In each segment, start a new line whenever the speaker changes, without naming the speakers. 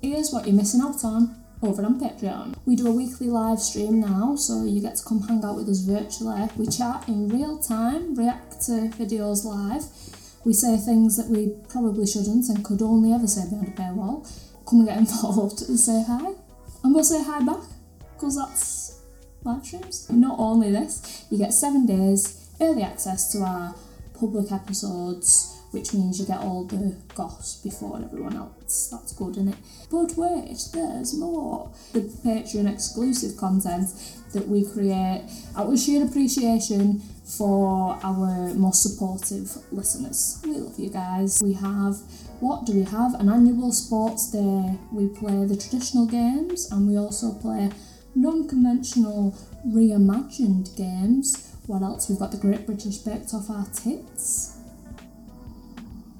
here's what you're missing out on over on Patreon. We do a weekly live stream now, so you get to come hang out with us virtually. We chat in real time, react to videos live. We say things that we probably shouldn't and could only ever say behind a paywall. Come and get involved and say hi. And we'll say hi back, because that's live streams. Not only this, you get seven days early access to our public episodes, which means you get all the goss before everyone else. That's good, isn't it? But wait, there's more. The Patreon exclusive content that we create out of sheer appreciation for our most supportive listeners. We love you guys. We have what do we have? An annual sports day. We play the traditional games and we also play non conventional reimagined games. What else? We've got the Great British Baked Off Our Tits.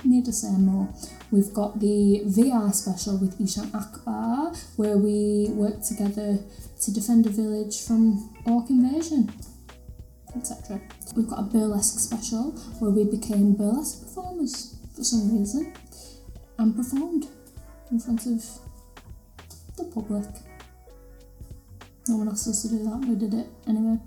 Need to say more. We've got the VR special with Ishan Akbar, where we work together to defend a village from orc invasion, etc. We've got a burlesque special where we became burlesque performers for some reason and performed in front of the public. No one asked us to do that, we did it anyway.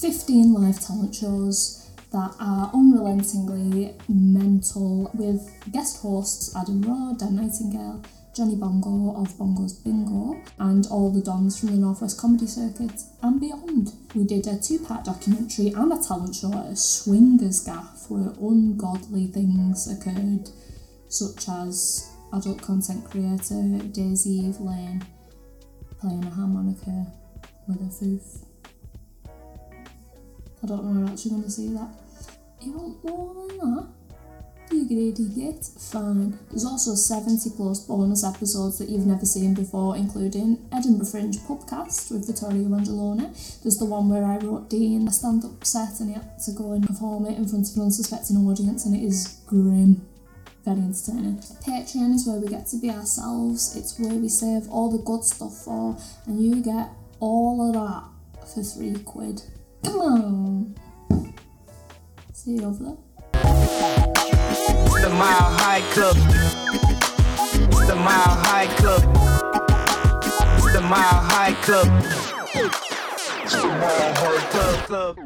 15 live talent shows that are unrelentingly mental with guest hosts Adam Raw, Dan Nightingale, Johnny Bongo of Bongo's Bingo, and all the dons from the Northwest Comedy Circuit and beyond. We did a two part documentary and a talent show at a swingers gaff where ungodly things occurred, such as adult content creator Daisy Eve Lane playing a harmonica with a foof. I don't know we're actually going to see that. You want more than that? You greedy git? Fine. There's also 70 plus bonus episodes that you've never seen before, including Edinburgh Fringe podcast with Vittorio Mangialone. There's the one where I wrote Dean a stand up set and he had to go and perform it in front of an unsuspecting audience, and it is grim very entertaining. Patreon is where we get to be ourselves, it's where we save all the good stuff for, and you get all of that for three quid. Come on! See you over there.
It's the Mile High Club. It's the Mile High Club. It's the Mile High Club. It's the Mile High Club. club.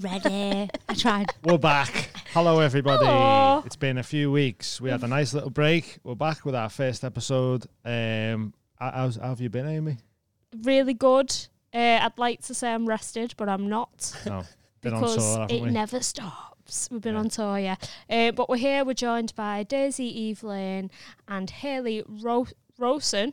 Ready. I tried.
We're back. Hello, everybody.
Hello.
It's been a few weeks. We had a nice little break. We're back with our first episode. Um, how- how's, how have you been, Amy?
really good. Uh, I'd like to say I'm rested, but I'm not
No, been on
because
tour, haven't
it
we?
never stops. We've been
Yeah.
on tour, yeah. Uh, but we're here. We're joined by Daisy Evelyn and Haley Ro- Rosen.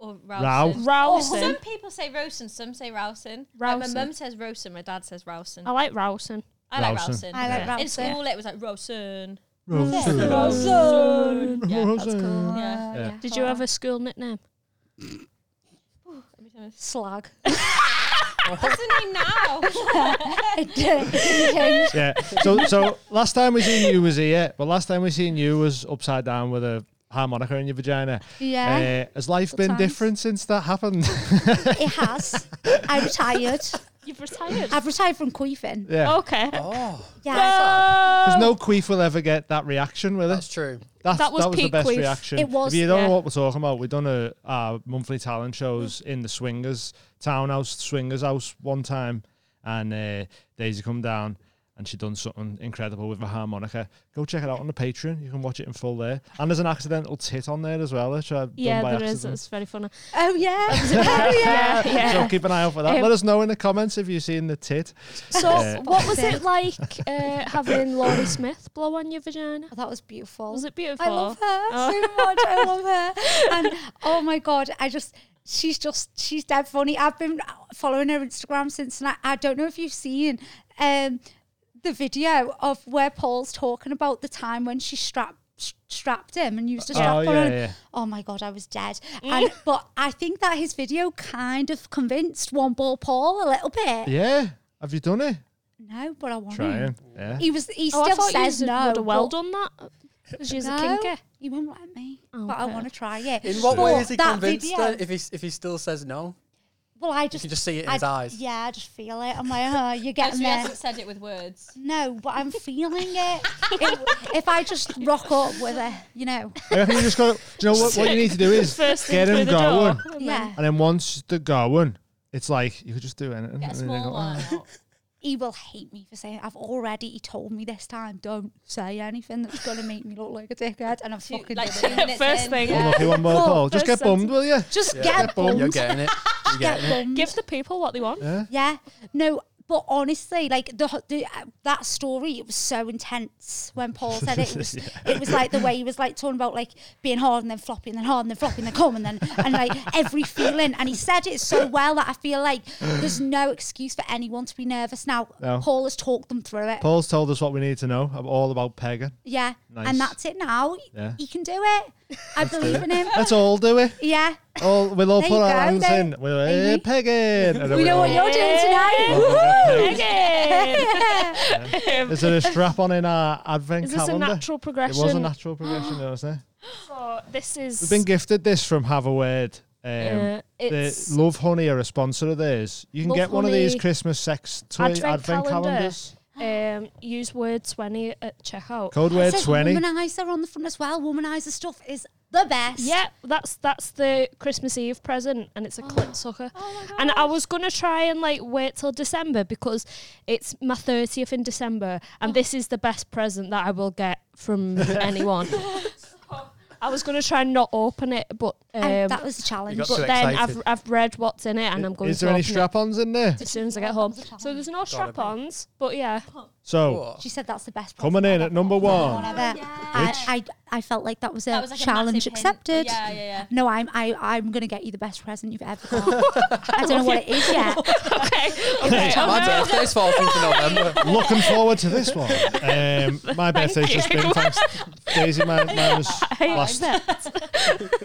Or
Row.
Rowson.
Rowson.
Oh, Some people say Rowson, some say Rowson. Like
Rowson.
my mum says Rowson, my dad says Rowson.
I like Rowson.
I like
Rowson.
Rowson.
Oh. I like
In
Ralph's.
school, it was like Rowson.
Yeah,
that's cool.
Mm.
Yeah.
Yeah.
Did you have a school nickname? Slag.
What's the name now?
yeah. So, so last time we seen you was here, but last time we seen you was upside down with a harmonica in your vagina.
Yeah,
Uh, has life been
Sometimes.
different since that happened?
it has. I retired.
You've retired. Oh.
I've retired from queefing.
yeah.
okay.
Yeah,
Because no queef will ever get that reaction with
That's
it.
true.
That's,
Oh. That was
the
peak
best
queef.
reaction.
It was,
If you don't
yeah.
know what we're talking about, we done a our monthly talent shows in the Swingers Townhouse, Swingers House one time, and uh, Daisy come down and she done something incredible with a harmonica. Go check it out on the Patreon. You can watch it in full there. And there's an accidental tit on there as well, which I've
Yeah,
done by
there is.
accident.
It's very funny.
Oh yeah. oh yeah.
Yeah, yeah.
So keep an eye out for that.
Um,
Let us know in the comments if you've seen the tit.
So,
Uh,
what was it like uh, having Laurie Smith blow on your vagina?
Oh, that was beautiful.
Was it beautiful? Oh.
I love her so much. I love her. And oh my god, I just she's just she's dead funny. I've been following her Instagram since, and I, I don't know if you've seen um the video of where Paul's talking about the time when she strapped strapped him and used a strap
Oh,
on
yeah,
him.
yeah.
oh my god i was dead and but i think that his video kind of convinced one ball paul a little bit
Yeah. Have you done it?
no but i want
Try
him
it. Yeah.
he was he
Oh, I
still
thought
says
you
no
would have well
but-
done that. 'cause She's a
no,
kinker.
he won't let me but i
Okay.
want to try it
In what
But
way is he
that
convinced
video-
that if he if he still says no?
Well, I
You
just
can just see it in
I-
his eyes.
Yeah, I just feel it. I'm like, oh, you're getting
She
there.
hasn't said it with words.
No, but I'm feeling it. if, if I just rock up with it, you know,
I reckon you just got. Do you know what? What you need to do is
First
get
in through
him
the door.
going,
and then-
yeah,
and then once they're going, it's like you could just do anything.
Get a
And then they
small
go,
one.
"Oh."
out.
he will hate me for saying. I've already. He told me this time. Don't say anything that's gonna make me look like a dickhead, and I'm
Two-
fucking.
like
doing
two
it.
minutes
First
in.
thing.
Well, lucky one more
Cool.
call. Just get
First
bummed, will you?
Just
Yeah.
get bummed.
You're getting it. You're
Get
getting it.
bummed.
Give the people what they want.
Yeah. No, but honestly, like the, the uh, that story, it was so intense when Paul said it. It was, it was like the way he was like talking about like being hard and then floppy and then hard and then floppy and then calm and then and like every feeling. And he said it so well that I feel like there's no excuse for anyone to be nervous now.
No.
Paul has talked them through it.
Paul's told us what we need to know. I'm all about pegging.
yeah.
Nice.
And that's it now.
Yeah.
He can do it. I believe in him.
Let's all do it.
Yeah.
All we'll all
There
put
you
our
go,
hands
there-
in. We're hey,
Amy.
pegging. And then
We know what
all-
you're doing tonight.
Again.
Is there a strap on in our advent
Is this a
calendar?
natural
it
progression?
was a natural progression, though, wasn't it?
So Oh, this is.
We've been gifted this from Have a Word. Um,
Yeah,
the
it's-
Love Honey are a sponsor of theirs. You can
Love
get one of these
Honey
Christmas sex toy advent,
Advent calendar.
calendars.
um, use word 20 at checkout.
Code word
It says
20.
Womanizer on the front as well. Womanizer stuff is the best.
Yeah, that's that's the Christmas Eve present, and
Oh.
it's a clit sucker. and I was gonna try and like wait till December because it's my thirtieth in December, and this is the best present that I will get from anyone. I was gonna try and not open it, but um,
And that was a challenge.
got
but
so
then
excited.
I've I've read what's in it, and I'm going
Is
to
there any
open it
strap ons in there?
as soon as I get home. So there's no strap-ons, but yeah,
So,
What?
She said that's the best.
coming
present
in at
ever.
number one.
Whatever. I, I I felt like that was a
Oh, That was like a
challenge
massive hint.
accepted.
Yeah, yeah, yeah.
No, I'm I I'm gonna get you the best present you've ever got. I don't know what it is yet.
okay, okay. I'm
My
gonna-
birthday's 14th of November.
Looking forward to this one. Um, my birthday's just
you.
been thanks. Daisy, mine, mine was
I
last
accept.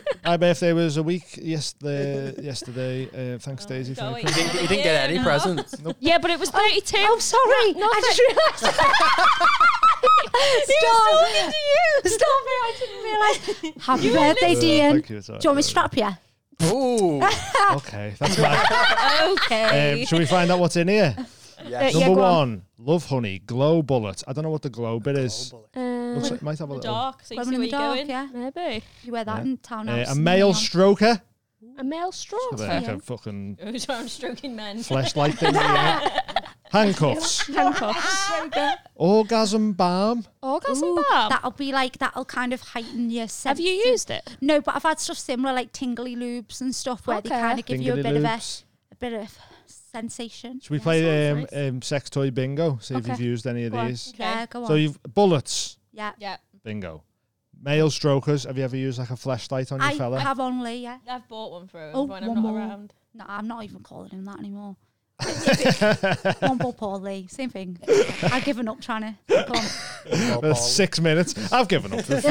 My birthday was a week yesterday. yesterday. Uh,
Oh,
thanks, Daisy. For
Go
your
eat.
You didn't, you didn't get any
Yeah, no.
presents.
Yeah, but it was 32.
I'm Oh, sorry.
No,
I just realised. Stop. Stop it. I didn't realise. Happy birthday,
Uh,
Dean.
thank you, it's all
Do you want me
right.
to strap you?
Ooh.
Okay, that's my.
Okay.
um, shall we find out what's in here?
Yes.
Yeah,
Number
go on.
one, Love Honey Glow Bullet. I don't know what the glow bit is. Looks like it might have a little.
dark, so you see
Women in
where
the
you're
dark.
going.
Yeah.
Uh, Maybe.
You wear that in town.
Uh, a male stroker.
A male
With
stroke.
like a fucking
So I'm stroking men.
flashlight thing. yeah. Handcuffs. Orgasm balm.
Orgasm
Ooh,
balm.
that'll be like that'll kind of heighten your sense.
Have you used it?
No, but I've had stuff similar like tingly lubes and stuff where they
Okay.
kind of give you a
Dingly
bit
loops.
of a, a bit of sensation.
Should we play um,
sounds
um, sex toy bingo? See if
Okay.
you've used any of
Go on.
these.
Yeah, go on.
So you've bullets.
yeah.
Yeah.
Bingo. Male strokers. Have you ever used like a flashlight on your
I
fella?
have only, yeah.
I've bought one for him
Oh,
when I'm
one
not
more.
around.
No, I'm not even calling him that anymore. One ball Paul Lee, same thing. I've given up trying to. Go on.
Uh, Six minutes. I've given up. Forget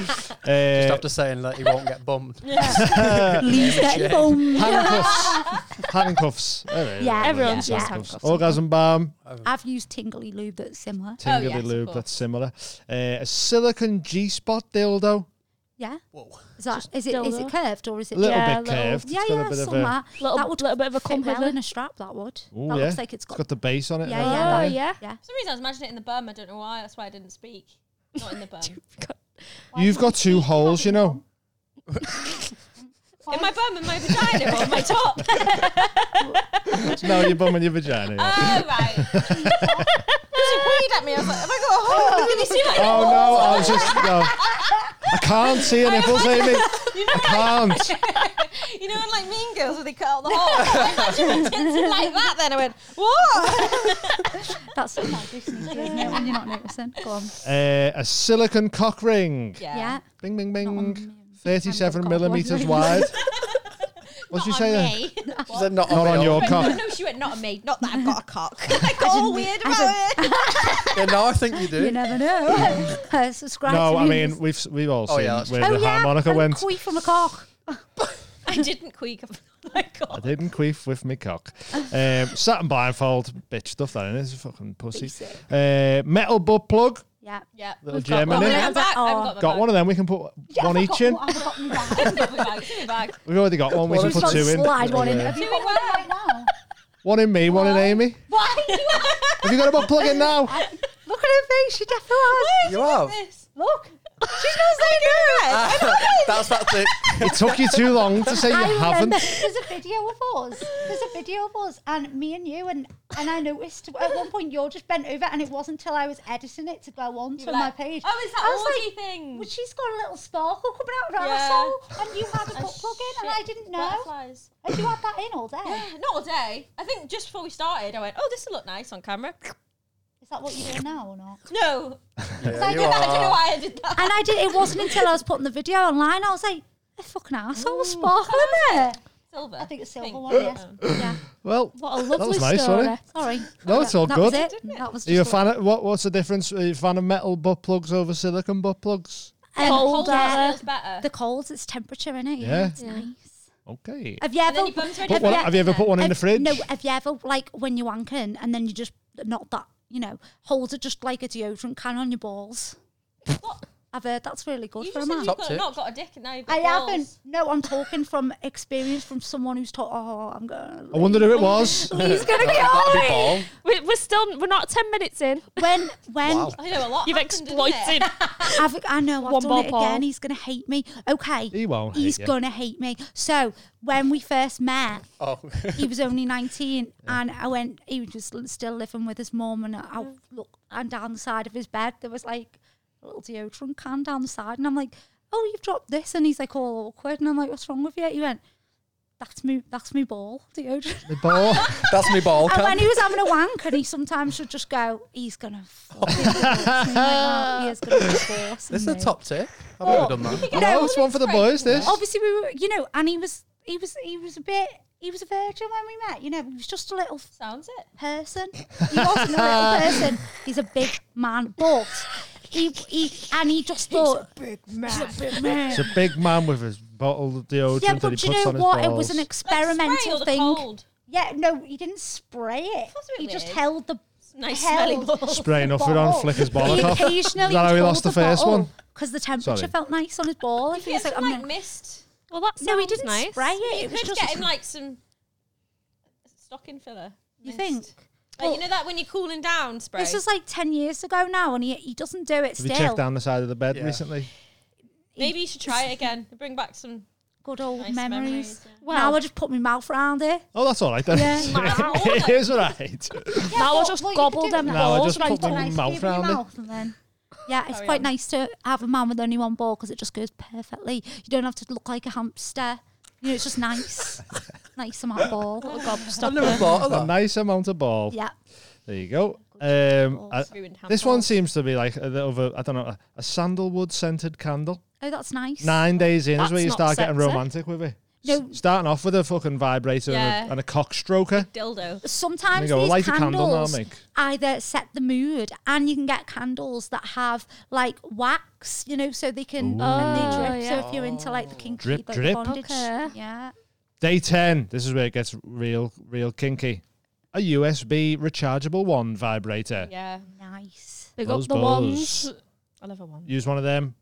it.
Just
Uh,
after saying that he won't get bumped.
Lee's getting bummed.
handcuffs. handcuffs. There we go.
Yeah,
Everyone's
yeah.
used handcuffs.
Orgasm
Oh,
balm,
I've used tingly lube that's similar.
tingly
yes, of
lube,
course.
that's similar. Uh, a silicon G spot dildo,
Yeah.
Whoa.
Is that is it is
dildo.
it curved or is
a
it?
little
Yeah,
bit
little-
curved.
yeah,
it's got
yeah,
a bit of
something
a.
like that.
Little,
that would
little bit of a
fit well in
compliment.
a strap. That would.
Ooh,
that
yeah.
looks like
it's
it's got.
got the base on it.
Yeah,
and
yeah.
Oh,
everything.
yeah.
yeah.
For some reason, I was imagining it in the bum. I don't know why. That's why I didn't speak. Not in the bum.
You've got two holes, you know.
in my bum, in my vagina, or my top.
no, your bum and your vagina. yeah.
Oh, right. she weed at me. I was like, have I got a hole? Can you see my
Oh no, I was just no. I can't see your nipples, Amy. I can't.
You know, in like Mean Girls, where they cut out the hole. I imagine my tits are like that. Then I went, what?
That's so sneaky, isn't it? When you're not noticing. Go on.
Uh, a silicon cock ring.
Yeah.
Bing, bing,
on
bing.
me.
Thirty-seven
I've got
millimeters
one.
wide. What did you say uh, there?
She said not,
Not
me,
on your
oh.
cock.
No, she went, not me. Not that I've got a cock. I got all weird about it.
Yeah, now I think you do.
You never know. Uh, subscribe
No,
to
I
me.
mean we've s- we've all
Oh,
seen
yeah, that's
where
oh,
the
yeah,
harmonica
and
went.
Queef from a cock.
I didn't queek. Oh my
I
God.
didn't queef with me cock. Um, satin blindfold, bitch, stuff that in. It's a fucking pussy. Uh, metal butt plug.
Yeah.
Yeah.
Little
got
gem in
one.
it.
Minute.
I've got my
Got one of them. We can put one each in.
I've got my bag.
bag. Two in my bag.
We've already got one. We
Well,
can
it's
put
got
two in.
Slide one in.
Yeah.
Have you
Two
got
in
one
one.
right now?
One in me, one in Amy.
Why?
Have you got a butt plug in now?
Look at her face. She definitely has.
You have.
This.
Look.
She smells like good.
That's that thing.
It took you too long to say you
I remember
haven't.
there's a video of us. There's a video of us and me and you and and I noticed at one point you're just bent over and it wasn't till I was editing it to go on to
You're
my
like,
page.
Oh, is
I
that
was
orgy
like,
thing?
Well, she's got a little sparkle coming out of her
Yeah.
asshole, and you had
Oh,
a butt plug in, and I
shit.
didn't know.
Butterflies.
And you had that in all day.
Not all day. I think just before we started, I went, "Oh, this will look nice on camera."
Is that what you're doing now or not?
No,
Yeah,
I,
you
did that. I don't know
are.
why I did that.
And I did. It wasn't until I was putting the video online I was like, a fucking asshole was sparkling there.
Silver.
I think it's silver
Pink.
one. Yes. Yeah.
Well,
What a lovely
was nice,
story.
wasn't
Sorry.
No, it's all
that
good.
Was it. That was
are you a
just
fan of what? What's the difference? Are you a fan of metal butt plugs over silicon butt plugs?
um,
Cold
yeah,
out
Feels better.
The cold, it's temperature in it. Yeah,
Yeah.
it's nice.
Okay.
Have you
and then
ever?
your bum's ready.
Put
for
one,
bed.
have you ever put one in the
have-
fridge?
No, have you ever like when you're wanking and then you just not that you know hold it just like a deodorant can on your balls?
What?
I've heard that's really good
You
for a
just said
man.
you've
Top
got,
tip.
not got a dick and now you've got
I
balls.
haven't. No, I'm talking from experience from someone who's taught. Oh, I'm gonna.
I wondered who it was.
He's gonna get
That'd be
on me.
ball.
We, we're still we're not ten minutes in.
When when
Wow.
I know a lot.
You've
happened, didn't
exploited.
it?
I've, I know I've
One
done
ball
it
Paul.
again, he's gonna hate me. Okay,
He won't hate
He's
you.
gonna hate me. So when we first met,
Oh,
he was only 19 and I went he was just l- still living with his mum and I I look and down the side of his bed there was like a little deodorant can down the side and I'm like oh you've dropped this and he's like all awkward and I'm like what's wrong with you he went that's me that's me ball deodorant
The ball.
that's me ball.
and
Ken.
when he was having a wank and he sometimes should just go he's gonna fucking force me now. he is gonna force
This is
me."
a top tip. I've
Oh.
never done that.
no, it's one for the boys. This.
obviously we were you know and he was he was he was a bit he was a virgin when we met you know he was just a little
Sounds it.
person. He wasn't a little person. He's a big man, but he, he and he just thought he's a big man.
It's a big man with his bottle of deodorant
yeah,
that he
but
puts
you know
on his
what?
balls.
It was an
Like spray
experimental
all the
thing.
Cold.
Yeah, no, he didn't spray it.
course it
He just
did.
held the
Nice
held
smelly balls.
Spray enough for it on,
bottle.
flick his
He
bollock off.
occasionally
Is that how he lost the first one?
because the temperature
Sorry.
felt nice on his ball. If
He
he was
gets
like,
some,
I'm
like
gonna-
mist.
Well, that sounds
no, he didn't
nice.
spray it. It was
Could
just
get him like some stocking filler.
you
mist.
think.
Like,
Well,
you know that when you're cooling down spray.
This was like ten years ago now, and he, he doesn't do it
Have you
still.
checked down the side of the bed
Yeah.
recently?
Maybe you should try it again. Bring back some
Good old
nice
memories.
memories.
now I just put my mouth round it.
Oh, that's all right then.
Yeah.
it is all right.
now I
Well,
just
well, you could
gobble
do
them
that.
Now I
balls
just
right
put
up.
them-
Nice
mouth
bit of your
round it.
mouth and then- Yeah, it's
Carry
quite
on.
nice to have a man with only one ball because it just goes perfectly. You don't have to look like a hamster. You know, it's just nice. nice amount of ball.
Oh,
I've
gobstopper.
never thought
a
of that.
nice amount of ball.
Yeah.
There you go. Um, I-
Ruined hand
this one
balls.
seems to be like a little, bit- I don't know, a, a sandalwood scented candle.
Oh, that's nice.
Nine days in is where
That's
you
not
start getting
sexy.
romantic with it. S-
No.
starting off with a fucking vibrator and,
Yeah.
a, and a cock stroker.
dildo.
There you
Sometimes
go,
these
light a candle now,
candles
Mick.
either set the mood, and you can get candles that have like wax, you know, so they can uh, and they
Ooh.
drip.
Oh,
So
yeah.
if you're into like the kinky
Drip,
like,
drip.
bondage,
Okay.
yeah.
Day 10. This is where it gets real, real kinky. A USB rechargeable one vibrator.
Yeah.
Nice.
Big
Those
up the
balls.
ones.
I love a one.
Use one of them.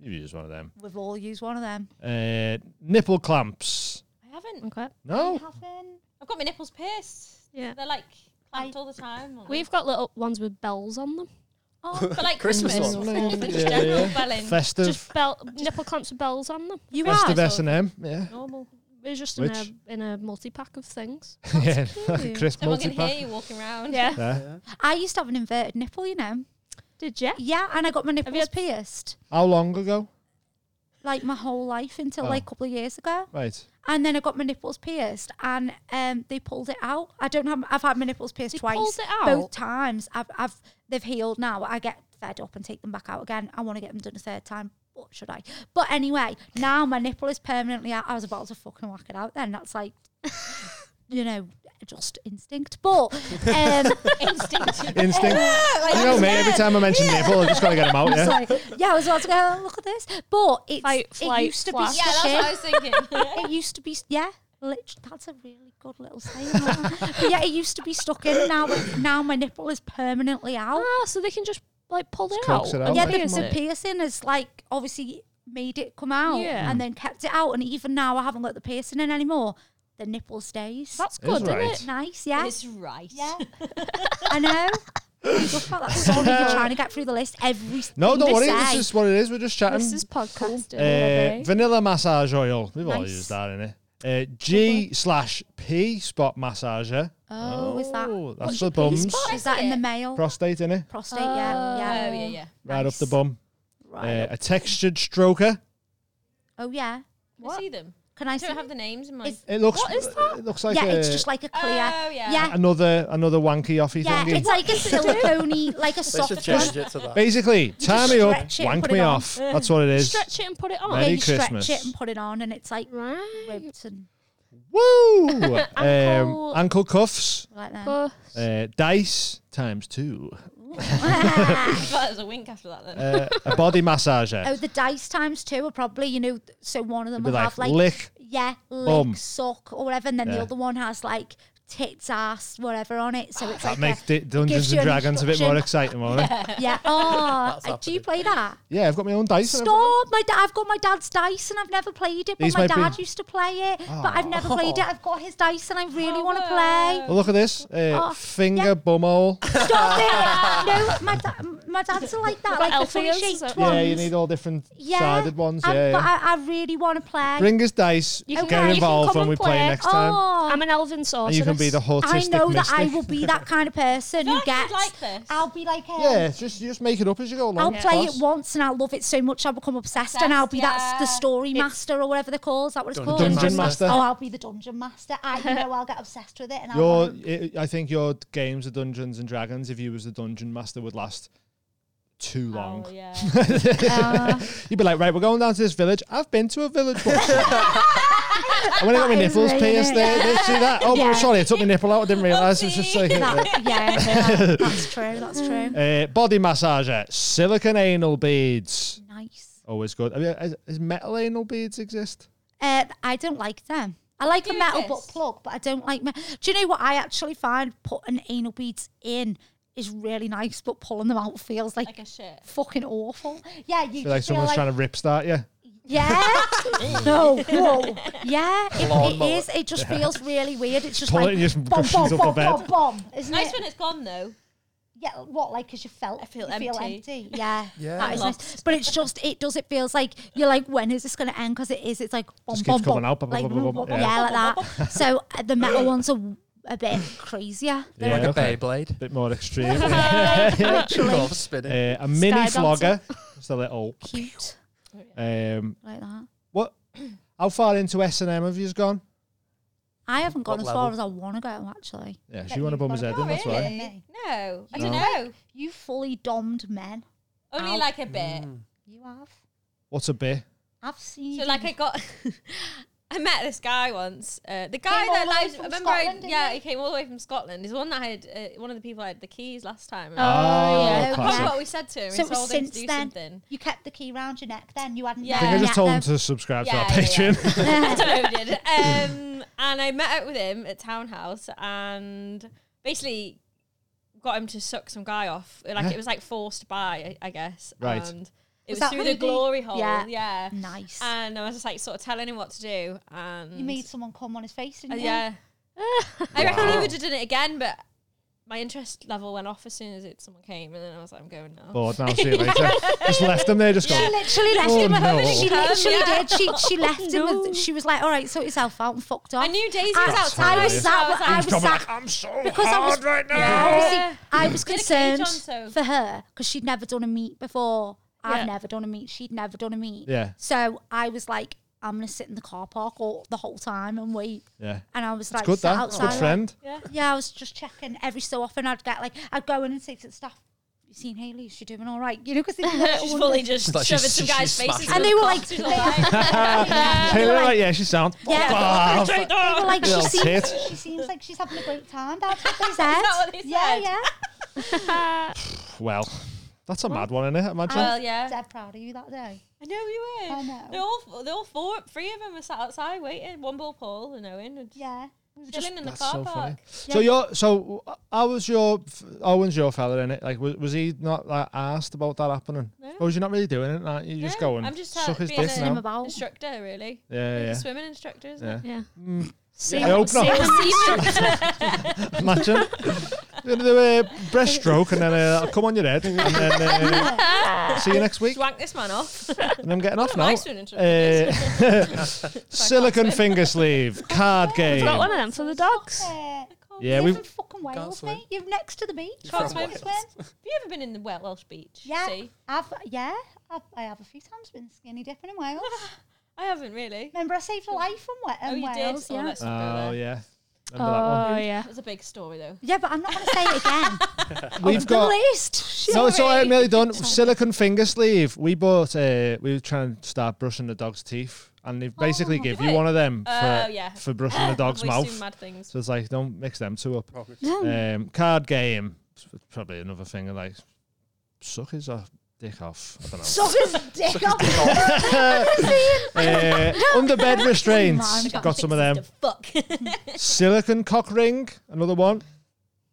You use one of them.
We've all used one of them.
Uh, nipple clamps.
I haven't.
Okay.
No.
Haven't-
I've got my nipples pierced.
Yeah.
They're like clamped all the time. aren't they?
We've got little ones with bells on them.
Oh,
But like
Christmas
Christmas.
ones.
Just
Yeah,
general
yeah.
belling.
Festive.
Just bell nipple clamps with bells on them.
you are.
festive S&M. Yeah.
Normal.
We're just in a
Which-
in a multi pack of things.
yeah. Like a
cute.
crisp
Someone
multi
can hear
pack.
you walking around.
Yeah.
Yeah.
I used to have an inverted nipple, you know.
Did you?
Yeah, and I got my nipples
had-
pierced
How long ago?
like my whole life until
Oh.
like a couple of years ago.
Right.
And then I got my nipples pierced, and um, they pulled it out. I don't have. I've had my nipples pierced
They
twice.
pulled it out?
both times. I've, I've they've healed now. I get fed up and take them back out again. I want to get them done a third time. What should I? But anyway, now my nipple is permanently out. I was about to fucking whack it out. Then that's like, you know, just instinct. But um,
Instinct.
Instinct. you know me, every time I mention nipple, I just got to get them out, yeah?
Sorry. yeah, I was about to go. "Oh, Look at this, but it's,
Fight,
it
flight,
used to
flash.
be.
Yeah, that's what I was thinking.
stuck- It used to be. Yeah, lit- that's a really good little saying. that. but yeah, it used to be stuck in. Now, now my nipple is permanently out.
Ah, so they can just like pulled it out.
coax it out,
and
yeah,
like
fix
because the
it.
piercing is like obviously made it come out
Yeah.
and then kept it out, and even now I haven't got the piercing in anymore. The nipple stays.
that's
It
good,
is
isn't
right.
it?
nice, yeah.
It's right. Yeah.
I know. Just felt that story. You're trying to get through the list every.
No, don't
thing they
worry.
say.
This is what it is. We're just chatting.
This is podcasting.
Uh, vanilla massage oil. We've all
Nice.
used that in it. Uh, G slash P spot massager.
Oh, is that-
That's the bums.
Is that in the male?
Prostate in it.
Prostate, yeah, yeah.
Oh, yeah, yeah.
Right up
Oh. Nice.
the bum.
Right.
Uh, a textured stroker.
oh yeah.
I see them.
Can I
I
see?
don't have the names in my.
It's-
It looks.
What is that?
It looks like
yeah,
a,
it's just like a clear.
Oh, yeah.
Yeah.
another another wanky offy
yeah,
thingy.
it's like a silicone, like a
They
soft
should
one.
change it to that.
Basically, tie
just
me up,
stretch it and
wank
put it
me
on.
off. That's what it is.
Stretch it and put it on.
Merry
They
Merry
stretch
Christmas.
it and put it on, and it's like
Right.
ripped and
Woo! um,
Ankle-
ankle cuffs.
like that.
But
Uh, dice times two.
that was a wink after that then.
Uh, a body massager.
Oh, the dice times two are probably you know. So one of them
Be
will
like,
have like
lick.
yeah, lick,
bum.
sock, or whatever, and then
Yeah.
the other one has like tits, ass, whatever on it. So it's
That
like
makes D-
a-
Dungeons
gives
and
you
Dragons a bit more
instruction.
exciting, won't it?
yeah. Oh,
That's
do you play that?
Yeah, I've got my own dice. and everything.
Stop! My da- I've got my dad's dice and I've never played it. But
These
my
might be-
dad used to play it, but I've never played it. I've got his dice and I really want to play.
Well, look at this. Uh,
Oh,
finger
yeah.
bumhole.
Stop it! No, my, da- my dad's are like that, like the
elf
funny
ears,
shaped
is it?
ones.
yeah, you need all different
Yeah,
sided ones.
I'm-
yeah,
but
yeah.
I, I really want to play.
Bring us dice.
You can
get
come- you can
involved
come
when
and
we play,
play.
next time.
oh,
I'm an elven sorceress.
And you can be the
I
autistic
know that
mystic.
I will be that kind of person who
like you'd
gets.
like this.
I'll be like. Um,
Yeah, it's just you just make it up as you go along.
I'll
It's
play it
class.
once and I'll love it so much I'll become obsessed, and I'll be that's the
Obsessed, yeah.
story
It's-
master or whatever they're called. Is that what it's
Dun-
called?
Dungeon
Dungeon
Master.
Oh, I'll be the dungeon master. I you know I'll get obsessed with it and I'll.
Your, i I think your games of Dungeons and Dragons, if you was the dungeon master, would last too long.
Oh, yeah.
Uh.
You'd be like, right, we're going down to this village. I've been to a village once. I went and got my
That is
nipples
really
pierced. There, this, see that? Oh,
Yeah.
sorry, I took my nipple out. I didn't realise. It was just like
That, yeah, yeah, that's true. That's true.
uh, body massager, silicone anal beads.
Nice.
Always good. I mean, is, is metal anal beads exist?
Uh, I don't like them. I like a
Do
metal
this.
butt plug, but I don't like. Me- Do you know what I actually find putting anal beads in is really nice, but pulling them out feels like,
Like a shit.
fucking awful. Yeah, you
Feel like
just feel
someone's
like,
trying to rip start you.
yeah, no, whoa, yeah. It, it
Lawnmower.
is. It just feels really weird. It's just
Pull it
like
and just
bomb,
brushes
bomb,
up the
bomb,
bed.
bomb, bomb. Isn't
Nice
it?
when it's gone though.
Yeah, what like because you felt I
feel
you feel
empty.
empty. Yeah,
Yeah.
That is nice.
Lost.
But it's just it does. It feels like you're like when is this going to end? Because it is. It's like bum,
Just
bum,
keeps coming
bum,
out, bum,
like,
bum, bum, bum, bum,
yeah, like that. so uh, the metal ones are a bit crazier.
Yeah,
Like a
okay.
Beyblade.
Bit more extreme. uh,
Love spinning.
a mini
dancer.
flogger. It's a little.
Cute
Um,
like that.
what? How far into S and M have you gone?
I haven't gone
What
as far
level?
as I want to go actually.
Yeah,
Bet
she want to
you've
bum
got
his
a
head
go,
in. That's
really?
why.
Me.
No, I
No.
don't know.
You fully dommed men.
Only
Ow.
like a bit.
Mm.
You have.
What's a bit?
I've seen.
So like I got, I met this guy once. Uh, the guy
Came all
that
the way
lives,
from
remember? I,
Scotland, didn't
yeah,
he?
he came all the way from Scotland. He's one that I had, uh, one of the people I had the keys last time.
Oh, yeah.
Oh,
yeah.
I forgot
classic.
what we said to him.
So
we
it was
told him to
since
do
then.
something.
You kept the key round your neck then. You hadn't.
Yeah.
I think I
Um,
just told him
them.
to subscribe to
Yeah,
our
yeah, yeah.
Patreon.
Downloaded. um, and I met up with him at townhouse and basically got him to suck some guy off. Like
Yeah.
it was like forced by, I, I guess.
Right.
And it was,
Was that
through
when
the
you did-
glory hole.
Yeah.
yeah.
Nice.
And I was just like sort of telling him what to do. And
you made someone come on his face, didn't
Uh,
you?
yeah. I reckon he would have done it again, but my interest level went off as soon as it someone came, and then I was like, I'm going now.
Bored now. See you later. just left them there. Just
She
gone.
literally left
Oh,
him.
no.
She
Yeah.
literally did. She she left him. With, she was like, "All right, sort yourself out and fucked off."
I knew Daisy
I,
was outside.
I
hilarious.
was sat.
I was
I
like-
was
He's probably
sat
like, I'm so
because I was
hard right now.
Yeah.
obviously I was
Did a cage on,
concerned
so-
for her because she'd never done a meet before.
Yeah.
I've never done a meet. She'd never done a meet.
Yeah.
So I was like, "I'm gonna sit in the car park all the whole time and wait."
Yeah.
And I was like,
Good
sat
that.
outside.
Good
like-
friend.
Yeah, I was just checking every so often. I'd get like, I'd go in and say to the staff, "You seen Haley? Is she doing all right?" You know, because
She's fully just
Like she's-
shoving some
she's
guys' faces.
smashing
in
it. "Oh, And they
the
were
cock.
like-
She was like,
Hey, they're like, yeah, she sounds.
Yeah.
Oh, Fuck off.
"Straight
They
up."
were like, she
Little
seems,
tit.
she seems like she's having a great time. That's what they said.
that what they
Yeah,
said?
yeah.
Well, that's a mad one, isn't it? Imagine.
Well, yeah.
Dead proud of you that day.
I know you were.
I know.
They all, they all four, three of them were sat outside waiting. One ball Paul and Owen. And
Yeah.
Chilling in the
That's
car
so
park.
funny. So
Yeah.
your so uh, how was your f- Owen's your fella in it? Like was, was he not like asked about that happening?
No.
Or was you not really doing it? Like, you just
No,
going
I'm just ha-
suck his
being
dick
a-
him
now.
Oh.
about.
Instructor, really.
Yeah,
He's
yeah.
a swimming instructor, isn't
Yeah.
Yeah.
Mm.
See,
I hope
see
not.
him-
Imagine. Gonna do a breaststroke and then uh, I'll come on your head and then uh, see you next
it?
week.
Swank this man off.
And I'm getting off now.
My swimming instructor.
Uh,
is.
silicon finger sleeve card game.
We've got one of them for the dogs.
Yeah,
yeah,
we've-
we've fucking Wales,
swim.
mate. You're next to the beach.
Can't
from
swim.
Wales.
Have you ever been in the Wel- Welsh beach?
Yeah,
See?
I've yeah, I've, I have a few times been skinny dipping in Wales.
I haven't really.
Remember, I saved a life in, Wa-
oh,
in
you
Wales.
did. Oh,
Yeah.
let's not go
Oh
there.
yeah. Remember
Oh yeah.
That was a big story though.
yeah, but I'm not going to say it again.
that one? We've got
the least.
No, it's all right, I'm nearly done. Silicon finger sleeve. We bought. Uh, we were trying to start brushing the dog's teeth, and they basically give you
Right.
one of them for,
Oh, yeah.
for brushing the dog's
We've seen
mouth.
mad things.
So it's like don't mix them two up.
No.
Um, card game. It's Probably another thing of like suck his off, dick off. I don't know.
Suck his dick off.
Uh, under bed restraints.
Come
Got some of
Fixes
them.
to Fuck.
Silicon cock ring. Another one.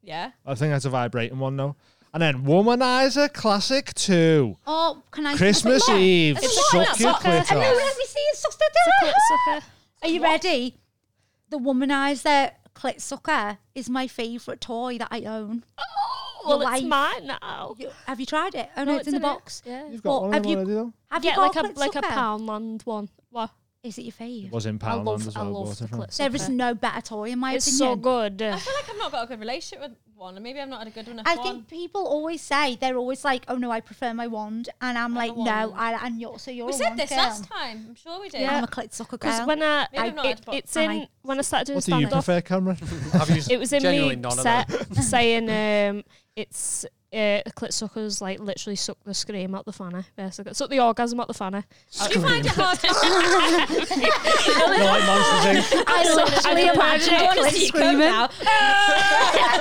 yeah.
I think that's a vibrating one though. And then womanizer classic two.
Oh, can I?
Christmas
Yeah.
Eve.
It's a lot.
Suck your
Suck her.
clit
And then
off.
let me see your sucker.
Clit sucker.
Are you ready? The womanizer clit sucker is my favourite toy that I own.
Oh, Well,
Your
it's
life.
mine now.
You- Have you tried it? Oh no,
No,
it's in the box.
Yeah.
You've
Well,
got one of
have
them
you-
already though.
Have
Get
you
like
got
a
clit
like a
sucker?
Poundland one. What?
Is it your favourite?
was in
I
Poundland
love,
as
I
well.
love
bought
the
it from.
clit
There is
sucker.
no better toy in my
It's so
opinion.
good.
I feel like I've not got a good relationship with one, and maybe I've not had a good enough
I
one.
think people always say they're always like, "Oh no, I prefer my wand," and I'm like, "No,
wand.
I and you're so you're
we
a
said
wand
this
girl.
last time. I'm sure we did.
Yeah.
I'm a clit sucker
Because
girl.
when I,
Maybe I've
I
not
it,
had box.
it's in
Aye.
when I started doing
What do you
stand up,
prefer, Cameron?
I've used
it was in
genuinely
me
none of
set
them.
saying um, it's uh, clit suckers like literally suck the scream out the fanny, basically suck the orgasm out the fanny.
Do you find it hard to
You're like Monster Inc.
I literally
I want to see you come now?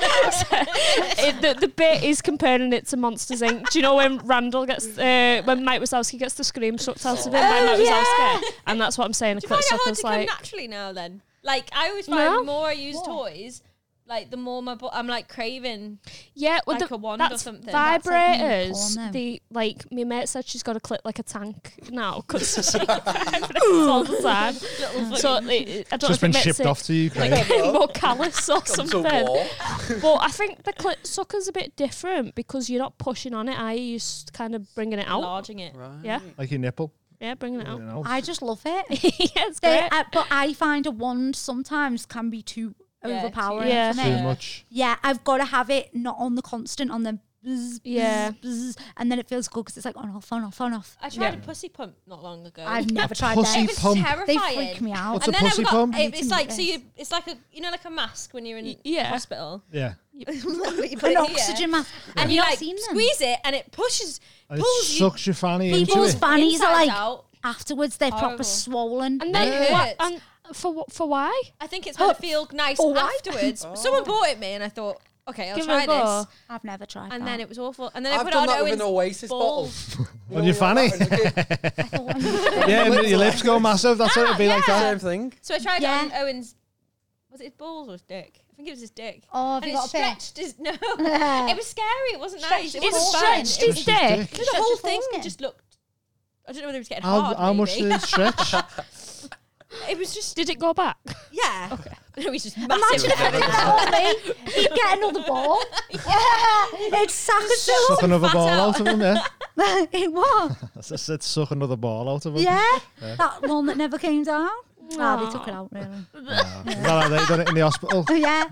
it, the, the bit is comparing it to Monsters Inc. Do you know when Randall gets uh, when Mike Wazowski gets the scream sucked out of him by Mike Wazowski? And that's what I'm saying. The
Oh, Do you
clit
find it hard to
suckers
come
like
naturally now then? Like, I always find
No.
the more I use toys, like, the more my bo- I'm like craving.
yeah, well,
like
the,
a wand or
that's
something.
That's like new porn
Vibrators.
now.
the like my mate said she's got to clit like a tank now because she vibrates all the time.
Little
So
fucking-
it, I don't know
Just
if it
been
makes
shipped
it
off to you, Craig.
like more callous or
Comes
something.
a war.
But I think the clit sucker's a bit different because you're not pushing on it. I you just kind of bringing it out.
enlarging it.
Yeah,
Like your nipple.
yeah, bringing it out.
You know.
I just love it.
yeah, it's
They-
great.
I- but I find a wand sometimes can be too
Yeah, too-
overpowering
Yeah.
for
Too
me.
Yeah.
much.
Yeah, I've got to have it not on the constant on the bzz, bzz,
Yeah.
bzz, and then it feels good because it's like on off on off on off.
I tried a pussy pump not long ago.
I've never tried
pussy
that.
it was
pump.
They
terrifying.
freak me out.
What's
and
a
then
pussy
I've got,
pump?
It, it's
It's
like
in
so
your
you. It's like a you know like a mask when you're in
yeah.
hospital.
Yeah.
an
Yeah.
oxygen mask.
and
Have
you
not
like
seen them?
squeeze it and it pushes,
And it
pulls you
sucks your fanny into
People's
it.
fannies are
inside
like
out.
afterwards they're proper
Horrible.
swollen.
And
then
then
Yeah.
what?
what-
And for what? For why?
I think it's gonna feel nice
Oh, I-
afterwards. Someone bought it me and I thought, okay, I'll
Give it
try
a go.
this.
I've never tried
And
that.
then it was awful. And then I
I've
put
done
it on
that with
Owen's
an Oasis
ball.
bottle.
On your fanny. yeah, and your lips go massive. That's what it'd
Ah,
be like that.
Same thing.
So I tried it
Yeah.
on Owen's. Was it his balls or his dick? I think it was his dick.
Oh, have
and
you
it
got a bit?
stretched his no. it was scary. It wasn't nice. It
his
wasn't
balls.
fun.
Stretched
It was-
his
dick.
dick.
no, the whole
his
thing
foreskin.
just looked. I don't know whether it was getting
Oh,
How,
hard.
how much did
maybe.
it stretch?
it was just
Did it go back?
yeah. Okay. it was just
Imagine
massive.
if it was that on me. He'd get another ball. yeah, it's
Suck
sackable.
another
fat
ball
out.
out of him, yeah.
it was.
I s- said suck another ball out of him.
Yeah, that one that never came down. Ah, they took it out really.
Nah. Is that how they done it in the hospital.
Oh yeah,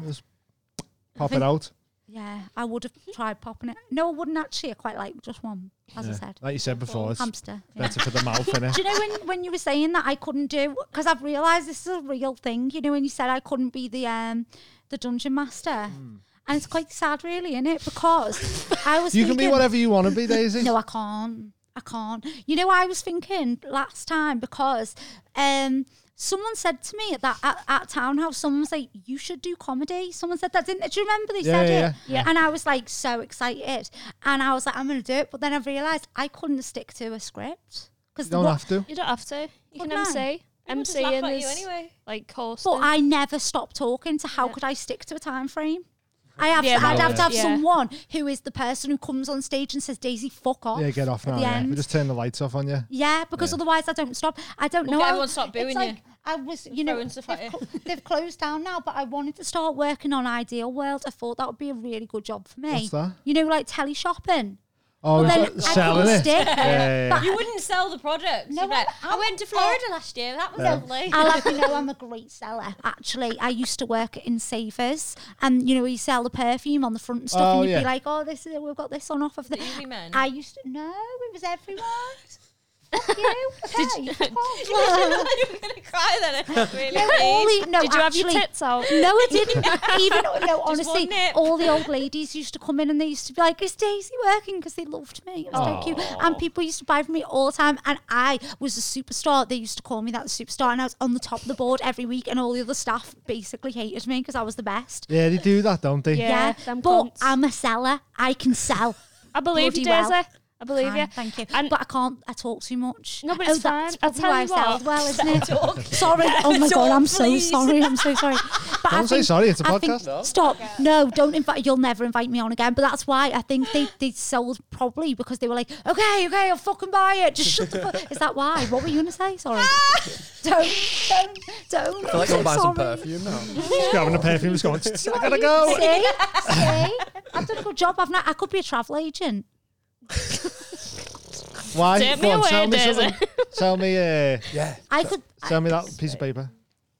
Pop it out.
yeah. I would have tried popping it. No, I wouldn't actually. I quite like just one, as I
Yeah.
said.
Like you said before, it's
Hamster. yeah.
better for the mouth, innit?
Do you know when, when you were saying that I couldn't do because I've realised this is a real thing. You know when you said I couldn't be the um the dungeon master,
Hmm.
and it's quite sad, really, isn't it? Because I was
You can be
thinking-
whatever you want to be, Daisy.
No, I can't. I can't. You know, I was thinking last time because um someone said to me at that at, at townhouse, someone was like, "You should do comedy." Someone said that, didn't? they? Do you remember they
Yeah,
said
yeah,
it?
yeah. Yeah.
And I was like so excited, and I was like, "I'm going to do it," but then I realised I couldn't stick to a script because
You don't have to.
You don't have to. You can
Wouldn't I?
MC.
Just laugh
MCing
at
is
you anyway.
like course.
But I never stopped talking to how
Yeah.
could I stick to a time frame? I have,
Yeah,
I'd
no,
have to have
yeah.
someone who is the person who comes on stage and says, Daisy, fuck off.
Yeah, get off
at
now.
the
Yeah.
end.
We just turn the lights off on you.
Yeah, because
Yeah.
otherwise I don't stop. I don't
Well,
know.
get
I-
everyone to stop
it's
booing
like,
you.
I was, you know,
throwing stuff at
they've,
you.
cl- they've closed down now, but I wanted to start working on Ideal World. I thought that would be a really good job for me.
What's that?
You know, like teleshopping. shopping.
Oh,
then
he's
I
got-
couldn't
selling it.
stick.
Yeah, yeah, yeah.
You wouldn't sell the product.
No,
No, I,
I'm-
went to Florida last year. That was lovely.
I'll have you know I'm a great seller. Actually, I used to work in Savers, and you know you sell the perfume on the front and stuff,
Oh,
and you'd
yeah.
be like, "Oh, this is we've got this on offer." For the
Uzi men?
I used to no, it was everyone. Fuck you. Did you?
you were gonna cry then. I was really
No, all
pleased.
the- no,
Did you have your
actually-
tits out?
No, I didn't. Even no,
one
honestly,
nip.
all the old ladies used to come in and they used to be like, "Is Daisy working?" Because they loved me. It was so cute, and people used to buy from me all the time. And I was a superstar. They used to call me that the superstar, and I was on the top of the board every week. And all the other staff basically hated me because I was the best.
Yeah, they do that, don't they?
Yeah.
Yeah,
them
but
cunts.
I'm a seller. I can sell.
I believe you,
bloody
Daisy.
well.
I believe you.
Fine, Thank you.
And
but I can't. I talk too much.
No, but
Oh,
it's
that's
fine. I'll
probably
tell
why
you
I sell
what.
well, isn't it?
Talk.
Sorry. Oh my god, I'm so
please.
sorry. I'm so sorry. But
Don't say sorry, it's a
I think-
podcast. No.
Stop. No, don't invite. You'll never invite me on again. But that's why I think they, they sold probably because they were like, okay, okay, I'll fucking buy it. Just shut the fuck. Is that why? What were you gonna say? Sorry. don't, don't, don't.
I feel like
I'm
I'll buy
so
some
sorry.
perfume now.
Just grabbing a perfume, just going, "Tss, I gotta
See,
go.
see. I've done a good job. I've not. I could be a travel agent.
Why?
Take
Go
me
on,
away,
tell me
Daisy.
something. Tell me, uh,
Yeah.
I could.
tell me that piece of paper.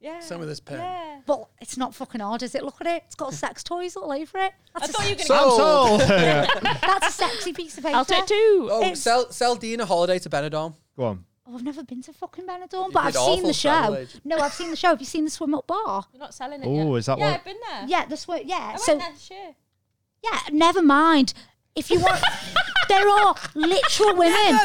Yeah.
Some of this pen.
Yeah.
But it's not fucking hard, is it? Look at it. It's got sex toys all over it.
I
That's, a,
thought you were
So-
gonna.
Oh, yeah.
that's a sexy piece of paper.
I'll take two.
Oh,
It's-
sell sell Dean a holiday to Benidorm.
Go on.
Oh, I've never been to fucking Benidorm, but I've
did
seen the
awful travel
show.
agent.
No, I've seen the show. Have you seen the swim up bar?
You're not selling it.
Oh,
yet.
is that
Yeah,
one-
I've been there.
Yeah, the swim. Yeah,
I
Oh,
so
went there this year.
yeah, never mind. If you want, there are literal women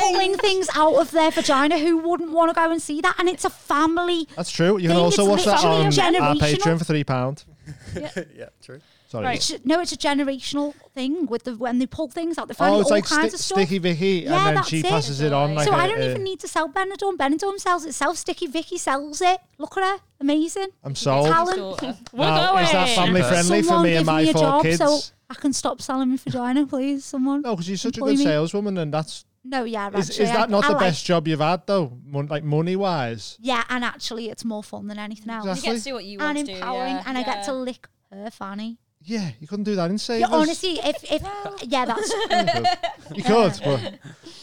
pulling things out of their vagina who wouldn't want to go and see that, and it's a family.
That's true. You can
Think
also watch
it's
that on
literally
our
generational.
Patreon for three pound.
yeah, true.
Sorry.
Right.
It's, no, it's a generational thing with the when they pull things out, they find
oh,
all
it's like
kinds
sti-
of stuff.
Sticky Vicky,
Yeah,
and then
that's
she
it.
passes it on. Like
so
I
I don't even need to sell Benidorm. Benidorm sells itself. Sticky Vicky sells it. Look at her, amazing.
I'm sold.
Talent.
Daughter.
We're
Now,
going.
Oh, is that family friendly for
Someone
me and
give
my
me a
four
job
kids?
so I can stop selling my vagina, please. Someone.
no, because you're such a
Employ
good
me.
saleswoman, and that's
No, yeah,
is,
actually,
is that not
I,
the
I
best
Like,
job you've had though? Mon- like money wise,
yeah, and actually, it's more fun than anything else.
You get
Exactly.
to do what you want
And
to do.
empowering,
yeah.
and I get to
Yeah.
lick her fanny.
yeah, you couldn't do that in
Yeah,
sales.
honestly, if if yeah, that's
you could. But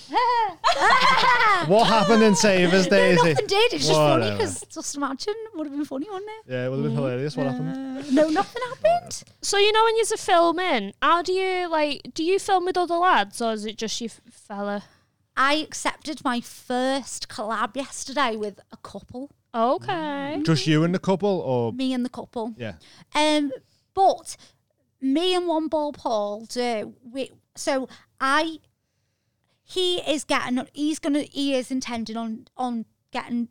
what happened in Savers,
no,
Daisy?
nothing did. It's just funny
Whatever.
because just imagine would have been funny, wouldn't it? Uh,
Yeah, it would have been hilarious. What happened?
No, nothing happened.
So you know when you're filming, how do you like? Do you film with other lads, or is it just your f- fella?
I accepted my first collab yesterday with a couple,
Okay.
Just you and the couple, or
me and the couple.
yeah,
Um, but me and one ball Paul do. We, so I, he is getting. He's gonna. He is intending on on getting.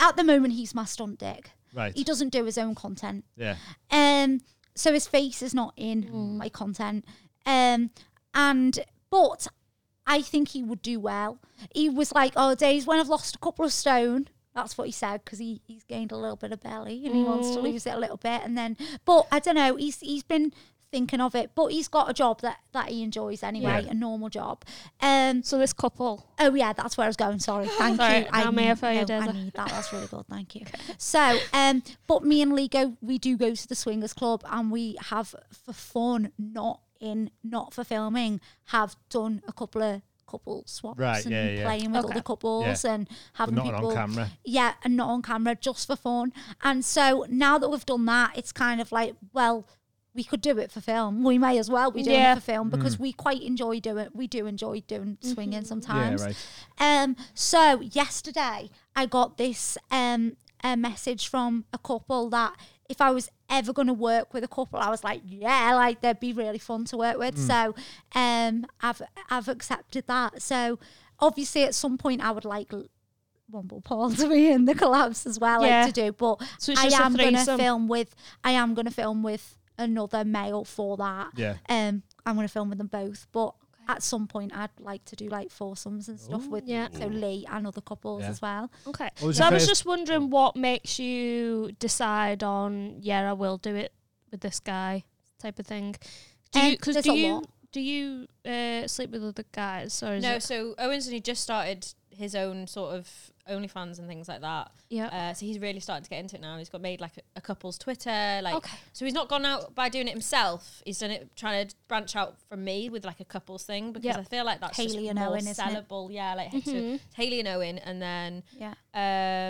At the moment, he's my stunt dick.
right,
He doesn't do his own content.
yeah.
Um, so his face is not in my content. Um, and but I think he would do well. He was like, "Oh, days when I've lost a couple of stone." That's what he said because he, he's gained a little bit of belly and he wants to lose it a little bit. And then, but I don't know. He's he's been thinking of it, but he's got a job that that he enjoys anyway,
Yeah.
a normal job. Um.
So this couple.
Oh yeah, that's where I was going. Sorry, thank
Sorry,
you. I
now may I throw you,
no, I
Deza?
need that. That's really good. Thank you. So, um, but me and Lee go. We do go to the swingers club, and we have for fun, not in, not for filming. Have done a couple of couple swaps
Right,
and
yeah, yeah.
playing with
Okay.
other couples and having
not on
people
camera.
Yeah, and not on camera, just for fun. And so now that we've done that, it's kind of like, well. We could do it for film. We may as well be doing
Yeah.
it for film because
Hmm.
we quite enjoy doing. We do enjoy doing
Mm-hmm.
swinging
Yeah,
sometimes.
right.
Um, so yesterday I got this um a message from a couple that if I was ever going to work with a couple, I was like, yeah, like they'd be really fun to work
Mm.
with. So um, I've I've accepted that. So obviously, at some point, I would like. L- Womble Paul to be in the collapse as well,
Yeah.
like to do. But
So it's
I
just a
am gonna
threesome.
film with I am gonna film with another male for that.
Yeah.
Um I'm gonna film with them both. But at some point I'd like to do like foursomes and stuff with
Yeah.
so Lee and other couples
Yeah.
as well.
Okay.
What was
so I
your
was
first-
just wondering what makes you decide on, yeah, I will do it with this guy type of thing. Do
Um,
you, cause
there's
do
a
you,
lot.
do you uh, sleep with other guys? Or is
No,
it,
so Owen's only just started his own sort of OnlyFans and things like that.
yeah.
Uh, so he's really starting to get into it now. He's got made like a, a couple's Twitter, like
Okay.
so he's not gone out by doing it himself. He's done it trying to branch out from me with like a couples thing because
Yep.
I feel like that's
Hayley
just
and
more
Owen, isn't it? Mm-hmm.
sellable. Yeah, like so Haley and Owen, and then
Yeah.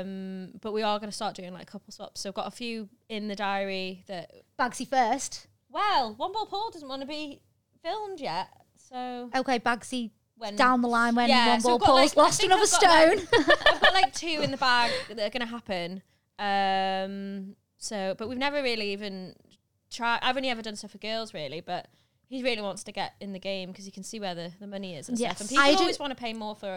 um, but we are going to start doing like couple swaps. So I've got a few in the diary that
Bagsy first.
well, one ball Paul doesn't want to be filmed yet, so
Okay, Bagsy
when
down the line when
Yeah,
one
so
ball
I've got,
Paul's
like- I
lost
think
another
I've got,
stone.
like- I've got like two in the bag that are going to happen. Um, so, but we've never really even tried. I've only ever done stuff for girls, really. But he really wants to get in the game because you can see where the, the money is. And
Yes.
stuff. and people
I do-
always want to pay more for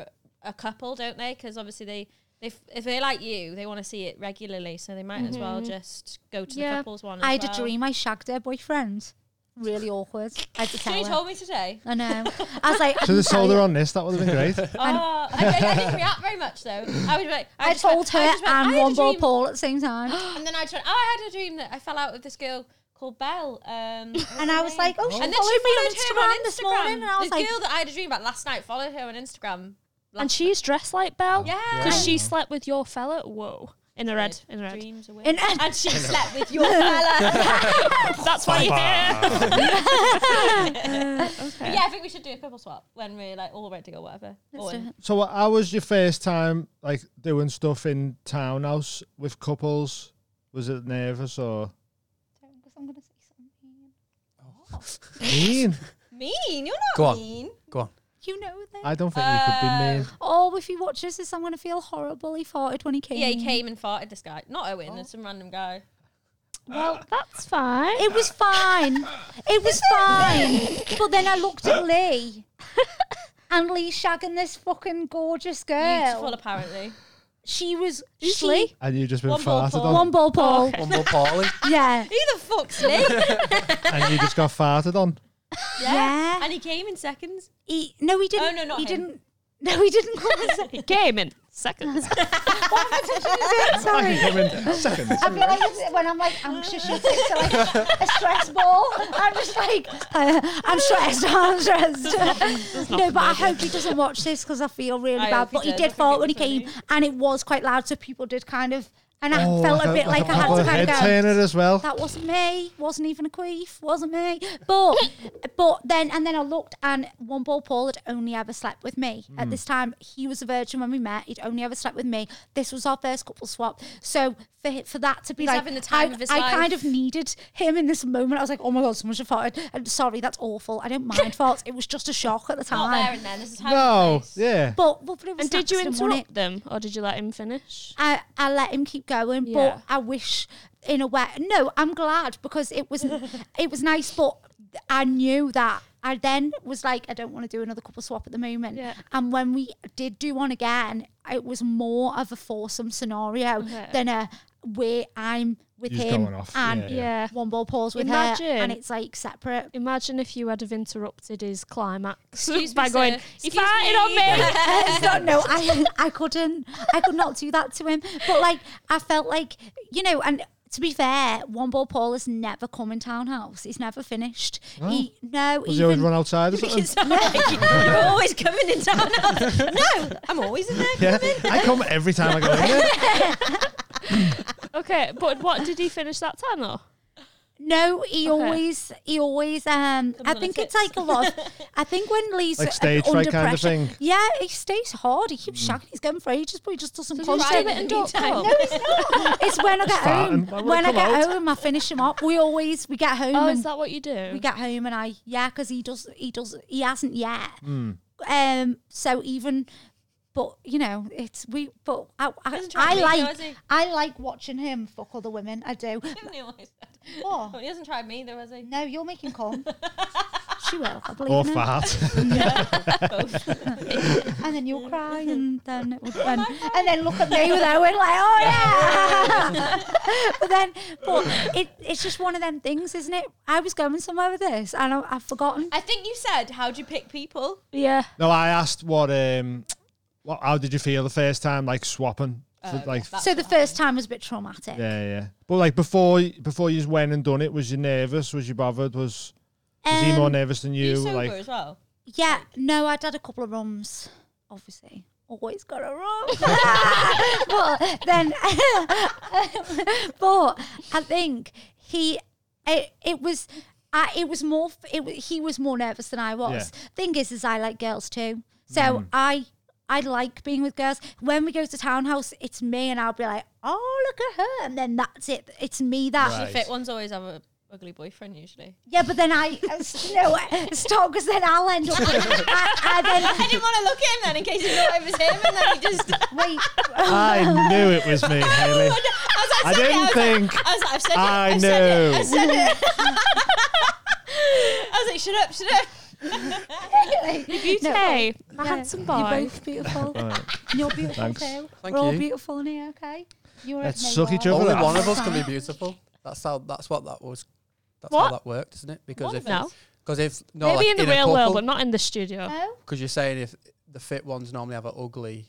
a, a couple, don't they? Because obviously they. They f- if they're like you, they want to see it regularly, so they might as well just go to
Yeah.
the couples one. As
Mm-hmm. I had
well.
a dream I shagged her boyfriend. Really awkward. I had to
She
tell her.
told me today.
I know. I was like,
Should
I didn't
have
tell
sold her
you.
on this. That would have been great.
Oh, I, don't- I didn't react very much though. I was like, I,
I
just went-
told her
I just went, "I
and
had a
one ball
dream."
Paul at the same time.
And then I tried. Oh, I had a dream that I fell out with this girl called Belle. Um, what
And
her
I was
name?
like, oh, she
and then she followed
followed me on
her
Instagram this morning. And I was
this
like,
girl that I had a dream about last night followed her on Instagram.
and she's dressed like Belle?
Yeah,
Because she slept with your fella? Whoa. In the red. In the red.
dreams away.
In-
and she slept with your fella.
That's why you're here.
But yeah, I think we should do a couple swap when we're like all ready to go, whatever. Or
do
in-
So, uh, how was your first time like doing stuff in townhouse with couples? Was it nervous or
I'm gonna say something.
mean?
mean. You're not
Go on.
mean.
Go on.
You know this.
I don't think you could
Uh,
be mean.
oh, if he watches this, I'm gonna feel horrible. He farted when he came.
Yeah, he came and farted this guy. Not Owen,
Oh.
there's some random guy.
well, that's fine.
It was fine. It was fine. But then I looked at Lee, and Lee shagging this fucking gorgeous girl.
Beautiful, apparently.
She was
Who's
she-
Lee?
And you've just been
One ball
farted
for-
on,
One ball Paul.
One more Paulie.
Oh.
Yeah.
Who the fuck's Lee?
and you just got farted on.
Yeah.
and he came in seconds.
He, no, he didn't.
Oh, no, not
he
him.
didn't. No, he didn't. come and say-
Game in seconds.
Sorry.
I came in seconds.
I feel like it's- when I'm like anxious, you take to like a stress ball. I'm just like, uh, I'm stressed, I'm stressed. no, but I hope he doesn't watch this because I feel really
I hope
bad.
he
But he
does. I
did
think
fall
it
when he
was
came,
funny.
and it was quite loud, so people did kind of, and I
Oh,
felt a bit like, I had
proper
to kind
head
of go.
turner as well.
That wasn't me. Wasn't even a queef. Wasn't me. But but then and then I looked and one ball Paul had only ever slept with me
Hmm.
at this time. He was a virgin when we met. He'd only ever slept with me. This was our first couple swap. So for hi- for that to be
He's
like
having the time
I,
of his
I
life.
kind of needed him in this moment. I was like, oh my god, someone should fart. And sorry, that's awful. I don't mind farts. It was just a shock at the
Not there
time.
and then. This is how
No,
it's
yeah.
But, well, but it was
and
an
did you
accident, wasn't it?
interrupt them or did you let him finish?
I, I let him keep going,
Yeah.
but I wish in a way. No, I'm glad because it was it was nice, but I knew that I then was like, I don't want to do another couple swap at the moment.
Yeah.
And when we did do one again, it was more of a foursome scenario
Okay.
than a where I'm with
You're just
him
going off,
and
Yeah.
Yeah.
one ball pause with
Imagine.
her, and it's like separate.
Imagine if you had have interrupted his climax
Excuse
by
me,
going,
sir.
"He
Excuse
farted
me."
on me."
It's not- no, I, I couldn't. I could not do that to him. But like, I felt like, you know, and to be fair, One Ball Paul has never come in townhouse. He's never finished. He no,
Was he always
even
run outside or something?
It's not like You're always coming in town. no, I'm always in there.
Yeah, I come every time I go in there.
Okay, but what did he finish that time though?
no, he
Okay.
always he always um I
on
think
the
it's like a lot. of- I think when Lee's
Like
uh,
stage
under
fright kind of
pressure-
thing. Hmm.
Yeah, he stays hard. He keeps shagging. He's going for ages, but he just doesn't
Did you try
concentrate.
it
Right,
and
in the
don't
meantime.
come?
It's when I get home.
farting. Why would
When
it
I
come
get
out?
home, I finish him up. We always we get home.
Oh,
and
is that what you do?
Um, we get home and I yeah because he does he does he hasn't yet
Hmm.
um so even but you know it's we but I I,
doesn't try
I
me,
like
does he?
I like watching him fuck other women I do
He always said.
What?
Well, he hasn't tried me though, has he?
no you're making corn she will I believe
Or
in her.
fart.
and then you'll cry and then it would, and, and then look at me with Owen like oh yeah but then, but it, it's just one of them things, isn't it? I was going somewhere with this, and I, I've forgotten.
I think you said, how do you pick people?
Yeah.
No, I asked what um, what how did you feel the first time like swapping? For, like
So the first time was a bit traumatic.
yeah, yeah. But like before before you went and done it, was you nervous? Was you bothered? Was was he more
Um,
nervous than
Are
you?
you sober
like
as well?
Yeah, no, I'd had a couple of rums, obviously. Always got a rum. but then, but I think he, it, it was, I, it was more, f- it, wa- he was more nervous than I was. Thing is, is I like girls too. So I, I like being with girls. When we go to townhouse, it's me and I'll be like, oh, look at her. And then that's it. It's me that.
Right.
The fit ones always have a ugly boyfriend usually.
Yeah, but then I, no, stop, because then I'll end up, I, I then,
I didn't want to look at him then in case he thought it was him, and then he just.
wait.
I knew it was me, Haley. I
said it,
didn't
was like-
think.
I was like, I've said
I
it. I've said it.
know.
I've said it. I was like, shut up, shut up.
No,
Hey, my handsome
You're
boy.
both beautiful. You're beautiful
Thanks.
too.
Thank
We're all
you.
beautiful in here, okay? You're
Let's
no, you
suck each
are.
other
Only
Overlap.
one of us can be beautiful. That's how. That's what that was. That's
What?
how that worked, isn't it? Because
One
if
of us?
because if no,
Maybe
like
in the
a
real world, but
couple,
not in the studio.
No?
because you're saying if the fit ones normally have an ugly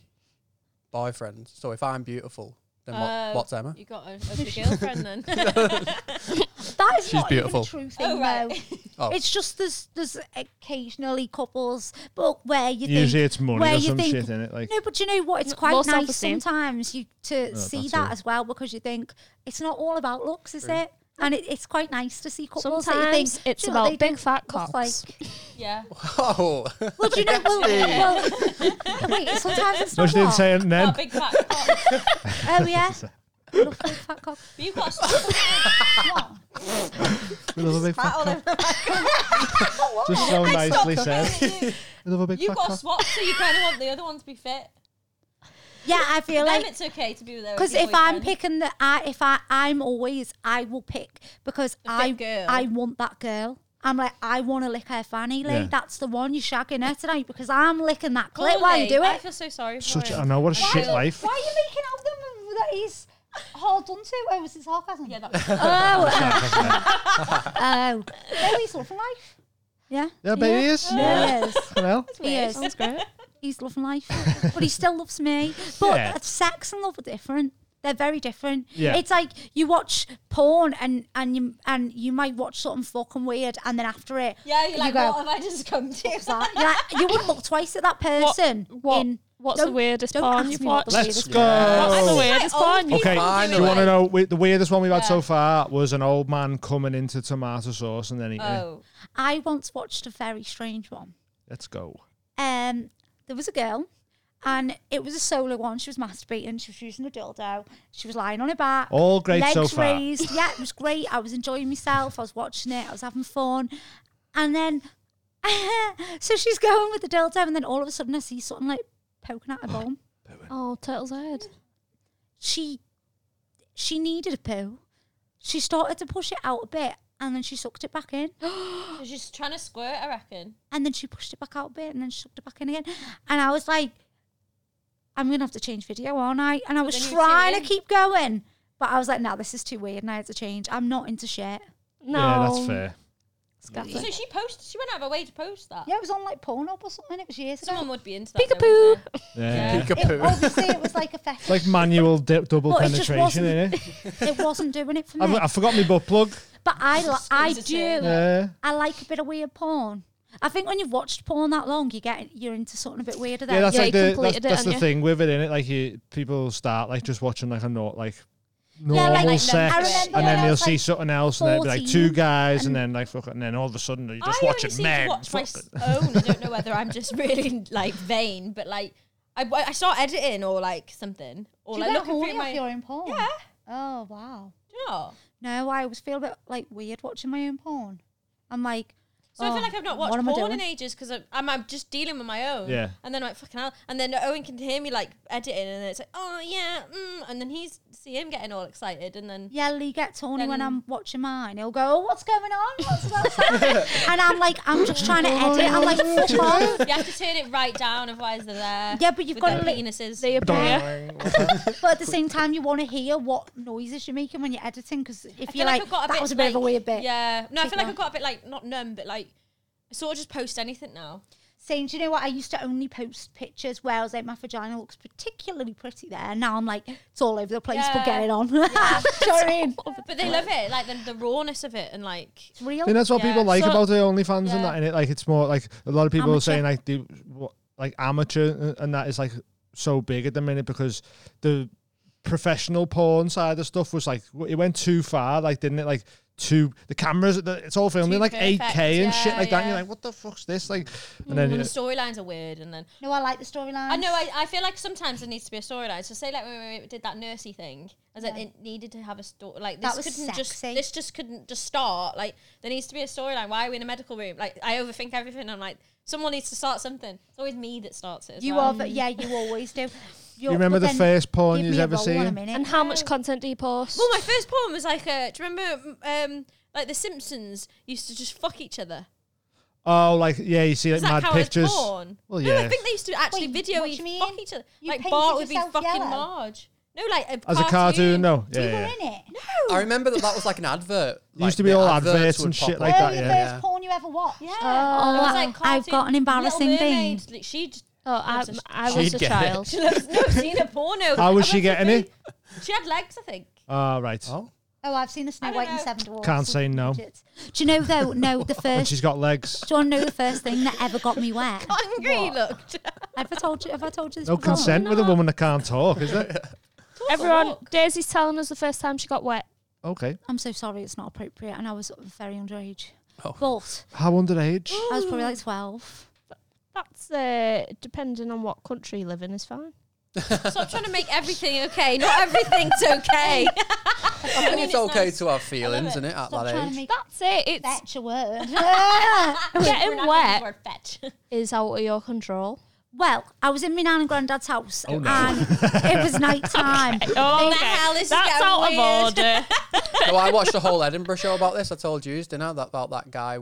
boyfriend. So if I'm beautiful, then what,
Oh.
what's Emma?
You got an ugly girlfriend then.
That is
She's
not even
beautiful.
a true thing,
oh, right.
though.
Oh.
It's just there's there's occasionally couples, but where you
Usually
think
it's money
where
or
you
some
think-
shit in it. Like
no, but you know what? It's
N-
quite
low
nice
self-esteem.
sometimes you to see
that's
that
it.
as well because you think it's not all about looks, is it? And it, it's quite nice to see couples. that you
Sometimes
think,
it's
"Do you know what,
about
they
big
don't
fat
look
cocks.
Like,
Yeah.
Oh,
well, do you know? Well, well, wait, sometimes it's not.
no, she didn't
what?
say it then.
Oh, big fat cock.
Oh yeah, love big fat cock.
You got fat
We love a big fat
all over.
cock. Just so Oh, nicely said.
You,
We love a big
you
fat
got
cock.
swapped, so you kind of want the other one to be fit.
Yeah, I feel
Then
like
it's okay to be with
because if I'm picking the, I, if I, I'm always, I will pick because I,
fit girl.
I want that girl. I'm like, I want to lick her fanny, Lee.
Yeah.
That's the one you're shagging her tonight because I'm licking that clit while you do
I
it.
feel so sorry for
Such
him.
I know what a shit
feel-
life.
Why are you making out with him that he's hard done to? Oh, was his sarcasm?
Yeah, that's
Oh, no, he's loving life. Yeah,
Yeah, but it is.
yes.
Well,
He is.
Sounds great.
He's loving life, but he still loves me. But uh,
Yeah.
sex and love are different. They're very different.
Yeah.
It's like you watch porn and and you and you might watch something fucking weird, and then after it,
Yeah, you're like,
go,
what have I just come to?
that? You're like, you wouldn't look twice at that person.
what-
in-
what's the
Don't-
weirdest
don't
porn
ask
you've
me what
watched?
the
let's
weirdest-
What's
Oh.
the
go.
weirdest porn you've
Okay,
Fine,
do you want to
like-
know we- the weirdest one we've had
Yeah.
so far was an old man coming into tomato sauce and then eh, eating it.
Oh.
I once watched a very strange one.
Let's go.
um, there was a girl, and it was a solo one. She was masturbating. She was using a dildo. She was lying on her back.
All great
legs
so far.
raised. Yeah, it was great. I was enjoying myself. I was watching it. I was having fun, and then so she's going with the dildo, and then all of a sudden I see something like poking out her bum.
Oh, turtle's head.
She she needed a poo. She started to push it out a bit, and then she sucked it back in.
She's just trying to squirt, I reckon.
And then she pushed it back out a bit and then shoved it back in again. And I was like, I'm going to have to change video, aren't I? And I was
then you were
trying to
queuing.
keep going. But I was like, nah, this is too weird and I had to change. I'm not into shit.
No.
Yeah, that's fair.
Scatter.
So she posted, she went out of her way to post that.
Yeah, it was on like Pornhub or something. It was years ago.
Someone would be into that. though,
Peekaboo.
wouldn't they?
Yeah.
Peekaboo.
It, obviously, it was like a fetish.
It's like manual di- double
Well, it just
penetration,
wasn't-
innit?
it wasn't doing it for
I've,
me.
I forgot my butt plug.
but I, li- I
It's the same.
do.
Yeah.
I like a bit of weird porn. I think when you've watched porn that long, you get you're into something a bit weirder.
Yeah,
Then.
that's
Yeah,
like
you
the that's,
completed it,
that's
hadn't
the
you?
thing with it, innit? Like you, people start like just watching like a not like
like-
normal
like,
I
sex,
remember
and
when
then
I
they'll
was,
see
like,
something else, and they'll be like two
14,
guys, and, then like fuck, it, and then all of a sudden you're just
I
watching
only
men.
Seem to watch my
fuck it.
s- own. I don't know whether I'm just really like vain, but like I, I start editing or like something, or
Do you
like looking
get horny
through
off
my.
your own porn?
yeah,
Oh wow.
do you know?
No, I always feel a bit like weird watching my own porn. I'm like,
So I
Oh,
feel like I've not watched
what am I
porn in
doing?
ages because I'm, I'm, I'm just dealing with my own.
Yeah.
And then I'm like, fucking hell. And then Owen can hear me like editing and it's like, oh yeah. Mm. And then he's, see him getting all excited and then.
Yeah, Lee gets horny when
Then-
I'm watching mine. He'll go, "Oh, what's going on? What's going on?" and I'm like, "I'm just trying to edit." I'm like, "Fuck on."
You have to turn it right down, otherwise they're there.
Yeah, but you've
with
got to.
their
Li-
penises.
They appear.
but at the same time, you want to hear what noises you're making when you're editing, because if
feel
you're
like
like,
I've got a
"That
bit
was a bit of a
like-
weird bit,"
Yeah. No, I
Take
feel like
that.
I've got a bit like not numb, but like I sort of just post anything now.
saying, "Do you know what? I used to only post pictures where I was like, my vagina looks particularly pretty there. And now I'm like, it's all over the place,
Yeah.
but get it on." Do you know what I mean?
But they love it, like the, the rawness of it, and like
It's real.
I think that's what
Yeah.
people like
So-
about the OnlyFans
yeah.
and that, and it like it's more like a lot of people are
Amateur.
saying like the what, like amateur uh, and- and that is like so big at the minute because the professional porn side of stuff was like w- it went too far, like didn't it? Like too the cameras, the- it's all filmed
Too
in like eight
perfect,
K and shit
yeah,
like that. And you're
yeah. Mm.
like, what the fuck's this? Like, and then
and the
it-
storylines are weird, and then
No, I like the storyline.
I know I, I feel like sometimes there needs to be a storyline. So say like when we did that nursey thing, I was like, it needed to have a story. Like this
That was
couldn't just
sexy.
this just couldn't just start. Like there needs to be a storyline. Why are we in a medical room? Like I overthink everything. I'm like someone needs to start something. It's always me that starts it. as
You
well.
are, but yeah, you always do.
you remember the first porn you've ever seen?
And
And
how much content do you post?
Mm. Well, my first poem was like, uh, do you remember um, like the Simpsons used to just fuck each other?
Oh, like yeah, you see like
Does that
mad
count
pictures.
as porn?
Well,
No, I
yeah.
think they used to actually
Wait,
video
what do
each
you mean?
fuck each other.
You
like
painted
Bart would be
yourself
fucking
yellow?
Marge. No, like a
As
cartoon.
a cartoon, no,
you
yeah, yeah.
were in it.
I remember that that was like an advert. Like
used to be
the
all
adverts
adverts
would
and
pop
shit
up.
like
Were
that,
you
yeah.
the first porn you ever watched.
Yeah.
Oh,
There was, like,
I've
cartoon-
got an embarrassing
Little
thing.
Mermaid, Like, she'd
Oh, I,
That's a-
I was
She'd
a
get it.
child.
no, I've seen a porno.
How was
I
she
went to
getting it?
the- She had legs, I think.
Ah, right.
Oh,
Oh, I've seen
I
the Snow
don't
White and
know.
Seven Dwarfs.
Can't say no.
Do you know though? No, the
And
first.
she's got legs.
Do you want to know the first thing that ever got me wet?
Angry he looked.
Have I told you? Have I told you this?
No
before?
consent with a woman that can't talk, is there?
Everyone, Daisy's telling us the first time she got wet.
Okay.
I'm so sorry. It's not appropriate, and I was very underage.
Oh.
But
How underage?
I was probably like twelve.
That's uh, depending on what country you live in is fine.
Stop trying to make everything okay. Not everything's okay.
I think
it's
it's okay
nice.
to have
it.
feelings, isn't it? At
Stop
that
trying
age,
to make
That's it. It's
fetch a word.
We're
getting
not
wet
going for a fetch.
is out of your control.
well, I was in my nan and granddad's house,
Oh,
and it was night time.
Oh,
okay. hell, this is
That's
getting
out
weird.
of order.
no, I watched the whole Edinburgh show about this. I told you, didn't I? That about that guy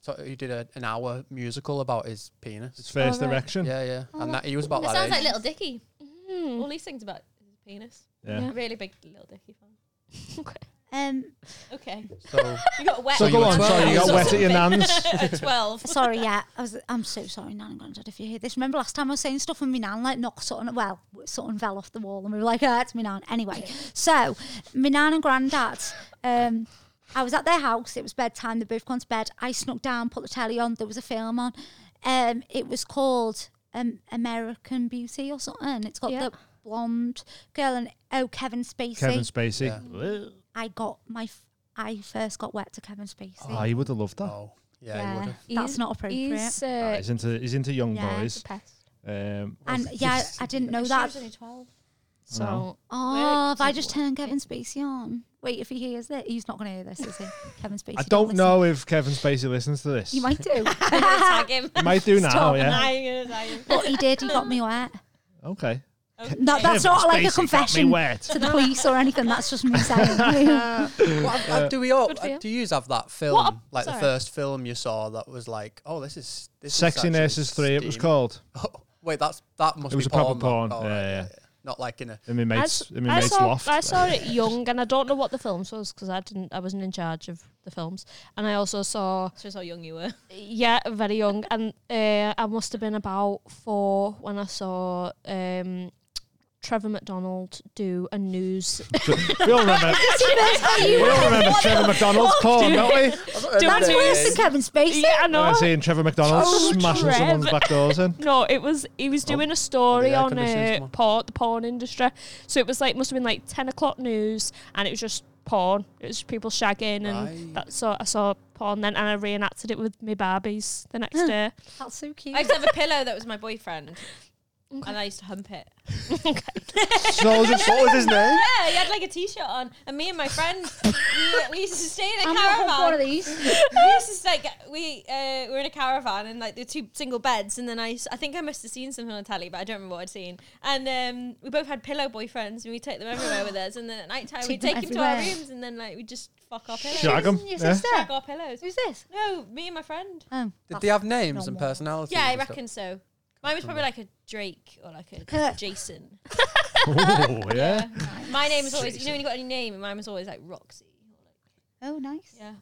so who did a, an hour musical about
It's
his penis.
first
Alright.
erection.
Yeah, yeah, and that he was about
That
that,
sounds like
age.
Little Dicky.
Hmm.
All he sings about is his penis.
Yeah.
A really big Little Dicky fan.
Um,
Okay.
so
You got wet.
So
at
go
you
on,
were
sorry, you got
12.
wet at your nan's.
At 12.
sorry, yeah, I was. I'm so sorry, nan and granddad, if you hear this. Remember last time I was saying stuff, and my nan like knocked something. Well, something fell off the wall, and we were like, "Ah, it's my nan." Anyway, so my nan and granddad. Um, I was at their house. It was bedtime. They both gone to bed. I snuck down, put the telly on. There was a film on. Um, it was called um, American Beauty or something. It's got
Yeah.
the blonde girl and oh, Kevin Spacey.
Kevin Spacey.
I got my. F- I first got wet to Kevin Spacey.
Oh, he would have loved that.
oh yeah, he would have.
that's not appropriate.
He's, uh,
Ah, he's into he's into young
Yeah,
boys. Um,
and yeah, I didn't know
She
that.
was only 12.
So
Oh, if I
Work
just turn Kevin Spacey on. Wait, if he hears that, he's not going to hear this, is he? Kevin Spacey.
I don't
listen.
know if Kevin Spacey listens to this.
You might do.
I'm going to tag him.
He might do now,
Stop.
yeah.
I'm going to tag him.
but he did. He got me wet.
Okay.
That, that's not
Kevin Spacey got
like a
me
confession
wet.
to the police or anything. That's just me saying.
Well, uh, do we all?
for
uh,
you.
do you have that film? Like the
Sorry.
first film you saw that was like, oh, this is this
Sexy
is
Nurses Three. It was
called.
called.
Wait, that's that must
It was
be
a proper porn,
porn. though. Oh,
yeah,
right,
yeah.
Not like in a
In my
I,
mate's,
s-
in
I
my mate's
saw,
loft.
I saw it young, and I don't know what the films was because I didn't. I wasn't in charge of the films, and I also saw
Shows how young you were.
yeah, very young, and uh, I must have been about four when I saw um, Trevor McDonald do a news
we all remember. we all remember Trevor McDonald's porn, don't we?
That's worse than Kevin Spacey.
Yeah, I know.
Uh, seeing Trevor McDonald
Oh,
smashing
Trev.
someone's back doors in.
No, it was he was doing a story
Oh, air
on
conditioners, come
uh,
on.
porn, the porn industry. So it was like must have been like ten o'clock news, and it was just porn. It was people shagging, and
Right.
that so I saw porn then, and I reenacted it with my Barbies the next day.
That's so cute.
I used to have a pillow that was my boyfriend. and I used to hump it.
So what was his name?
Yeah, he had like a t-shirt on, and me and my friend, we, we used to stay in a
I'm gonna hold one of
caravan.
these.
We used to like we uh, we were in a caravan and like there were two single beds, and then I s- I think I must have seen something on telly, but I don't remember what I'd seen. And um, we both had pillow boyfriends, and we take them everywhere with us. And then at night time
Take
we'd
them
take them to our
everywhere.
rooms, and then like we would just fuck our pillows,
Shag him.
Your
Yeah.
sister.
shag our pillows.
Who's this?
No, me and my friend.
Oh.
Did they have names and personalities?
Yeah, I
and stuff?
reckon so. Mine was probably like a Drake or like
Uh.
a Jason.
Oh, yeah.
My name is always, you know, when you got any name, and mine was always like Roxy.
Oh, nice.
Yeah.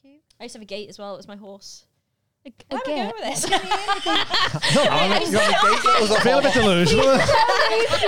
Cute.
I used to have a gate as well. It was my horse.
A
Where am I going with this?
No, I'm-
You have a gate that was
I feel a bit
up
delusional.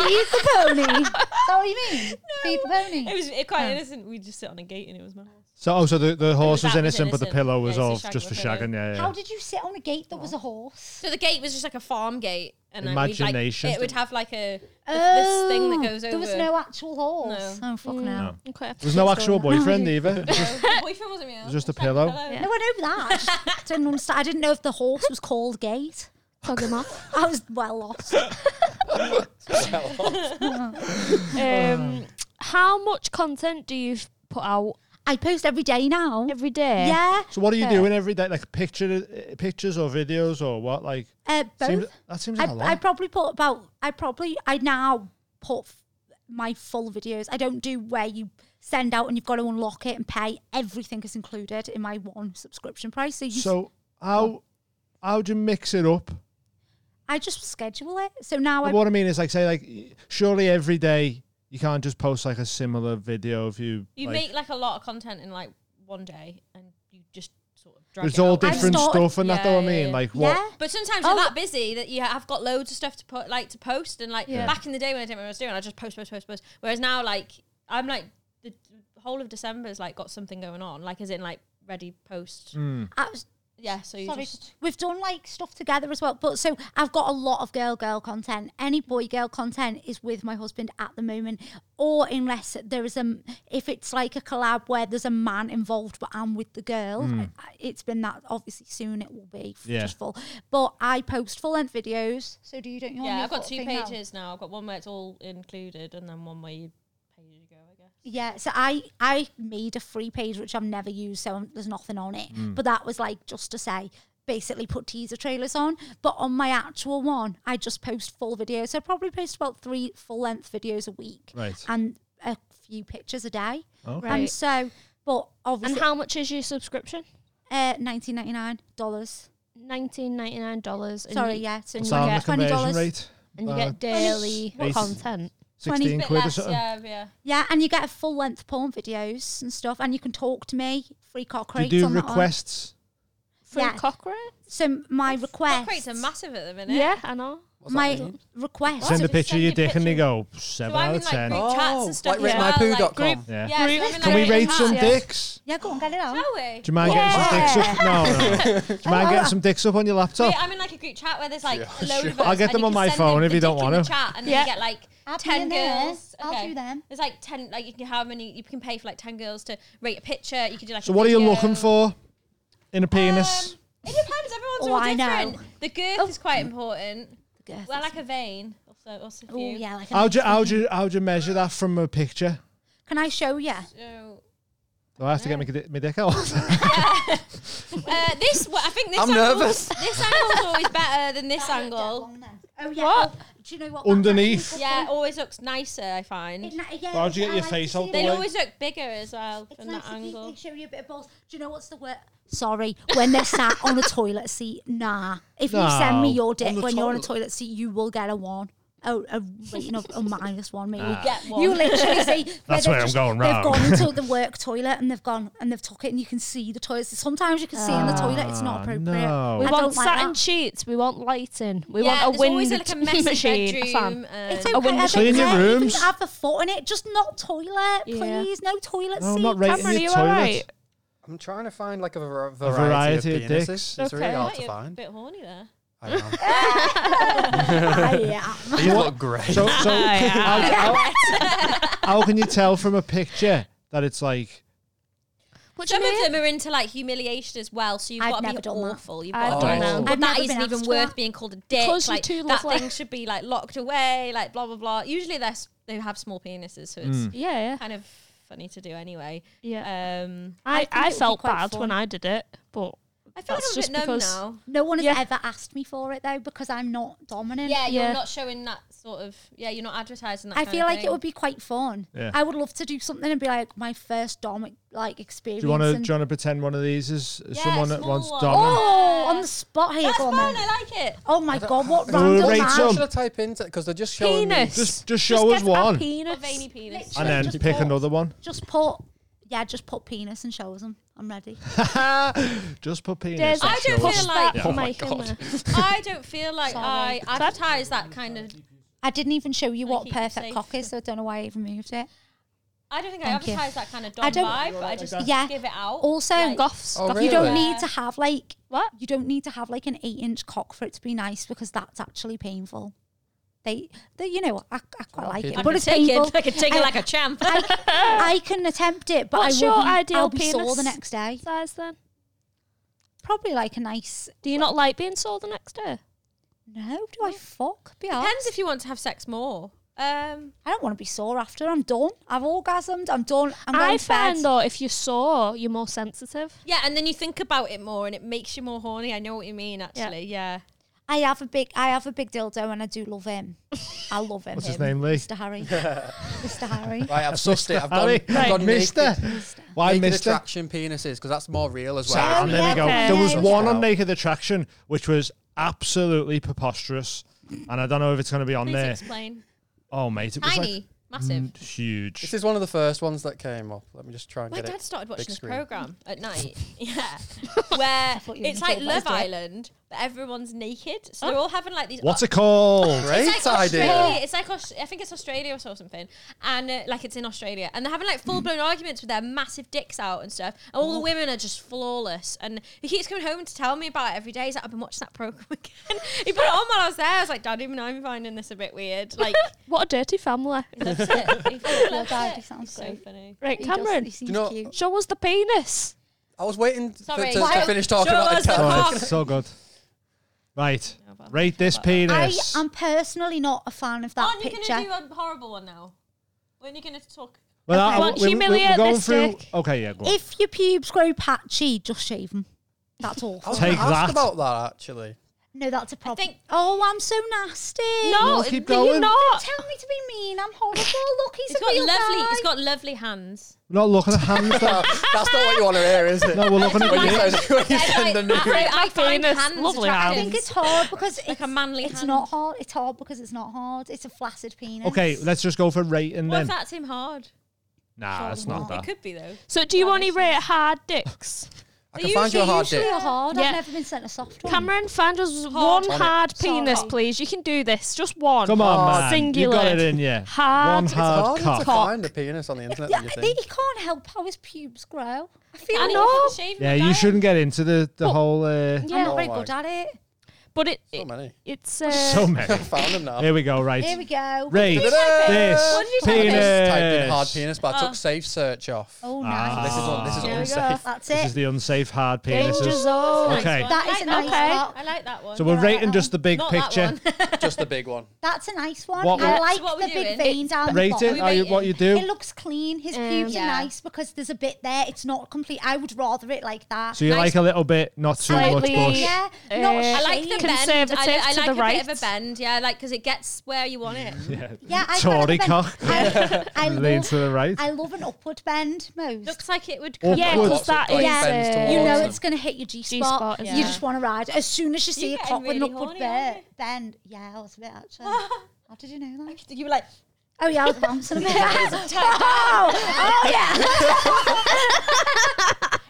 Feed the pony. Is that what you mean? Feed the pony.
it was it quite innocent. We'd just sit on a gate and it was my horse.
So, oh, so the, the horse was
that was
innocent, but the
innocent.
pillow was
Yeah, so
all
shag
just for
the pillow.
shagging. Yeah,
How
yeah.
did you sit on a gate that was a horse?
So the gate was just like a farm gate. And then we'd,
Imagination.
Like, it would have like a this thing that goes
Oh, There was
over.
no actual horse.
No.
Oh, fuck no.
No.
Okay.
There's no actual boyfriend either.
The boyfriend wasn't me. It
just a pillow.
No, I know that. I just didn't understand. I didn't know if the horse was called Gate.
Tug him off.
I was well lost.
Um, how much content do you f- put out
I post every day now.
every day?
Yeah,
So, what are you
Yeah.
doing every day? Like picture, uh, pictures or videos or what? Like
uh, both.
seems, that seems like a
I, I
lot.
probably put about. I probably. I now put f- my full videos. I don't do where you send out and you've got to unlock it and pay. Everything is included in my one subscription price. So, you,
So how how do you mix it up?
I just schedule it. So now Oh, I.
what I mean is like say like surely every day you can't just post like a similar video of you.
You
like,
make like a lot of content in like one day and you just sort of drag
it's
it
all
out.
I've
different
started-
stuff and that though. I
yeah,
mean
yeah.
like what.
yeah.
But sometimes
Oh.
you're that busy that you have got loads of stuff to put, like to post, and like
Yeah.
back in the day when I didn't know what I was doing, I just post, post, post, post. Whereas now, like I'm like the whole of December's like got something going on, like as in like ready post.
Mm.
I was-
Yeah, so you
Sorry,
just
we've done like stuff together as well. But so I've got a lot of girl girl content. Any boy girl content is with my husband at the moment, or unless there is a if it's like a collab where there's a man involved but I'm with the girl.
Hmm.
I- It's been that obviously soon it will be f-
Yeah.
just full. But I post full length videos. So do you don't you? want me
yeah.
to
I've got
put a
two
thing out?
pages now. I've got one where it's all included, and then one where you pay as you go. I guess.
Yeah, so I I made a free page which I've never used, so I'm- there's nothing on it.
Mm.
But that was like just to say, basically put teaser trailers on. But on my actual one, I just post full videos. So I probably post about three full length videos a week,
Right.
and a few pictures a day.
Okay.
And so, but
And
obviously,
how much is your subscription?
uh, 19.99 dollars.
Nineteen ninety nine dollars.
Sorry, yeah, so
What's
you
that on
get
the
twenty
conversion
dollars.
rate?
And you
Uh,
get daily
Eight.
content.
16
Bit
quid or
less,
something.
yeah, yeah.
Yeah, and you get full length porn videos and stuff, and you can talk to me. Free cock
Do you
crates
do
on that one.
requests?
Free
Yeah.
cock rate?
So my
Cock
request.
rates are massive at the minute.
Yeah, I know.
that
my
mean?
request.
Send a
Just
picture of
send
your
your
dick and they
picture.
go seven
So I'm
out
in
of
like
ten.
group chats
Oh,
and stuff.
like
as well,
ratemypoo.com.
group-
Yeah.
Yeah, so I'm in,
Can we
like,
rate
group
some
chats.
dicks?
Yeah, go on, get it on.
Shall we?
Do you mind getting some dicks up? No, no. Do you mind getting some dicks up on your laptop?
Wait, I'm in like a group chat where there's like a load of us.
I'll get
and
them
you
on
can
my
send
phone
them
if you
the
don't
dick in
wanna.
the Chat, and then
Yeah.
you get like
I'll be in
ten
there.
girls.
I'll do them.
There's like ten. Like you can how many you can pay for like ten girls to rate a picture. You can do like.
so
a
what are you
video.
looking for in a
Um,
penis?
it depends. Everyone's
Oh,
all
I know. Oh.
different. The girth is quite important. Well, like a vein. Also, also
oh
few.
yeah, like a
How'd you,
nice
how'd,
thing.
you, how'd you measure that from a picture?
Can I show you?
So,
Do I have to get my, di- my dick out?
uh, this well, I think this
I'm
angle's-
nervous.
This angle's always better than this angle.
Oh yeah.
What?
oh, do you know what?
Underneath.
that's
Yeah, it
actually
always looks nicer. I find
good. Isn't that- yeah,
How'd you get
I
your
like
face
to see
out,
it.
they
boy?
always look bigger as well
It's
from
nice
that
if you,
angle.
they show you a bit of balls. Do you know what's the word? Sorry, when they're sat on a toilet seat. Nah. If you send me
No,
your dick
the
when you're on a
toilet.
toilet seat, you will get a one. Oh, a rating of a minus one maybe.
Get one.
You literally see. where
Ah. where
they've
I'm going
They've
wrong.
gone into the work toilet and they've gone and they've took it, and you can see the toilet. So Sometimes you can see in the toilet. It's not
Ah,
appropriate.
no.
We
I
want
don't like
satin
that.
sheets. We want lighting. We
yeah,
want a
there's always
wind
like a messy
machine.
bedroom.
Fan.
and-
It's okay.
window
I
Clean
don't
your
care. You can
rooms.
Have a foot in it, just not toilet,
Yeah.
please. No toilet
No,
seat.
I'm not rating
Cameron,
your
are you
toilet.
alright?
I'm trying to find like a, var-
variety
variety,
of
of,
dicks.
penises. It's really
Okay.
hard
Right,
to
you're a
find.
bit horny there.
I know.
Ah, yeah.
These look great.
So, so how, how- how can you tell from a picture that it's like
What do you
Some
mean?
of them are into like humiliation as well, so you've
I've
got to
never
be
done that.
awful. You've
I've
got to
done that.
be
I've
but that
never
isn't
been
even
asked
worth
that.
being called a dick.
Because you're
like,
too
that
lovely.
thing should be like locked away, like blah blah blah. Usually they're, s- they have small penises, so it's
Yeah, yeah.
kind of funny to do anyway.
yeah.
Um,
Uh, I
I,
think
I
it would be
felt
quite
bad
fun.
when I did it, but
I feel
That's
like
just
I'm a bit numb
because-
now.
No one has
Yeah.
ever asked me for it though because I'm not dominant.
Yeah, you're
Yeah.
not showing that sort of. Yeah, you're not advertising that.
I
kind
feel
of
like
thing.
it would be quite fun.
Yeah.
I would love to do something and be like my first dom like experience.
Do you want to?
and-
Do you want to pretend one of these is is
Yeah,
someone that
small
wants
one.
dominant?
Oh, on the spot here,
That's
go on
fun.
then.
I like it.
Oh my god, what
don't-
random
Rate
match.
some.
Should I type into because they're just showing me.
penis.
Just- just show us
get a
one.
penis.
A veiny penis.
Literally
And then
just
pick
put-
another one.
Just put, yeah, just put penis and show them. I'm ready.
Just put penis.
There's
and
I don't
show us.
feel
Push that
like-
Oh
mic in there.
I don't feel like I advertise that kind of.
I didn't even show you what
keep you
perfect
safe.
cock is, so I don't know why I even moved it.
I don't think I
Thank you.
advertise that kind of dom
I don't-
vibe, but I just
Yeah.
give it out.
Also,
Like,
Goths.
Oh,
Goth-
really?
you don't
Yeah.
need to have like
What?
you don't need to have like an eight inch cock for it to be nice because that's actually painful. They, they you know, I, I quite like it,
kidding.
I
but
could
it's
take
painful.
it. I could take it
I-
like a champ.
I, I can attempt it, but
What's
I
your
wouldn't.
ideal
I'll be sore the
penis?
next day.
size then?
Probably like a nice.
Do you not like being sore the next day?
No, do I fuck? Be honest.
Depends if you want to have sex more. Um,
I don't want to be sore after. I'm done. I've orgasmed. I'm done. I'm going
I
to bed.
find though, if you're sore, you're more sensitive.
yeah, and then you think about it more, and it makes you more horny. I know what you mean, actually. Yeah.
I have a big, I have a big dildo, and I do love him. I love him.
What's his
Him.
name, Lee?
Mr. Harry. Mr. Harry.
Right, I've sussed it. I've gone.
Harry,
I've gone
Mister.
Naked,
Why
naked
Mister?
attraction penises because that's more real as well.
Sam,
Oh,
there
yeah,
we go.
okay.
There was
Yeah,
one
yeah.
on Naked Attraction which was absolutely preposterous, and I don't know if it's going to be on
Please
there.
explain.
Oh mate, it was
Tiny,
like
massive.
Mm.
huge.
This is one of the first ones that came up. Let me just try and
My
get
dad
it.
started watching
big
this
screen.
program at night. Yeah, where
thought you were
it's
gonna
like
talk about
Love
his dick.
Island, but everyone's naked, so they're all having like these.
What's it called?
Great
It's like
idea.
Australia. It's like Aus- I think it's Australia or something, and uh, like it's in Australia, and they're having like full blown arguments with their massive dicks out and stuff. And all the women are just flawless, and he keeps coming home to tell me about it every day. He's like, I've been watching that program again. he put it on while I was there. I was like, Dad, even I'm finding this a bit weird. Like,
What a dirty family.
he loves it. He fucking
Your
loves
dad,
it.
he sounds
It's so
great.
funny.
Right,
He does-
Cameron,
he seems
know-
cute.
show us the penis.
I was waiting to,
Sorry.
to, to
Why-
finish talking
Show
about
us
the
the
cat.
cock.
Oh, it's so good. Right,
No, but-
rate this
I
penis.
am personally not a fan of that
Aren't you
picture.
going to do a horrible one now? When are you going to talk?
Well,
I want humiliate this dick.
Okay, yeah, go on.
If your pubes grow patchy, just shave them. That's
I
awful.
was gonna
Take
ask
that.
about that actually.
No, that's a problem.
think-
Oh, I'm so nasty.
No,
No, keep
do you
going.
not?
Tell me to be mean. I'm horrible. Look, he's
It's
a
got
real
lovely.
guy.
It's got lovely hands.
Not looking at hands.
No, that's not what you want to hear, is it?
no, we're looking
when you
at you.
send, when you send them
I,
nude.
I find
Venus,
hands
lovely
I
attractive.
think it's hard because
like
it's
a manly
It's
hand.
not hard. It's hard because it's not hard. It's a flaccid penis.
Okay, let's just go for rating
What
then.
if that's him hard?
Nah, that's not
It
that.
could be though.
So, do you
Oh,
only
this
rate hard dicks?
I
They're
can find you a
usually-
hard
Really
dick.
hard.
Yeah.
I've never been sent a soft one.
Cameron, find us
Hard.
one
On it.
hard penis,
Sorry.
please. You can do this. Just one.
Come on, man.
Singular.
You got it in, yeah.
Hard
One
Hard
hard
to
cock.
find a penis on the internet.
yeah,
than you
they,
think.
he can't help how his pubes grow. I feel
And
like
he
No.
was shaving
Yeah,
with
you
iron.
shouldn't get into the the whole. Uh,
I'm not
Yeah,
very
Oh,
good at it.
but it,
So
it
many.
it's uh,
So
I
many.
found them now.
Here we go. Right.
Here we go.
Rate
Ta-da!
this
What did you type in?
penis.
Typed in hard penis, but I
Oh.
took safe search off.
Oh,
Ah.
nice.
This is un- this is
Here we go.
unsafe.
That's
This is
it.
the unsafe hard
danger
penises.
zone.
Okay.
one.
That
I
is
like
a nice
Okay.
one.
I like that one.
So we're
Right,
rating
right,
just the big
Not
picture.
that one.
Just the big one.
That's a nice one.
What-
I
what-
like
what
the
we're
big
doing.
vein down the
Rate
bottom.
it. Are you, what you do?
It looks clean. His
Um,
pubes
Yeah.
are nice because there's a bit there. It's not complete. I would rather it like that.
So you like
Nice.
a little bit, not too much
Slightly-
bush.
yeah,
Uh,
not
I
I like the
shaved.
bend. I,
Conservative
li- I
to
like
the
a bit
right.
of a bend. Yeah, like because it gets where you want
Mm.
it.
Yeah, I
Tory
bend.
cock.
I, I
Lean
love,
to the right.
I love an upward bend most.
Looks like it would.
Upward.
Come
Yeah,
Lots
because
of
that is.
dice bends
uh,
towards
you know
Awesome.
it's going to hit your G
G-spot,
spot.
isn't
You
it?
just want to ride. As soon as you see
You're
a cock with an
getting really
upward
horny,
bend,
aren't
bend. Yeah, I was a bit actually. How did you know that?
You were like,
Oh yeah, I was bouncing a bit. oh, oh yeah.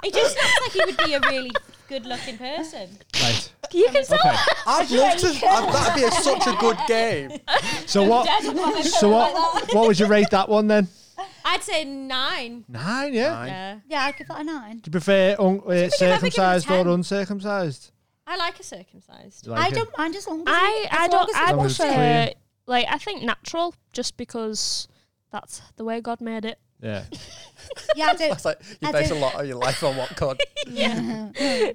it just looks like he would be a really good-looking person.
Right.
You can tell.
Okay.
I'd love to. I'd, that'd be a, such a good game.
So what? So what? What would you rate that one then?
I'd say nine.
Nine. Yeah.
Yeah.
Yeah, I give that a nine.
Do you prefer un- uh,
give it a
circumcised or
10.
uncircumcised?
I like a circumcised.
You like
I
it?
don't mind as long as
I
it- as
I
long
don't
as
I
it's
long as it's
prefer
clean.
like I think natural just because that's the way God made it.
Yeah.
Yeah, I don't.
That's like you
I
base a
don't-
lot of your life on what could.
Yeah,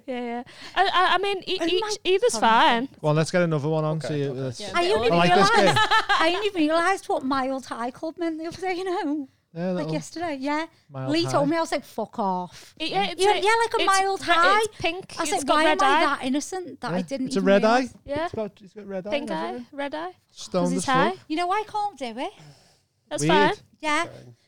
yeah. I, I, I mean, e-
Oh
each,
my-
either's
Sorry.
fine.
Well, let's get another one on.
Okay,
see,
okay.
let's-
Yeah,
I
bit
only
old.
I like this
realised
game.
I only realised what mild high club meant the other day. You know,
Yeah,
like
little
yesterday. Yeah,
mild
Lee
high.
told me I was like, "Fuck off."
It- E, yeah, it's
Yeah, yeah, like a
it's
mild
re-
high.
It's pink.
I was
it's
like,
got
"Why am
red
I
eye.
that innocent that I
Yeah.
didn't?"
It's a
even
red eye.
realise?
Yeah,
It's got, it's got red eye.
pink
and
eye,
everything.
red eye. Because
Stoned
it's
as
high.
fuck.
You know, I can't do it.
That's
Weird.
fine.
Yeah.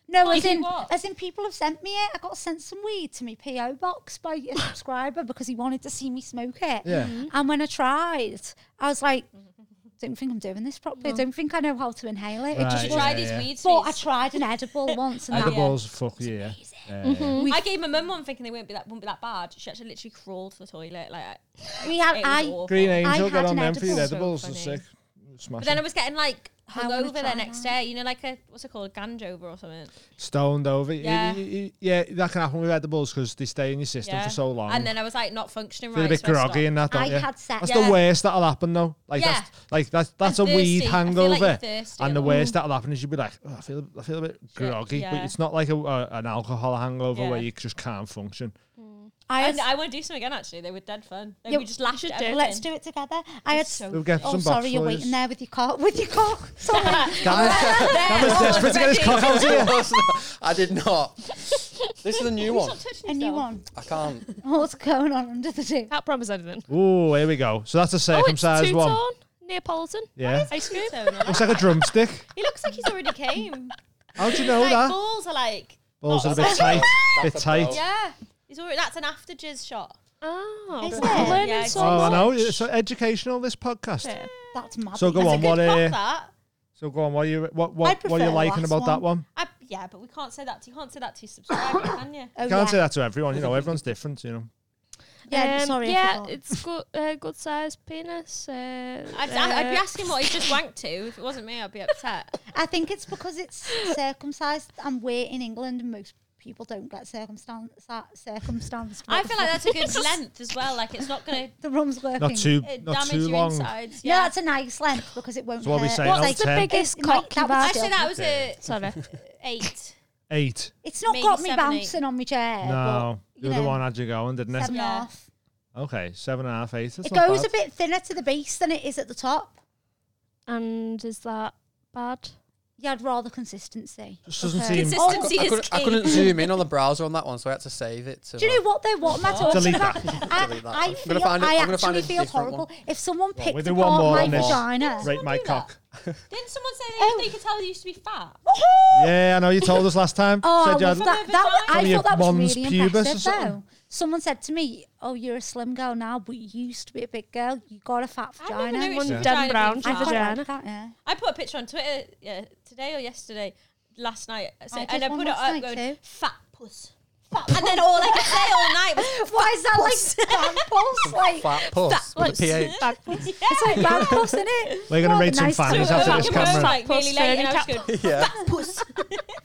No,
Like
as
you
in,
what?
as in, people have sent me it. I got sent some weed to my PO box by a subscriber because he wanted to see me smoke it.
Yeah.
Mm-hmm.
And when I tried, I was like, "Don't think I'm doing this properly. I don't think I know how to inhale it." It
Right,
just
You
yeah,
wasn't-
try these
yeah.
weeds.
But I tried an edible once, and that
Edibles, fuck yeah. Yeah, yeah.
I gave my mum one thinking they won't be that won't be that bad. She actually literally crawled to the toilet like
we had.
it was
I
awful.
Green Angel,
I
get
had
on
an
them for your
edible.
So
edibles. They're
funny.
sick. Smash
But then I
it.
was getting like
I wanna
hungover
try
the next day. You know, like a what's it called, ganjover or something.
Stoned over. Yeah.
Yeah.
yeah, that can happen with edibles because they stay in your system
Yeah.
for so long.
And then I was like not functioning
Feel
right.
a bit
so I stopped.
groggy and that, don't
I
you?
had sex.
That's
Yeah.
the worst that'll happen though. Like
Yeah.
that's like that's that's a
I'm
weed
thirsty. I feel like
hangover.
you're thirsty
and
a
the
lot.
Mm.
worst that'll happen is you'll be like, oh, I feel I feel a bit groggy. But
yeah.
it's not like a, a, an alcohol hangover where
Yeah.
you just can't function.
I
And
had,
I want to do some again. Actually, they were dead fun. They
Yeah,
we just lashed
should
at
do it.
everything.
let's do it together. I had.
So
We'll get
Oh,
some
sorry, you're waiting there with your cock. With your cock. Sorry.
I was desperate to get his cock out here.
I did not. This is a new one.
a new one.
I can't.
What's going on under the table?
Can't promise anything.
Ooh, here we go. So that's a
Oh, it's
circumcised
two
one.
tone Neapolitan
Yeah.
ice cream.
Looks like a drumstick.
He looks like he's already came.
How'd you know
like
that?
balls are like
Balls
Oh,
are a
not
bit tight.
That's
Bit
a
tight.
ball.
yeah. He's already. That's an after jizz shot.
Oh,
Is
we're
it?
learning
Yeah,
so
Oh, I
much.
know. It's so educational this podcast.
Yeah.
That's mad.
So go
That's a
on,
good
what
cock,
uh,
that.
so go on, what are you what
I
what, what are
prefer
you
the
liking
last
about that one?
I, yeah, but we can't say that. To, you can't say that to your subscriber, can you?
Oh,
Can't
yeah.
say that to everyone, you know, everyone's different, you know.
Yeah,
Um,
sorry. I
Yeah,
forgot.
it's good. Uh, good sized penis. Uh,
I'd, I'd be
uh,
asking what he just wanked to. If it wasn't me, I'd be upset.
I think it's because it's circumcised, and we're in England, and most people don't get circumstanced. Circumstanced.
I feel like that's a good length as well. Like it's not going
the rum's working.
Not too
to
not
damage
too
your
long.
insides.
Yeah,
Yeah,
that's a nice length because it won't.
So what we
hurt.
saying,
It's
I'll
What's
like-
the
ten.
biggest
It
cock
might- that
you've
was-
had?
Actually, that was a
Sorry.
eight.
Eight.
It's not
Maybe
got me
seven, eight.
bouncing on my chair.
No,
but,
the
you
other
know,
one had you going, didn't it?
seven and a
Yeah.
half.
Okay, seven and a half, eight. That's
It
not
goes
bad.
a bit thinner to the base than it is at the top.
And is that bad?
Yeah, I'd rather consistency.
Just doesn't
Okay.
seem.
Oh,
Consistency
I
is
couldn't,
key.
I couldn't zoom in on the browser on that one, so I had to save it. To
Do you know what though? What am I talking
Delete
about?
that.
I,
Delete that.
I
I'm
feel,
gonna find it-
I
I'm gonna find
actually
a
feel
different
horrible.
one.
If someone
Well, we'll
picked
do one more
apart
on
my
this.
vagina,
Rate my
do that.
cock.
Didn't someone say
Oh.
they could tell you used to be fat?
Yeah, I know you told us last time.
Oh, I
Said you
love
had-
that. that
From
I
your
thought that was
mum's
really
pubis or
impressive,
something.
though. Someone said to me, "Oh, you're a slim girl now, but you used to be a big girl. You got a fat
I
vagina."
never
One
noticed
Dan
vagina being
Brown.
fat.
I quite
vagina.
like that, yeah.
I put a picture on Twitter yeah, today or yesterday, last night, so-
I
and
did
I
one
put it
last
up
night
going
too.
fat puss. And then all I could say all night was
Why is that like spam pulse? Like,
Fat puss with a pH.
Bad.
it's like spam pulse, isn't it?
We're gonna
Rather
rate some
nice
fans
to-
after
I
this
came home,
camera.
like really
Puss,
late and I was
fat
going
Yeah,
puss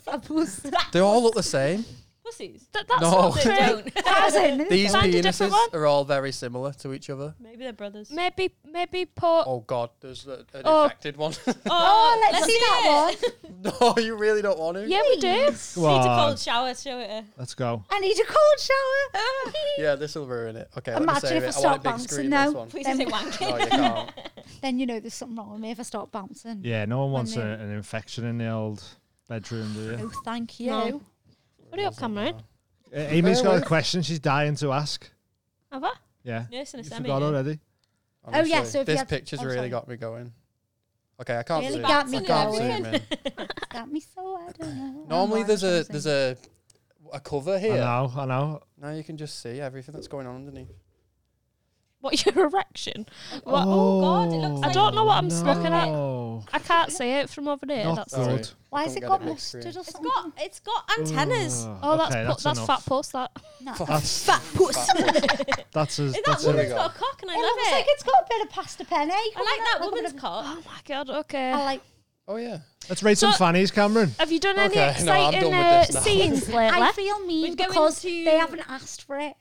Fat pulse.
they all look the same.
pussies.
That, that's
No.
not
They
true.
don't.
That was in.
These
Find a different
penises
one.
are all very similar to each other.
Maybe they're brothers.
Maybe, maybe put.
Oh God, there's a, an
Oh.
infected one.
Oh, let's, see that one.
no, you really don't want to.
Yeah, we do.
Come
Need a
on,
cold shower. Show it. Her.
let's go.
I need a cold shower.
Uh.
Yeah, this will ruin it. Okay, let me
Imagine
save
if I
it. I
start
want a big
bouncing
screen.
now.
This one.
Please
Them-
don't say wanking.
No, you can't.
Then you know there's something wrong with me if I start bouncing.
Yeah, no one wants a,
then-
an infection in the old bedroom, do you?
Oh, thank you.
No. Hurry up, Cameron.
Uh, Amy's got a question she's dying to ask.
Have I?
Yeah,
Nurse and
you
a semi.
forgot already.
Oh, yeah,
Honestly,
so if you
this
had-
picture's
I'm
really
sorry.
got me going. Okay, I can't
Really
zoom.
got me
I can't
going.
zoom in.
Got me so I don't know. Oh,
Normally
I'm
there's a
embarrassed.
there's a a cover
I
here.
know, I know.
Now you can just see everything that's going on underneath.
What your erection? What?
Oh, God, it looks
I don't know what I'm looking at.
no.
I can't see it from over there.
Not
that's
Sorry.
good.
Why
Don't
has it
get
got
it mixed
mustard or
really.
It's
something?
got it's got antennas.
Ugh,
Oh, that's
okay,
pu- that's,
enough.
fat puss. That
That's
Fat puss.
That's a,
Is that
that's a-
we
woman's
go.
got a cock and I
it looks
love
like
it.
it's got a bit of pasta penne.
I like that woman's cock.
Oh my god. Okay.
I like.
Oh yeah.
Let's rate some
So-
fannies, Cameron.
Have you done
Okay,
any
no, I'm
exciting
done with
uh,
this now.
scenes lately?
I feel mean
We're going
because
to-
they haven't asked for it.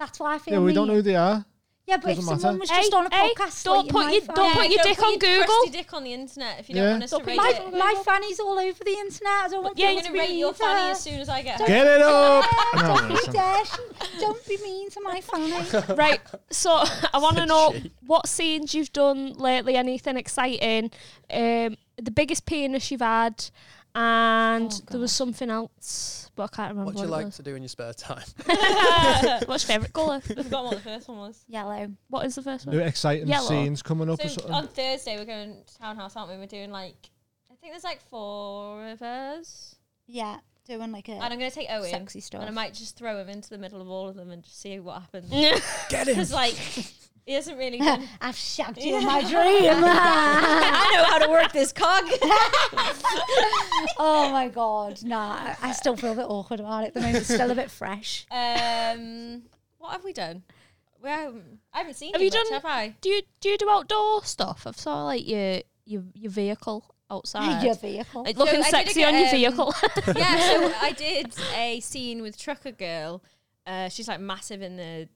That's why I feel
Yeah, we
mean.
don't know who they are.
Yeah, but if
Doesn't
someone
matter.
was just
Hey,
on a
hey,
podcast,
don't
like,
put
my
your-
fan-
don't put your dick on Google.
crusty dick on the internet if you don't
Yeah.
want us
Don't
to
put
rate
my-
it.
my, my fanny's all over the internet. I don't want
yeah,
I'm
people
it's
gonna
to be
rate
mean
your
to
fanny
her.
as soon as I get.
Get it up.
Yeah,
No,
don't,
listen.
be dash. don't be mean to my fanny.
Right. So I want to know what scenes you've done lately. Anything exciting? Um, the biggest penis you've had, and
Oh,
there was something else, but I can't remember
What
what,
do you
it
like
was.
to do in your spare time?
What's your favourite colour?
I forgot what the first one was.
Yellow.
What is the first
New
one?
exciting
Yellow.
scenes coming up or
uh,
So uh,
something.
on Thursday we're going to townhouse, aren't we? We're doing like I think there's like four of us,
Yeah, doing like
and
a
I'm going to take Owen,
sexy stuff.
and I might just throw him into the middle of all of them and just see what happens.
Get
Because like he hasn't really. Done
I've shagged you in my dream.
I know how to work this cog.
oh my god, nah. I- I still feel a bit awkward about it. at The moment it's still a bit fresh.
um, what have we done? We haven't, I haven't seen.
Have
you
you
much,
done-
Have I?
Do you do you do outdoor stuff? I've saw like your your your vehicle outside.
Your vehicle.
Like looking
I did
sexy
get,
on your
um,
vehicle.
yeah, so I did a scene with Trucker Girl. Uh, she's like massive in the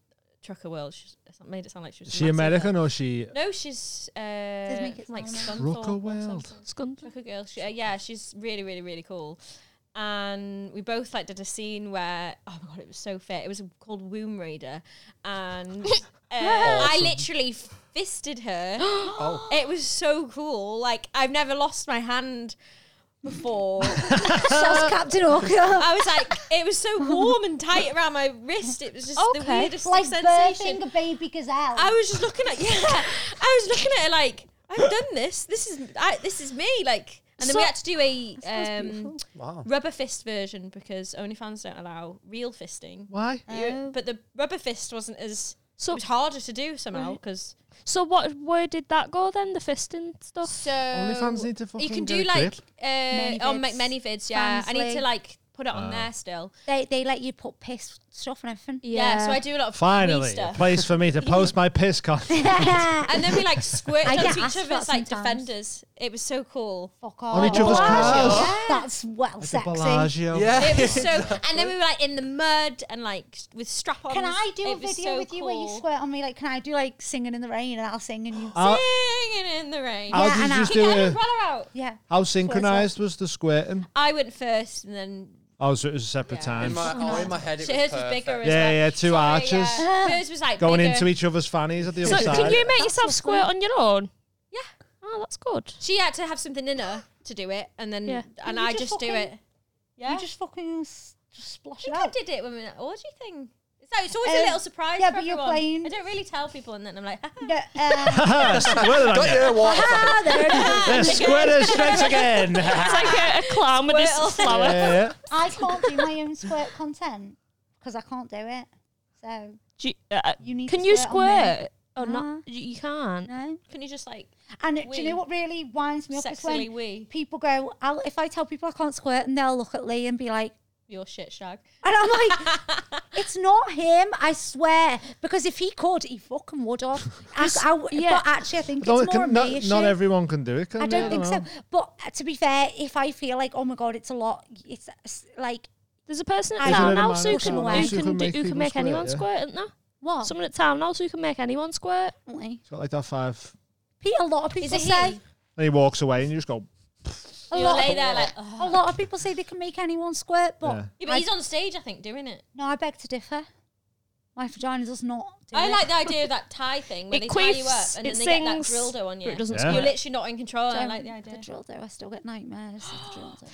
trucker world. She's it's made it sound like she was.
Is she
massive.
American or she
No, she's uh,
make it
from, like
sound
American.
Scunthorpe
Trucker
or
world.
something.
Scunthorpe.
Trucker Girl. She, uh, yeah, she's really, really, really cool. And we both like did a scene where oh my god, it was so fit. It was called Womb Raider, and uh, I literally fisted her.
Oh,
It was so cool. Like I've never lost my hand before.
Shots Captain Orca.
I was like, it was so warm and tight around my wrist. It was just the
Okay.
weirdest
like
sensation. Ah.
birthing a baby gazelle.
I was just looking at yeah. I was looking at her like I've done this. This is I, this is me. Like, and then we
So-
had to do a um,
wow.
rubber fist version because OnlyFans don't allow real fisting.
why?
Mm.
You- But the rubber fist wasn't as it
So
was harder to do somehow because
so what? Where did that go then? The fisting stuff.
so
OnlyFans need to
Uh,
fucking
you can
get
do
a
like
grip.
uh, on
vids.
many vids. Yeah, I need to
Fansly.
like put it on there still.
they they let you put piss stuff and everything.
Yeah. so I do a lot of free
Finally, a
stuff.
place for me to post my piss con.
and then we like squirted
I
onto
get
each
asked
other
that
as like
sometimes.
defenders. It was so cool.
Fuck
On
off.
each other's cars.
That's well
Like a
sexy.
Bellagio.
Yeah.
It was so, and then we were like in the mud and like with strap ons.
Can I do a video with you where you squirt on me? Like, can I do like singing in the rain and I'll sing and you?
How,
Singing in the rain.
how
Yeah,
did
and
you
I-
just
Get
do
an
it?
umbrella out.
yeah.
How synchronized was the squirting?
I went first, and then
Oh, so it was a separate
Yeah.
time.
In my, oh, in my head, it
so
was
hers was
perfect.
bigger. As
Yeah,
well.
yeah, two
Sorry,
arches.
yeah. Hers was like
Going
bigger.
into each other's fannies at the
So
other
can
side.
you make yourself
what's
squirt on your own?
Yeah.
Oh, that's good.
She had to have something in her to do it, and then
Yeah.
and
You
I
just
just do
fucking-
it. Yeah,
You just fucking s- just
I
splash it
think I
out.
did it when we were at orgy thing. So it's always a
Um,
little surprise.
yeah,
for
but you're
everyone.
playing-
I don't really tell people, and then I'm like,
No, uh,
Ah, Well done,
Got
yeah.
your water.
ah, there it is.
The squirter strikes again.
It's like a, a clown with his
Squirtle.
flower.
Yeah.
I can't do my own squirt content because I can't do it. So
Do you, uh,
you need.
can
to
you
squirt on me.
squirt or
Nah.
not? You- You can't.
No.
can you just like
And it- do you
Wee.
know what really winds me up is
sexily
when
wee
people go, I'll, if I tell people I can't squirt, and they'll look at Lee and be like,
your shit shag?
and I'm like, it's not him, I swear. Because if he could, he fucking would have. I, I,
yeah.
But actually, I think
Don't-
it's
can-
more a me
not,
issue.
not everyone can do it, can
I
they?
don't think so.
know.
But uh, to be fair, if I feel like, oh my god, it's a lot, it's it's like
There's a person
I
at
don't
town
know.
house who
Fucking
can, who
away.
can,
Who
can
do,
make
who can
people
make
squirt,
anyone
yeah.
squirt, isn't there?
what?
Someone at town house who can make anyone squirt.
Definitely.
It's got like that five.
Pete, a lot of
Is
people
it
say
he?
And he walks away and you just go,
a
You
lot,
lay
of,
there like, "Ugh."
a lot of people say they can make anyone squirt, but
Yeah.
yeah, but
I-
he's on stage, I think, doing it.
no, I beg to differ. My vagina does not. Do
I
it.
like the idea of that tie thing where
it
they tie you up
queefs,
and
it
then they get that
sings,
dildo on you.
but it doesn't
Yeah.
squirt.
You're literally not in control. I
Don't-
like the
The
idea.
drill though, I still get nightmares. of the drill though.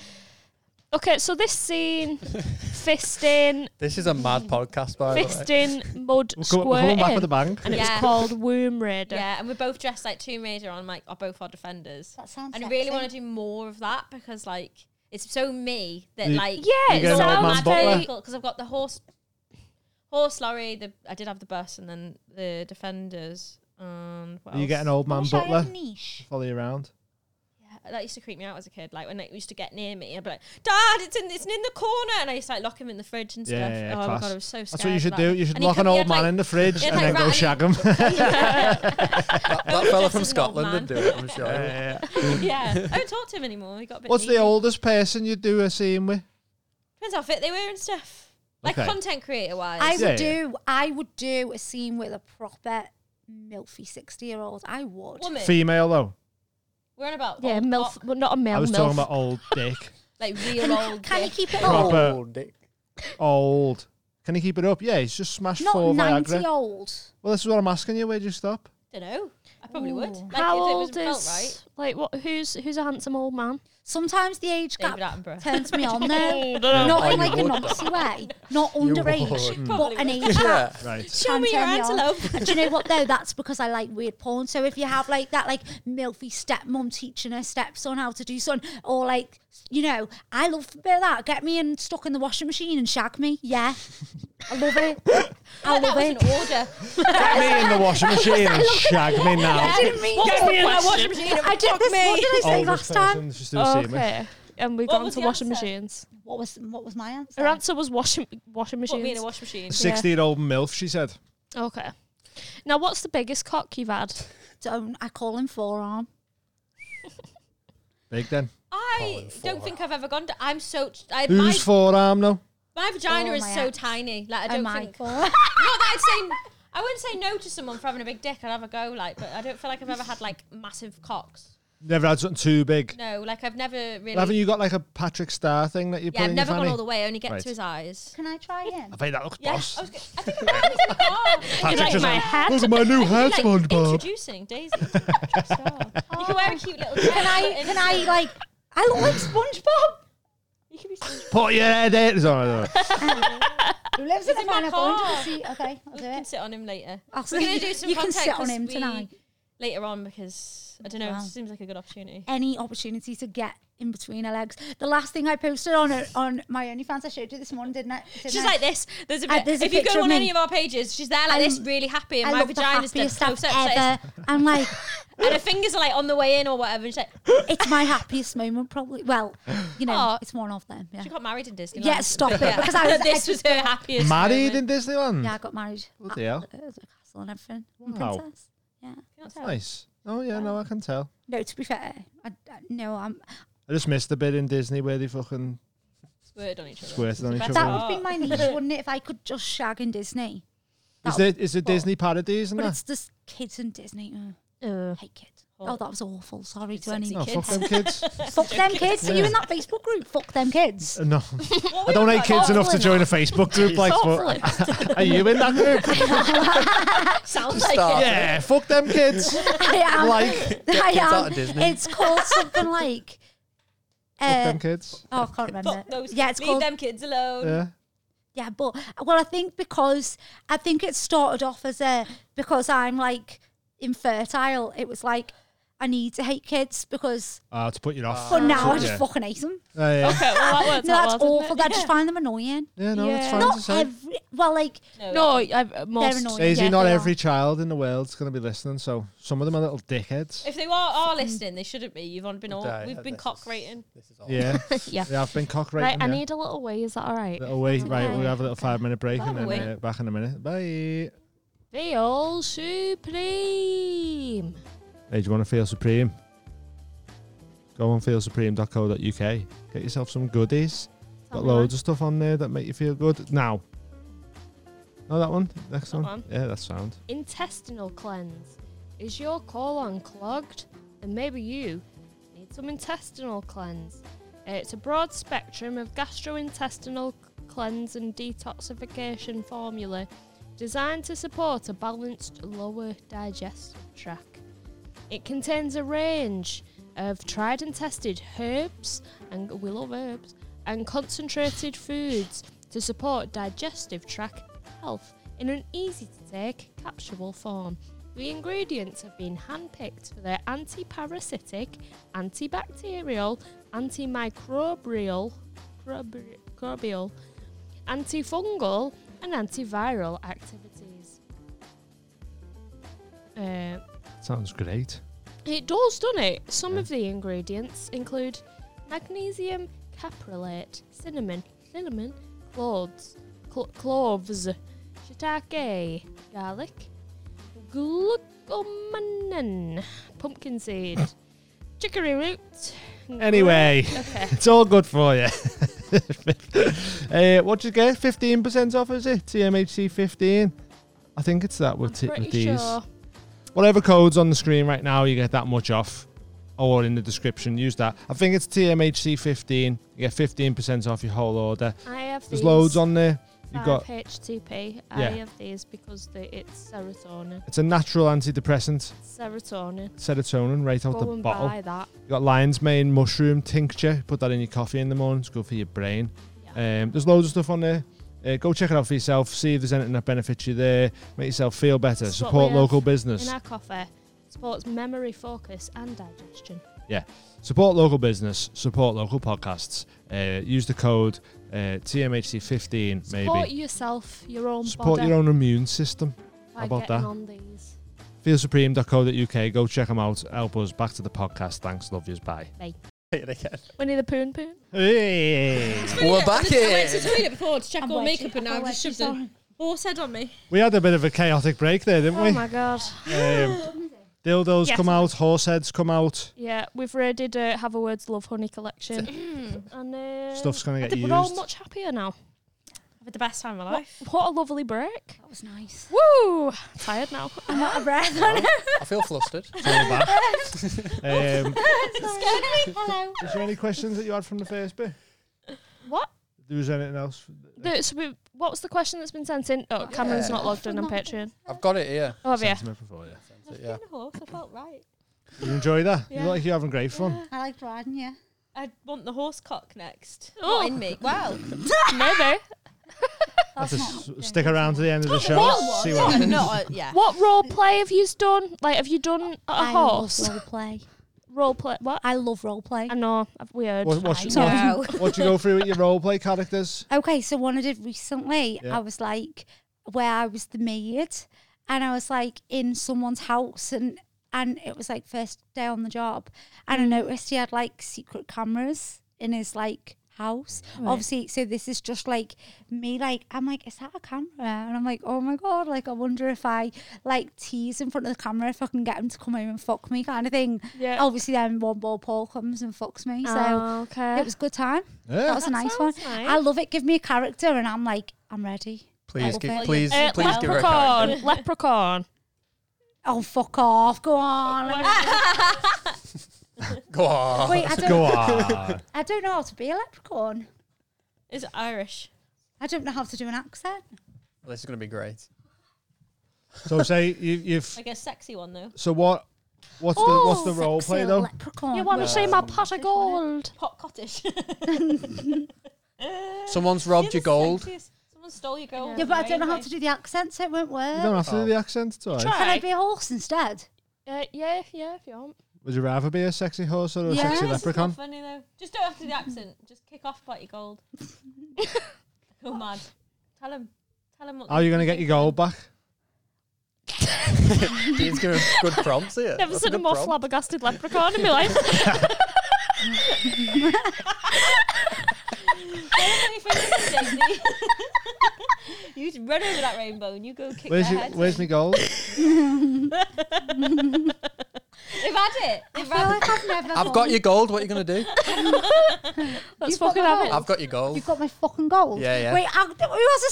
Okay, so this scene, fisting,
This is a mad podcast, by the way.
fisting, mud
we'll come, we'll come
squirting,
back with the bang.
and
Yeah.
it's called womb raider.
Yeah, and we're both dressed like Tomb Raider on like are both our defenders.
That sounds.
And I really
sexy.
want to do more of that because like it's so me that
You-
like
Yeah,
You
it
get an old
sounds
man butler.
very.
because I've got the horse horse lorry, the I did have the bus and then the defenders and what
Are you
else?
get an old
I
man
wish I had
butler?
a niche.
Follow you around.
Yeah, that used to creep me out as a kid. Like when it used to get near me, I'd be like, "Dad, it's in, it's in the corner," and I used to like lock him in the fridge and
Yeah,
stuff.
yeah, yeah,
oh
class.
my god, I was so scared.
That's what you
of
should
that.
do. You should
And he
lock
could-
an old
he had,
man
like-
in the fridge
he had,
and then
like,
go
rat-
shag him.
That, that fella
Just an
from
old
Scotland
man.
would do it, I'm sure.
Yeah, yeah.
yeah, I don't talk to him anymore. He got a bit.
What's the
needy.
oldest person you'd do a scene with?
Depends how fit they were and stuff. Like
Okay.
content creator wise.
I
Yeah, yeah.
would do. I would do a scene with a proper milfy sixty year old. I would.
Uh,
Woman,
Female though.
we're on about
Yeah,
old
MILF,
cock,
but not a male
I was
MILF.
talking about old dick.
like real old.
Can you
dick.
keep it old?
Proper
dick.
old. Can he keep it up? Yeah, he's just smashed four
Not ninety
Viagra.
old.
Well, this is what I'm asking you. Where'd you stop?
don't know. I probably would. Like
How
if
old
it was
is
felt right.
like what? Who's who's a handsome old man?
Sometimes the age gap
David Attenborough.
turns me on though.
no.
Not
Oh,
in
you
like an
would.
obscene way. Not
You
underage,
would.
but an age
Yeah.
gap.
Right.
Show
can
me your
turn on.
antelope.
And do you know what though? That's because I like weird porn. So if you have like that like milfy stepmom teaching her stepson how to do something, or like you know, I love a bit of that. Get me in stuck in the washing machine and shag me. Yeah, I love it. I
That
love
was an
it.
order.
Get me in the washing machine and shag me now.
I didn't mean.
What was
to-
the question?
I did this. What did I say
Oldest
last time?
person that's just ever seen me.
okay. And we've
What
gone
was
to
the
washing
answer?
machines.
What was what was my answer?
Her answer was washing washing
Put me in
machines.
a wash machine.
Sixty-year-old milf. She said.
okay. Now, what's the biggest cock you've had?
Don't I call him forearm?
Big then.
I don't think I've ever gone. To, I'm so. I, my,
Who's forearm though?
my vagina
Oh,
is
my
so
ex.
tiny. Like I
Oh
don't
my
think.
god!
Not that I'd say. I wouldn't say no to someone for having a big dick. I'd have a go. Like, but I don't feel like I've ever had like massive cocks.
Never had something too big.
No, like I've never really.
Haven't you got like a Patrick Star thing that you put
yeah, I've
in
never
your
gone
fanny?
all the way. I only get
Right.
to his eyes.
Can I try in?
I think that looks
Yeah,
boss.
I, was, go- I think I've had these in the car.
Patrick's just
my
like,
hat.
Look at my new hat,
Like, E
SpongeBob.
introducing Daisy. to the Patrick Star. You can wear a cute little.
Can I? Can I like? I look like SpongeBob.
You can be so
Put your head in. It's all right, all right.
Who lives in a
in my
pineapple
car.
under the sea? Okay, I'll
We
do
can
it.
sit on him later.
I'll
We're gonna do some
you can
contact
sit on
'cause
him
we-
tonight.
later on because I don't know.
Wow.
It seems like a good opportunity.
Any opportunity to get in between her legs. The last thing I posted on her, on my OnlyFans, I showed you this morning, didn't I? Didn't
She's
I?
like this. There's a
Uh,
bit.
there's a
if you
picture
go
of
on
me.
any of our pages, she's there like this,
I'm-
really happy, and
I
my
love the
vagina's done
happiest I've
close up, so it's-
ever. I'm like,
and her fingers are like on the way in or whatever. And she's like,
it's my happiest moment, probably. Well, you know,
Aw.
it's one of them. Yeah,
she got married in Disneyland.
yeah stop it.
Yeah.
Because I was,
this
I
was her happiest.
Married in
moment.
Disneyland.
yeah, I got married.
Bloody hell.
At, the castle and everything.
Wow.
Princess. Yeah.
Nice. Oh yeah, no, I can tell.
No, to be fair, I, I, no, I'm.
I just missed the bit in Disney where they fucking
Squirted on each other.
squirted on each
That's
other.
That
Oh.
would be my niche, wouldn't it? If I could just shag in Disney.
Is
That
there is there
but-
Disney parodies and
But
that?
it's just kids in Disney. Ugh,
Uh,
hate kids. Oh, that was awful. Sorry to
Sexy
any.
Oh fuck
kids.
them kids.
Fuck them kids. Are you in that Facebook group? Fuck them kids.
No,
What
I don't
were you
hate kids
on?
enough to join a Facebook group like.
Thoughtful.
Are you in that group?
Sounds like
Stop.
it.
yeah, fuck them kids.
I am.
Like
I
kids
am.
out of Disney.
It's called something like.
fuck
Uh,
them kids.
oh, I can't remember.
Fuck those.
Yeah, it's
Leave
called.
them kids alone.
Yeah.
Yeah, but well, I think because I think it started off as a because I'm like infertile. It was like I need to hate kids because.
Uh, to put you off.
But now I
yeah.
just fucking hate them.
Oh, yeah.
okay, well, that works
No,
out
that's
well, doesn't
awful. I just find them annoying.
Yeah, no, it's
Yeah.
fine to
Not
say.
every. Well, like
it? No, I've, uh, most.
annoying.
Daisy,
yeah,
not
they are.
every child in the world's going to be listening, so some of them are little dickheads.
If they are, are listening, they shouldn't be. You've on been all.
Right,
We've been
this
cock
is-
rating.
This is all.
Yeah,
Yeah.
yeah, I've been cock
Right,
rating.
I
yeah.
need a little wee. Is that all right?
Little wait, right, we'll have a little five minute break and
Have a
then uh, back in a minute. Bye.
Feel supreme.
Hey, do you want to feel supreme? Go on feelsupreme.co.uk. Get yourself some goodies. Got loads of stuff on there that make you feel good. Now. No, that one. Next
That
one.
one.
Yeah, that sound.
Intestinal cleanse. Is your colon clogged? Then maybe you need some intestinal cleanse. Uh, It's a broad spectrum of gastrointestinal cleanse and detoxification formula designed to support a balanced lower digestive tract. It contains a range of tried and tested herbs, and we love herbs, and concentrated foods to support digestive tract health in an easy to take capsuleable form. The ingredients have been handpicked for their anti parasitic, antibacterial, antimicrobial, crobri- crobial, antifungal, and antiviral activities. Uh,
Sounds great.
it does, doesn't it? Some of the ingredients include magnesium caprolate, cinnamon, cinnamon, cloves, cl- cloves, shiitake, garlic, glucomannan, pumpkin seed, chicory root.
Anyway,
Okay.
it's all good for you. uh, what you get? 15% off, is it? TMHC 15. I think it's that with,
I'm
t-
pretty
with these.
sure.
whatever code's on the screen right now, you get that much off. Or in the description, use that. I think it's TMHC 15. You get 15% off your whole order.
I have
There's
these
loads on there. You've
five
got
HTP. I
Yeah.
have these because they, it's serotonin.
it's a natural antidepressant,
Serotonin.
serotonin, right out
Go
the
and
bottle.
buy that.
You got lion's mane mushroom tincture. Put that in your coffee in the morning. It's good for your brain. Um, there's loads of stuff on there. Uh, go check it out for yourself. See if there's anything that benefits you there. Make yourself feel better.
That's what
Support
we have
local
In
business.
our coffee, supports memory, focus, and digestion.
Support local business. Support local podcasts. Uh, use the code uh, TMHC15
Support
maybe.
yourself, your own
Support
body.
your own immune system.
by
How about
getting
that?
on these.
Feelsupreme.co.uk. Go check them out. Help us. Back to the podcast. Thanks. Love yous. Bye.
Say it again.
Winnie the Poon Poon.
Hey.
We're back
I went to
in.
the toilet before to check
I'm
on
wedged-
makeup and now
I'm
I've just
wedged
shoved a horse head on me.
We had a bit of a chaotic break there, didn't we?
Oh my god.
Um, dildos
Yes.
come out, horse heads come out.
Yeah, we've raided uh, Have a Words Love Honey collection. and uh,
Stuff's gonna
I
get
think We're all
used.
much happier now.
I've had the best time of my
What,
life.
what a lovely break.
That was nice.
Woo! Tired now.
I'm out of breath.
I feel flustered.
It's all back. um,
Hello.
is there any questions that you had from the first bit?
What?
There was anything else?
The, so we, what was the question that's been sent in? Oh, Cameron's
Yeah.
not logged in on Patreon.
I've got it here.
Oh, have you?
Sentiment before you.
Sent it, yeah.
a horse, I felt right.
You enjoy that? You
Yeah.
look like you're having great fun.
I liked riding, yeah.
I want the horse cock next.
Oh.
Not in me. Wow.
Maybe.
That's
That's
a
not
s- stick around to the end of the show. See what
not,
happens.
not, yeah.
What role play have you done? Like, have you done a
I
horse
love role play.
role play? What?
I love role play.
I know. I've- We heard.
What, what,
Aye.
you- what, what you go through with your role play characters?
Okay, so one I did recently,
Yeah.
I was like, where I was the maid, and I was like in someone's house, and and it was like first day on the job, and I noticed he had like secret cameras in his like house. Obviously, so this is just like me, like I'm like, is that a camera? And I'm like, oh my god, like I wonder if I like tease in front of the camera if I can get him to come home and fuck me, kind of thing.
Yeah.
Obviously, then one ball Paul comes and fucks me, so.
Oh, okay.
It was a good time.
Yeah.
That was a
That
nice one.
sounds
I
nice.
love it. Give me a character, and I'm like, I'm ready.
Please,
Love
give,
it.
please,
Uh,
please give her a
leprechaun.
character.
leprechaun.
Oh, fuck off. Go on.
Go on.
Wait, I don't,
Oh, Go on.
I don't know how to be a leprechaun.
Is Irish.
I don't know how to do an accent.
This is going to be great.
so say you, you've.
Like a sexy one though.
So what? What's the what's the role
Oh, Sexy
play though?
Leprechaun.
You want to see my pot of gold?
Pot cottage.
Someone's robbed your gold.
Someone stole your gold.
yeah, but I don't know how to do the accent, so it won't
You
work.
don't have to do the accent. It's all right.
Can I be a horse instead?
Uh, yeah, yeah, if you want.
Would you rather be a sexy horse or a
Yes.
sexy
This is
leprechaun?
funny though. Just don't have to do the accent. Just kick off about your gold. Go mad. Tell him. Tell him what.
How are you going to get your gold back?
Dean's giving good prompts here.
Never
That's
seen a
good
more
prompt.
flabbergasted leprechaun in my life.
you just run over that rainbow and you go kick
Where's,
their
your,
heads
where's
in.
my gold?
They've had it. They've
I feel
had it.
like I've never.
I've got your gold. What are you going to do?
Let's
You've got
fucking
the
have it.
gold.
I've got your gold.
You've got my fucking gold.
Yeah, yeah.
Wait, I, who has a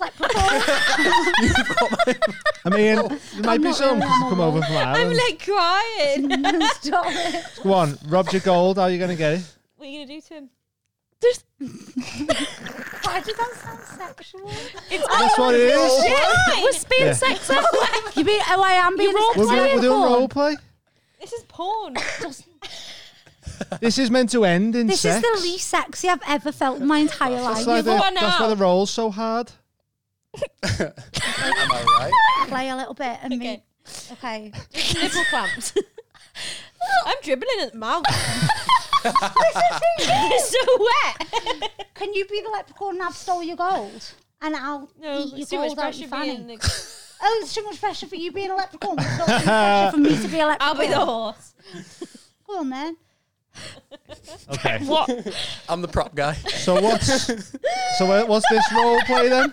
leprechaun?
I mean, there might be
not
some
really on my
come over from
I'm
Ireland.
like crying.
Stop it.
Go on, robbed your gold. How are you going to get it?
what are you gonna do to him?
Why does that sound sexual?
That's what it is.
We're being
Yeah.
sexy.
you mean, oh, I am being
role
a
We're,
sexual
doing, we're doing
leprechaun?
role play.
This is porn.
This is meant to end in
This
sex.
is the least sexy I've ever felt in my entire
that's,
life.
why
You've
the,
won
that's why
out.
the role's so hard.
Am I right?
Play a little bit and
Okay.
me. Okay.
Nipple clamps. I'm dribbling at the mouth. it's so wet.
Can you be the leprechaun and I've stole your gold? And I'll
No,
eat your
it's too much
gold out
pressure
your fanny.
being the.
Oh, it's too much pressure for you being a leprechaun. It's not too much pressure for me to be a leprechaun.
I'll be the horse.
Go on then.
Okay.
What?
I'm the prop guy.
so what's so wha- what's this role play then?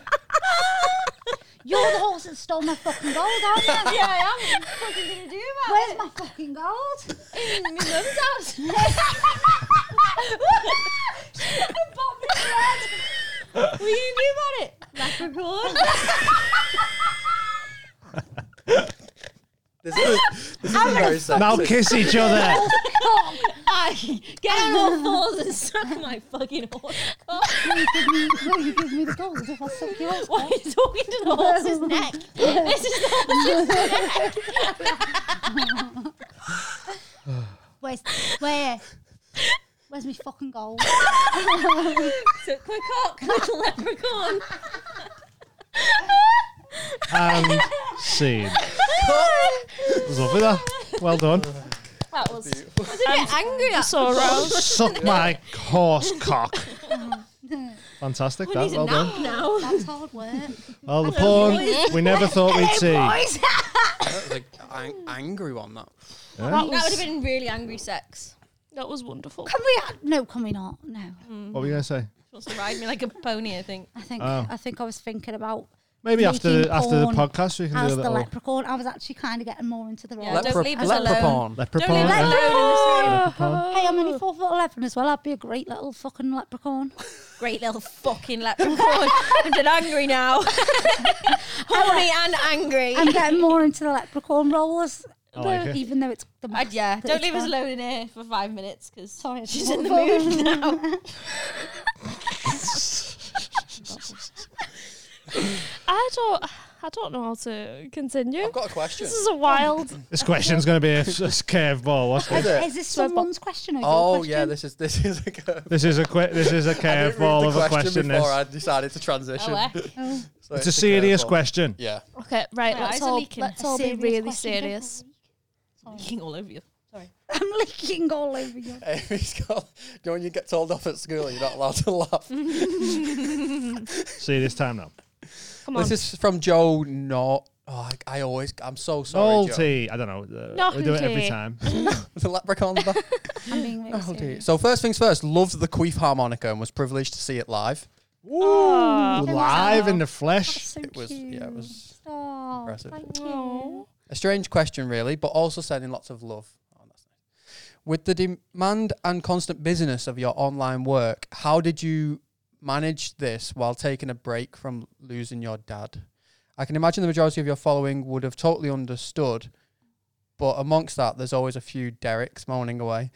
You're the horse that stole my fucking gold, aren't you?
Yeah, I am. What are you gonna do about
Where's my fucking gold?
it? My mum's house. What are you gonna do about it? Leprechaun.
There's This is very sexy.
Now kiss each other.
I get on all fours and suck my fucking horse. cock.
Will you give me, will you give me the gold if I suck yours?
Why are you talking to the horse's neck? This is the horse's neck.
Where's, where? Where's my fucking gold?
Took my cock, little leprechaun.
and scene. Lovely that. Well done.
That was. I was a bit angry at
So aroused.
Suck my horse cock. Fantastic. That.
I need a
Well done.
nap now.
That's hard work.
Well, the porn we never thought we'd see.
That was a ang- angry one. That
That
That would
was,
have been really angry sex.
that was wonderful.
Can we? No, can we not? No.
What were you going to say?
She wants to ride me like a pony, I think.
I think
Oh.
I think I was thinking about
Maybe after
Making
the, after the
porn
podcast we can do
as
a
the
little
leprechaun. I was actually kind of getting more into the role.
Yeah, don't leave us alone.
leprechaun.
leopard
Don't
porn.
leave us
yeah. Oh.
alone in this room.
Hey, I'm only four foot eleven as well. I'd be a great little fucking leprechaun.
Great little fucking leprechaun. I'm dead angry now. Horny and angry.
I'm getting more into the leprechaun role, as,
I like it.
even though it's the
I'd,
most
yeah,
that
don't
it's
leave us
bad.
alone in here for five minutes because
Sorry, I
she's
just
in the
thought-
mood now.
I don't. I don't know how to continue.
I've got a question.
This is a wild.
This question's going to be a, a curveball. What's
Is it?
Is this someone's question? Or your
Oh
question?
yeah, this is this is a good.
This is a que- this is a
I didn't read
curveball
the
of a question.
before
This
I decided to transition.
Oh, heck.
So
it's a serious
curveball.
question.
Yeah.
Okay, right.
My
let's
eyes are
all
leaking.
let's all be
Serious
really
question,
serious.
Leaking all over you.
I'm leaking all over you.
Amy's got. You know when you get told off at school, you're not allowed to laugh.
See this time now.
Come on.
this is from Joe. Not. Oh, I, I always. I'm so sorry, Joe.
Novelty. I don't know. Uh, we
Novelty.
do it every time.
The leprechaun's back.
I'm being
Oh,
really serious.
So first things first. Loved the Queef harmonica and was privileged to see it live.
Live in the flesh.
So
It was.
cute.
Yeah, it was
Oh,
impressive.
thank you.
A strange question, really, but also sending lots of love. Oh, that's nice. With the demand and constant busyness of your online work, how did you manage this while taking a break from losing your dad? I can imagine the majority of your following would have totally understood, but amongst that, there's always a few Derek's moaning away.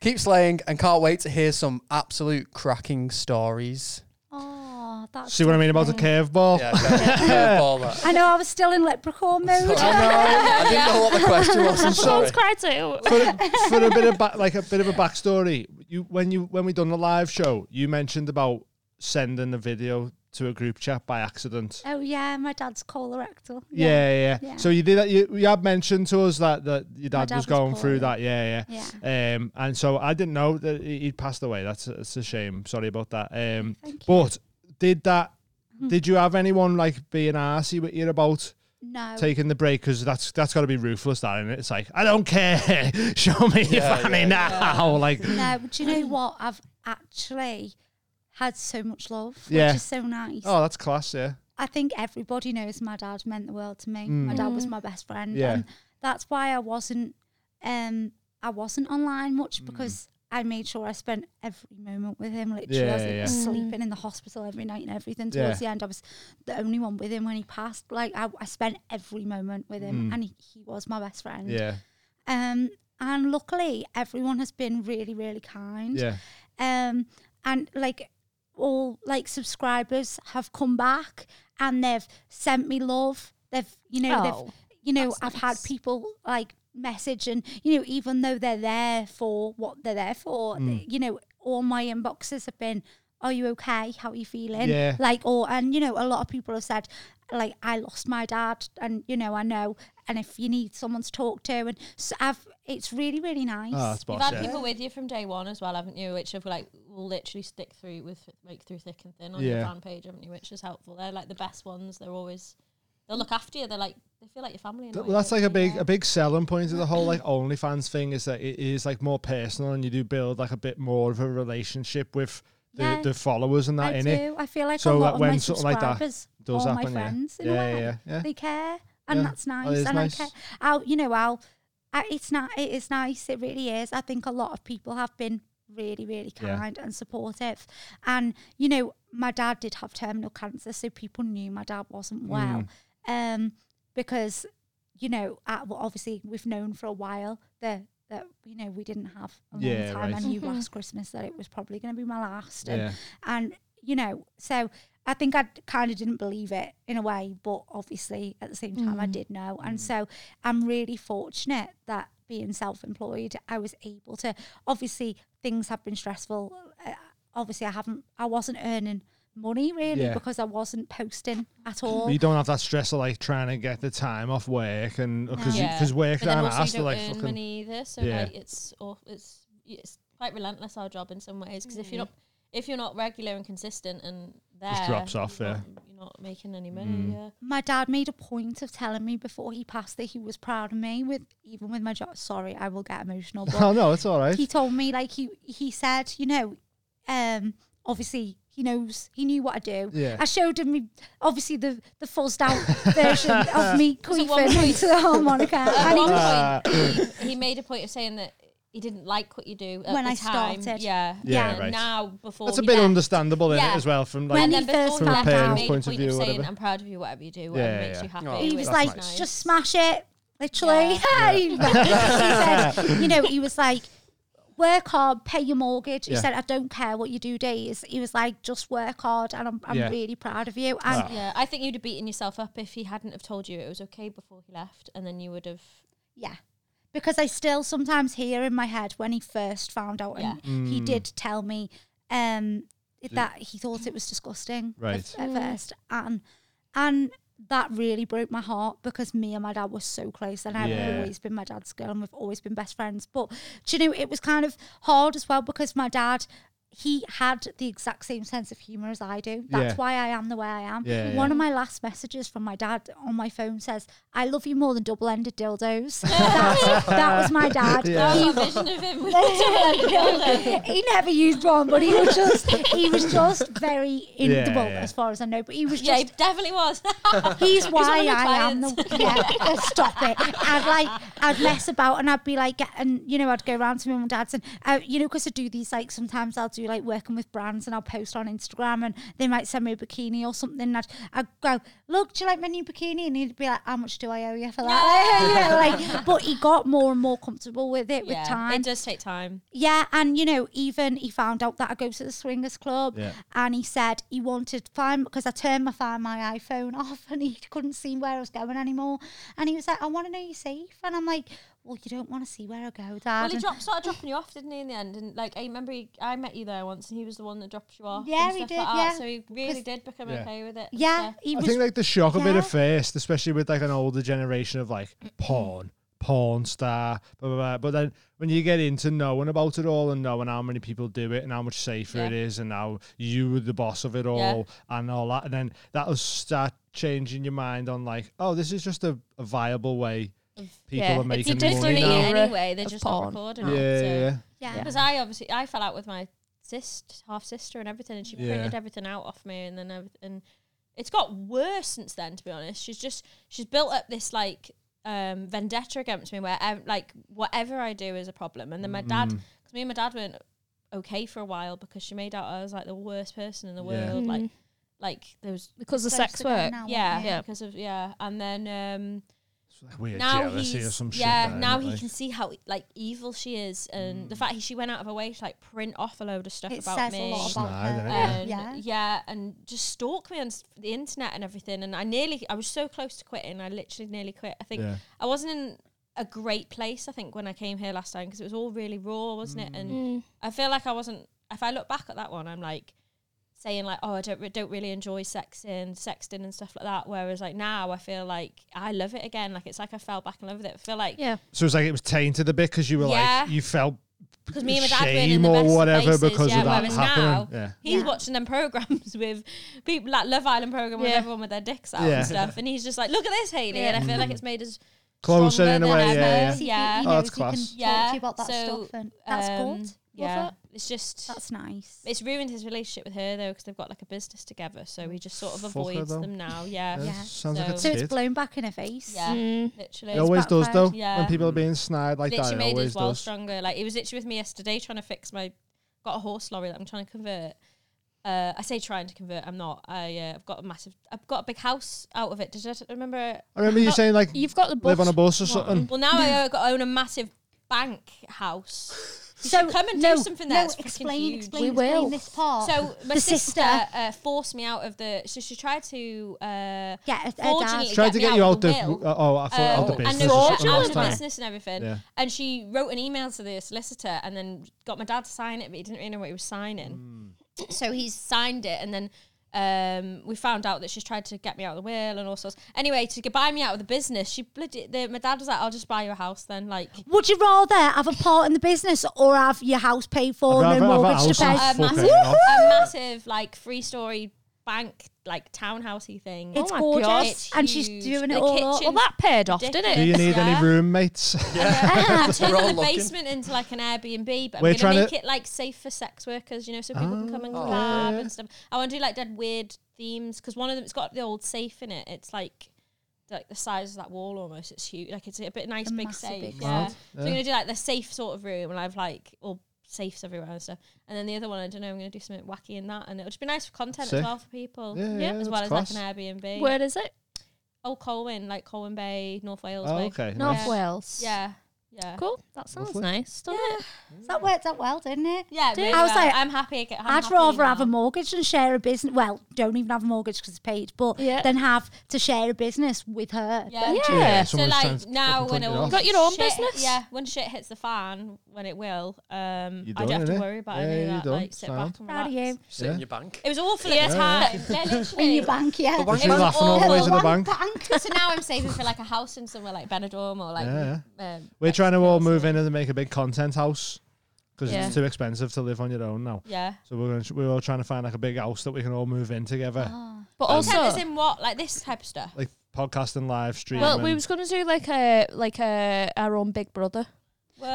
Keep slaying and can't wait to hear some absolute cracking stories.
Oh, that's.
See what I mean about the
lovely.
curveball?
Yeah, okay. all that.
I know I was still in leprechaun mode.
I know. I didn't know what the question was. I'm sorry.
Someone's cried too.
for, a, for a bit of back, like a bit of a backstory, you when you when we done the live show, you mentioned about sending a video to a group chat by accident.
Oh yeah, my dad's colorectal.
Yeah, yeah.
yeah.
So you did that. You, you had mentioned to us that that your dad,
dad
was
was
going
poor,
through that. Yeah, yeah.
Yeah.
Um, and so I didn't know that he- he'd passed away. That's a, that's a shame. Sorry about that. Um, but did that? Did you have anyone like being arsey with you about
No.
taking the break? Because that's that's got to be ruthless, that isn't it? It's like I don't care. Show me your
Yeah,
fanny
yeah,
now. Like
no, but do you know what? I've actually had so much love,
Yeah.
which is so nice.
Oh, that's class, yeah.
I think everybody knows my dad meant the world to me. My dad was my best friend,
Mm. Yeah.
and that's why I wasn't. Um, I wasn't online
Mm.
much because I made sure I spent every moment with him. Literally, I was
Yeah,
like,
yeah.
sleeping in the hospital every night and everything. Towards
Yeah.
the end, I was the only one with him when he passed. Like I, I spent every moment with him, and he, he was my best friend.
Mm. Yeah.
Um, and luckily, everyone has been really, really kind.
Yeah.
Um, and like all like subscribers have come back and they've sent me love. They've you know
Oh,
they've you know
that's nice.
I've had people like message and you know even though they're there for what they're there for,
Hmm.
th- you know all my inboxes have been. Are you okay? How are you feeling?
Yeah.
Like, or and you know, a lot of people have said, like, I lost my dad, and you know, I know, and if you need someone to talk to, and so I've, it's really, really nice.
Ah,
Oh, that's
You've
boss,
had
yeah.
people with you from day one as well, haven't you? Which have like will literally stick through with like through thick and thin on your
Yeah.
fan page, haven't you? Which is helpful. They're like the best ones. They're always they'll look after you. They're like they feel like your family. in
Th-
way,
Well, that's
don't
like a
they?
big a big selling point of the whole like OnlyFans thing is that it is like more personal and you do build like a bit more of a relationship with the,
Yeah.
the followers and that
I
in
do.
it.
I feel like
So
a
that
lot of my
when something like that
subscribers
does
are
happen,
my
yeah.
friends in
Yeah,
a
yeah,
way.
yeah, yeah.
They care, and
Yeah.
that's
Oh,
nice.
it's
and
nice.
I care. I'll, you know, I'll. I, it's not. It is nice. It really is. I think a lot of people have been really, really
Yeah.
kind and supportive, and you know, my dad did
Mm.
have terminal cancer, so people knew my dad wasn't well, um, because you know, at, well, obviously we've known for a while that that you know we didn't have a long
Yeah,
time. I
right.
knew last Christmas that it was probably going to be my last, and
Yeah.
and you know, so I think I kind of didn't believe it in a way, but obviously at the same time I did know, and
Mm.
so I'm really fortunate that being self-employed, I was able to. Obviously, things have been stressful. Uh, obviously, I haven't, I wasn't earning money really
Yeah.
because I wasn't posting at all.
You don't have that stress of like trying to get the time off work and because
Yeah.
work
But then
down
also you
has to
don't
like
earn
fucking
money either, so
Yeah.
like it's aw- it's it's quite relentless our job in some ways because if you're not if you're not regular and consistent and there
Just drops off,
you're
yeah. Mm.
not, you're not making any money. Yeah,
my dad made a point of telling me before he passed that he was proud of me with even with my job. Sorry, I will get emotional. But
Oh no, it's all right.
he told me like he he said, you know, um, obviously he knows he knew what I do.
Yeah.
I showed him me- obviously the the fuzzed out version of me
one
queefing
point-
into the harmonica.
At
and he
one
was,
point, he, he made a point of saying that he didn't like what you do at
When
the
I
time.
started.
Yeah,
Yeah,
And
right.
Now before
That's a
he
bit
left.
understandable in
Yeah.
it as well from
When
like
And
he
then before he
first
from a
left,
parent's
he made
point
a
of
point
view
of
or
saying,
whatever.
"I'm proud of you, whatever you do, whatever
Yeah,
makes
yeah.
you happy."
Oh,
he was
That's
like,
nice.
just smash it, literally. he said, you know, he was like, work hard, pay your mortgage. He
Yeah.
said, I don't care what you do days. He was like, just work hard, and I'm, I'm
Yeah.
really proud of you. And
Ah.
Yeah, I think you'd have beaten yourself up if he hadn't have told you it was okay before he left, and then you would have.
Yeah. Because I still sometimes hear in my head when he first found out, and he did tell me um, that he thought it was disgusting at-
Right.
at, first, and and that really broke my heart because me and my dad were so close, and I've
Yeah.
always been my dad's girl, and we've always been best friends. But do you know, it was kind of hard as well because my dad. He had the exact same sense of humor as I do. That's
Yeah.
why I am the way I am.
Yeah, yeah.
One of my last messages from my dad on my phone says, "I love you more than double-ended dildos." That's, that was my dad.
Yeah.
Your vision of him with
He, he never used one, but he was just—he was just very
Yeah,
irritable,
yeah.
as far as I know. But he was
Yeah, he
just.
definitely was.
He's why
of my
I am the yeah. oh, stop it. I'd like I'd mess about and I'd be like and you know I'd go around to my mum and dad's and uh, you know because I do these like sometimes I'll do like working with brands and I'll post on Instagram and they might send me a bikini or something. And I'd, I'd go look, do you like my new bikini? And he'd be like, how much do I owe you for that? You know, like, but he got more and more comfortable with it
yeah,
with time.
it does take time.
Yeah, and you know, even he found out that I go to the swingers club,
Yeah.
and he said he wanted find because I turned my find my iPhone off, and he couldn't see where I was going anymore, and he was like, "I want to know you're safe," and I'm like, "Well, you don't want to see where I go, Dad."
Well, he
and-
dropped, started dropping you off, didn't he? In the end, and like I remember, he, I met you there once, and he was the one that dropped you off.
Yeah,
and
he
stuff
did,
Like that,
yeah.
So he really
'Cause-
did become
Yeah.
okay with it. and
yeah,
stuff.
he
I
was.
think like the shock of it
yeah.
at first, especially with like an older generation of like porn, porn star, blah blah blah. But then when you get into knowing about it all and knowing how many people do it and how much safer
Yeah.
it is and how you were the boss of it all and all that, and then that'll start changing your mind on like, oh, this is just a, a viable way people
yeah,
are
it's
making
just an
money
doing it
now.
era
anyway. They're
of
just
porn.
not recording
Yeah,
it.
yeah, yeah.
yeah.
Because I obviously I fell out with my sister, half sister, and everything, and she
Yeah.
printed everything out off me, and then everything. And it's got worse since then. To be honest, she's just she's built up this like um, vendetta against me, where ev- like whatever I do is a problem. And then my
Mm.
dad, because me and my dad weren't okay for a while because she made out I was like the worst person in the
Yeah.
Mm.
world, like like there was
because of
Close
sex
to going
work.
now,
yeah,
aren't you?
Yeah.
because of yeah, and then. um
It's like weird
now
jealousy
he's
or some shit.
yeah.
like that,
now
innit,
he
like? Mm.
can see how like evil she is, and the fact he, she went out of her way to like print off a load of stuff
It
about
says
me. Um,
a lot about
Snide,
her.
innit,
and,
yeah.
and just stalk me on s- the internet and everything. And I nearly, I was so close to quitting. I literally nearly quit. I think
Yeah.
I wasn't in a great place. I think when I came here last time because it was all really raw, wasn't
Mm.
it? And
Mm.
I feel like I wasn't. If I look back at that one, I'm like saying like, oh, I don't re- don't really enjoy sexing, sexting and stuff like that. Whereas like now, I feel like I love it again. Like it's like I fell back in love with it. I feel like
Yeah.
So it's like it was tainted a bit because you were
Yeah.
like you felt
because me and my dad were in
shame
the
or
best of
whatever
places,
because
yeah,
of that
whereas
happening.
now
Yeah.
he's
Yeah.
watching them programs with people like Love Island program with
Yeah.
everyone with their dicks out
Yeah.
and stuff, and he's just like, look at this Haley, and I feel like it's made us
Closer
stronger
in a
than
way,
ever.
yeah,
He-
yeah.
he
Oh, that's
knows he can
class.
Yeah,
Talk to you about that
so,
stuff, and that's
um,
good.
Yeah,
Love
it's just
it. That's nice.
it's ruined his relationship with her though because they've got like a business together, so he just sort of
Fuck her,
avoids
though.
them now. Yeah,
Yeah,
uh, yeah,
Yeah.
Sounds like a
So
So it's
tit.
blown back in her face.
Mm.
literally.
It always does though.
backfired.
Yeah.
When people are being snide like
literally
that, it
made
always
us well
does.
stronger. Like it was literally with me yesterday trying to fix my got a horse lorry that I'm trying to convert. Uh, I say trying to convert. I'm not. I, uh, I've got a massive. I've got a big house out of it. Did I t- remember?
I remember you
Not-
saying like
You've got the bus.
live on a bus or something.
Well, now I uh, got own a massive bank house. You should come and
no,
do something there.
No,
It's freaking
explain,
huge.
explain,
We
explain
will.
this part.
So my
The
sister,
sister-
uh, forced me out of the. So she tried to. Uh,
yeah, her- her dad.
Fortunately-
Tried
get
to
me
get you
out
out
of the
the
will.
uh, oh, I thought out the
um, and
business
no,
or
she
something
out
last
of the
time.
business and everything.
Yeah.
And she wrote an email to the solicitor and then got my dad to sign it, but he didn't really know what he was signing.
Mm.
So he signed it, and then um, we found out that she's tried to get me out of the will and all sorts. Anyway, to get- buy me out of the business, she bloody. The, my dad was like, "I'll just buy you a house then." Like,
Would you rather have a part in the business or have your house paid for
I'd rather
and no
have a house
mortgage to pay?
and
a
fuck
massive,
it off.
a massive like three-story bank, like townhousey thing.
It's
my
gorgeous,
God.
It's
Oh and she's
huge.
doing
The
it all up.
kitchen-
Well, that paid off, didn't
Ridiculous.
it?
Do you need
Yeah.
any roommates?
turning
We're all
the
looking.
basement into like an Airbnb, but I'm
We're
gonna
trying
make
to-
it like safe for sex workers, you know, so people can come and
Oh.
collab and stuff. I want to do like dead weird themes because one of them it's got the old safe in it. It's like like the size of that wall almost. It's huge. Like it's a bit nice
A
big
massive
safe.
big
yeah.
safe.
So we're gonna do like the safe sort of room, and I've like all safes everywhere and stuff. And then the other one, I don't know, I'm gonna do something wacky in that, and it'll just be nice for content
Sick.
as well for people.
Yeah, yeah,
as
that's
well as
class.
like an Airbnb.
Where is it?
Oh, Colwyn, like Colwyn Bay, North Wales.
oh,
way.
okay.
North
nice.
Wales.
Yeah, yeah.
Cool. That sounds
Lovely.
nice, doesn't it?
That worked out well, didn't it?
Yeah, really
I was
well.
like,
I'm happy. I'm
I'd
happy
rather
now.
have a mortgage and share a business. Well, don't even have a mortgage because it's paid, but
Yeah.
then have to share a business with her.
Yeah.
Yeah.
Yeah,
So
someone's trying
like
to
now,
fucking
when
cunt
all
you off.
Got your own
shit-
business?
yeah. When shit hits the fan, when it will, um,
You're
I don't
done,
have to
innit?
worry about
Yeah,
any of
you're
that.
done.
Like sit back
Sound.
and relax.
Proud of you.
Sit
Yeah.
in your bank.
It was awful at the time. Yeah, literally.
In your bank, yeah.
The
Was
wank
you
It was
bank.
laughing all the way to the
One
bank?
bank.
so now I'm saving for like a house in somewhere like Benidorm or like.
Yeah,
Um,
We're trying to all
Mexico or
move in and make a big content house because
Yeah.
it's too expensive to live on your own now.
something. Yeah.
So we're going to, we're all trying to find like a big house that we can all move in together,
But
Content
also,
is in what like this type of stuff.
like podcasting, live streaming.
well, we was gonna do like a like a our own Big Brother.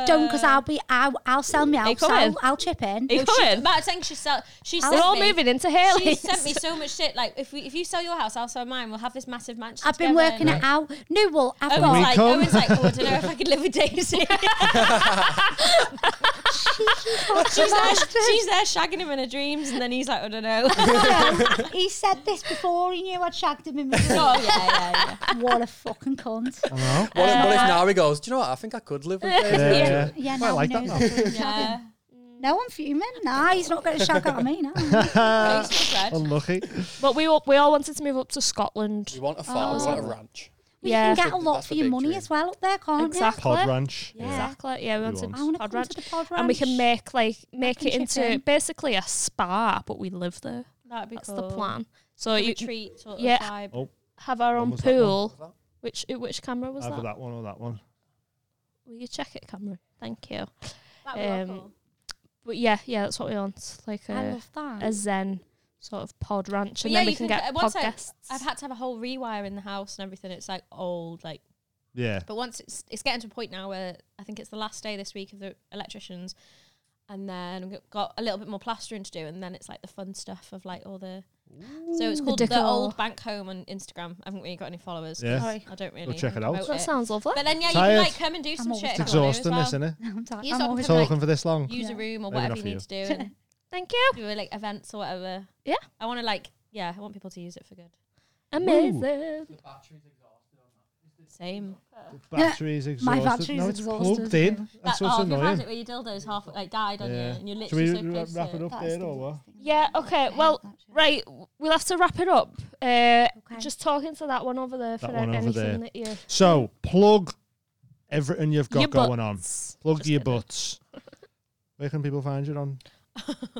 Don't, because I'll be, I'll, I'll sell me
you
out. I'll,
coming?
I'll chip in.
you coming?
But I think she sell. She
We're
sent
all
me.
moving into
She
Haley's.
sent me so much shit. Like if we, if you sell your house, I'll sell mine. We'll have this massive mansion.
I've been
together.
working it out. No, well,
Owen's
I've got.
we
like,
come?
Owen's like, oh, I don't know if I can live with Daisy. she's, there, she's there shagging him in her dreams, and then he's like, I don't know. oh,
he said this before he knew I'd shagged him in my sleep.
yeah, yeah,
What a fucking cunt.
What, if- what
Uh,
if now he goes, do you know what? I think I could live with this.
yeah, yeah.
Yeah,
Quite
now
like
we
that
know
now.
yeah. yeah.
No, I'm fuming. Nah, he's not going to shag at me now.
Face was red.
Unlucky.
But we all, we all wanted to move up to Scotland.
You want a farm, you want a ranch.
Well,
Yeah.
You can get a lot
That's
for
the
your
big
money
dream.
as well up there, can't
Exactly.
Pod ranch.
Yeah. Exactly. Yeah, we
Who
wanted
wants?
you? I want to
Pod
come
ranch.
to the pod ranch.
and we can make like make
can
it into
chip in.
basically a spa, but we live there.
That'd be
That's
cool.
the plan. So
A
you
retreat sort
yeah.
of vibe.
Oh,
have our
When
own
was that one?
pool. Which which camera was
Either
that?
that? one or that one.
Will you check it, camera? Thank you.
That'd be
Um,
cool.
But yeah, yeah, that's what we want. Like
I
a,
love that.
uh, a zen sort of pod ranch, and
yeah,
then we
you
can
can-
get
uh, once
pod
I-
guests.
I've had to have a whole rewire in the house and everything. It's like old, like.
Yeah.
But once it's it's getting to a point now where I think it's the last day this week of the electricians, and then we've got a little bit more plastering to do, and then it's like the fun stuff of like all the. So it's
Ooh.
called
The
the,
decor.
old bank home on Instagram. I haven't really got any followers. 'cause
Yeah.
Sorry.
I don't really.
We'll check it out.
promote
that sounds lovely.
But then yeah, you
Tired.
can like come and do some
always
shit.
It's
if you wanna do as
exhausting,
well.
this, isn't it?
I'm sorry,
You
I'm
stop
always
having
like,
Talking for this long.
Use a room
Maybe
or
not
whatever you
for
need
you.
to do, and
Thank you.
do like events or whatever.
Yeah.
I want to like yeah, I want people to use it for good.
Amazing.
Same.
Battery's exhausted.
My battery's
no, it's
exhausted.
plugged in. That's
That-
what's
oh, if you've had
annoying.
it where your dildo's half like died on you,
Yeah.
and you're
Should we
literally so
wrap
close to
it up
That is
there
the
or what?
worst thing.
Yeah. Okay. Well, right. We'll have to wrap it up. Uh, Just talking to that one over there for
That one over
anything
there.
that you.
So plug everything you've got
Your
going on.
butts.
Plug
Just
your
kidding.
butts. Where can people find you on?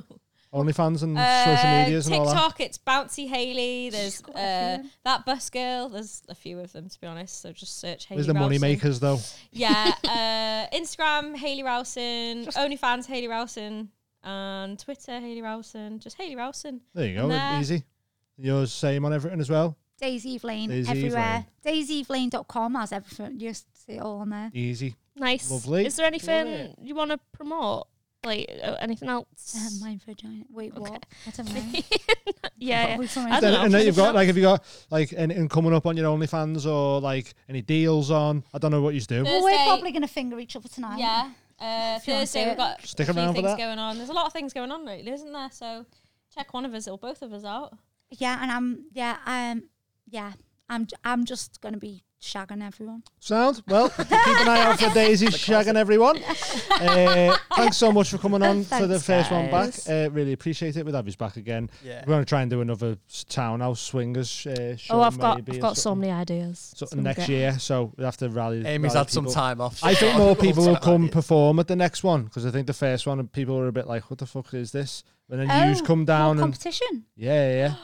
OnlyFans and
Uh,
social medias and all
TikTok,
that.
it's Bouncy Haley. There's
got a
uh,
few.
that bus girl. There's a few of them to be honest. So just search Haley.
Where's the money
Rowson.
makers though?
Yeah, uh, Instagram Haley Rowson, OnlyFans Haley Rowson, and Twitter Haley Rowson. Just Haley Rowson.
There you
And
go.
there.
Easy. Yours same on everything as well.
Daisy Evelyn
Daisy
everywhere. DaisyEvelyn.com has everything. You just see it all on there.
Easy.
Nice.
Lovely.
Is there anything you want to promote? Like uh, anything
Um,
else?
my vagina. Wait,
Okay.
what? I don't know.
yeah.
What
yeah.
we saw in-
I
Then-
dunno.
and then you've got like have you got like anything coming up on your OnlyFans or like any deals on? I don't know what you do.
Well, we're
Thursday-
probably going to finger each other tonight.
Yeah. Uh,
If you wanna
Thursday
do
we've
it.
got
Stick
a few
around for
things
that.
going on. There's a lot of things going on lately, isn't there? So Check one of us or both of us out.
Yeah, and I'm yeah, um yeah, I'm j- I'm just gonna be shagging everyone.
Sound? Well, keep an eye out for Daisy shagging everyone. Uh, thanks so much for coming on for the
Thanks,
first one back.
guys.
Uh, really appreciate it. We'll have you back again.
Yeah.
We're going to try and do another s- townhouse swingers uh, show.
oh, I've got
maybe
I've
or
got so
something.
many ideas.
Something
Some
next
great-
year, so we'll have to rally.
Amy's
rally
had some
people.
time off.
I think more people will come
Perform.
perform at the next one because I think the first one people were a bit like, "What the fuck is this?" And then yous come down and
competition.
yeah, yeah,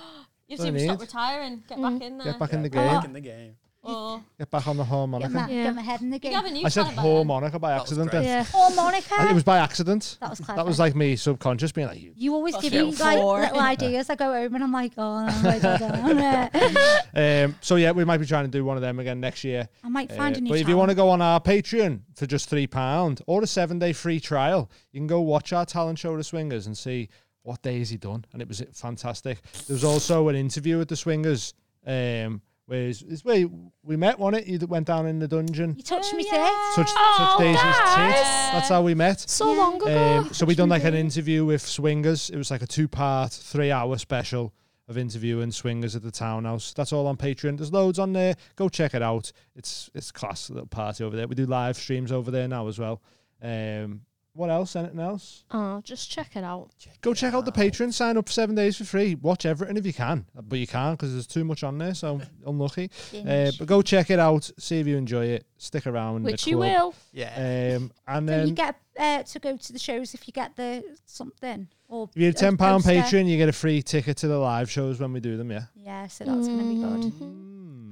You've
Don't
seen stop
need.
retiring. Get back in
yeah.
there.
get back in the game,
Back in the game.
Or
get back on the
Get
harmonica.
my,
Yeah.
get my head in the game.
Gavin, you
I said
tried that.
harmonica by
That was
accident.
great.
then.
Yeah.
Or
And It
Monica.
was by accident.
That was clever.
That was like me subconscious being like, "You
you always give
Fucking
me like
whore.
little ideas. I go home and I'm like, oh, I don't know.
Um, so yeah, we might be trying to do one of them again next year.
I might find
Uh,
a new.
but if you want to go on our Patreon for just three pound or a seven day free trial, you can go watch our talent show, The Swingers, and see what days he done, and it was fantastic. There was also an interview at The Swingers, um, where is, is where we met. One it you that went down in the dungeon,
you touch me today.
touch,
Oh,
touch Daisy's tit. That's how we met.
So long ago.
Um, so we done like an interview with swingers. It was like a two part, three hour special of interviewing swingers at the townhouse. That's all on Patreon. There's loads on there. Go check it out. It's it's class little party over there. We do live streams over there now as well. Um, what else? Anything else?
Oh, just check it out.
Go check out the Patreon. Sign up for seven days for free. Watch everything if you can, but you can't because there's too much on there. So unlucky. Uh, but go check it out. See if you enjoy it. Stick around. in the
Which you
club.
will.
Yeah.
Um, and
Don't
then
you get uh, to go to the shows if you get the something or
If you're a
a
ten pound
poster.
patron, you get a free ticket to the live shows when we do them. Yeah.
Yeah, so that's gonna be
Mm.
good.
Mm.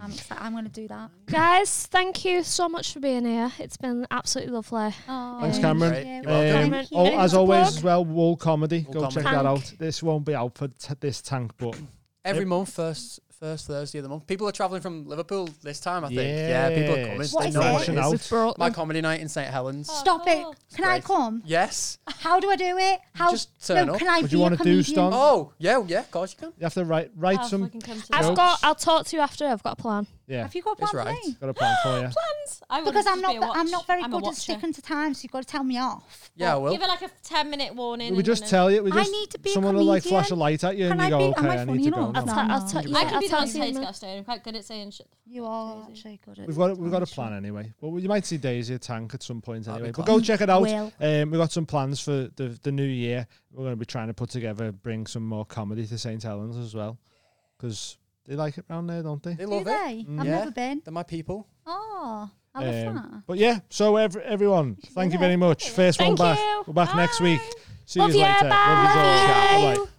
I'm excited. I'm gonna do that.
Guys, thank you so much for being here. It's been absolutely lovely.
Oh,
Thanks,
Um,
Cameron.
Great.
Yeah,
You're
well
Um,
done.
Cameron,
Thank you.
oh,
anything
as
to
always,
plug?
as well, Wool Comedy.
Wool
Go check
Comedy.
that out.
Tank.
This won't be out for t- this tank, but
Every
Yep.
month, first first Thursday of the month. People are travelling from Liverpool this time, I think.
Yeah.
Yeah, people are coming.
What
They
is
know
it? Oh.
what
Rushing
it is.
out.
We've brought
My
them.
comedy night in St Helens.
Oh,
Stop it! Can I
Great.
come?
Yes.
How do I do it? How?
Just turn
no,
up.
can I
Would
be
you
a
wanna do,
comedian?
Stan?
Oh, yeah, yeah, of course you can.
you have to write write
Oh,
I'll
some.
fucking come to
I've
that.
got. I'll talk to you after. I've got a plan.
Yeah,
Have you got
It's
one for
right.
me?
got a plan for you.
I wouldn't
Because I'm
just
not.
be a watch.
I'm not very
I'm a
good at
watcher.
sticking to time, so you've got to tell me off.
Yeah, I will.
Give it like a ten minute warning.
We
and
just
then-
tell you. We
I
just
need to be a
someone will like flash a
comedian.
light at you
Can
and you
I
go,
be- am
okay,
I
I,
funny
need to go.
enough?
I'll,
now."
ta- I'll
no.
ta- yeah,
I could be the
I'll
one
tell
to
you
say
in a
to
minute.
Gaston, I'm quite good at saying shit.
You are actually good at.
We've got we've got a plan anyway. Well, you might see Daisy a tank at some point
That'd be
anyway. But
class.
go check it out.
Will.
Um, we've got some plans for the the new year. We're going to be trying to put together, bring some more comedy to St Helens as well, because they like it round there, don't they?
They
Do
love
they?
it.
I've
Yeah.
never been.
They're my people.
Oh, I love
Um,
that.
But yeah, so ev- everyone, thank you very much. First
Thank
one back.
you.
We're back next week. See
Love
you
ya,
later. Love yous all.
bye.
Bye-bye.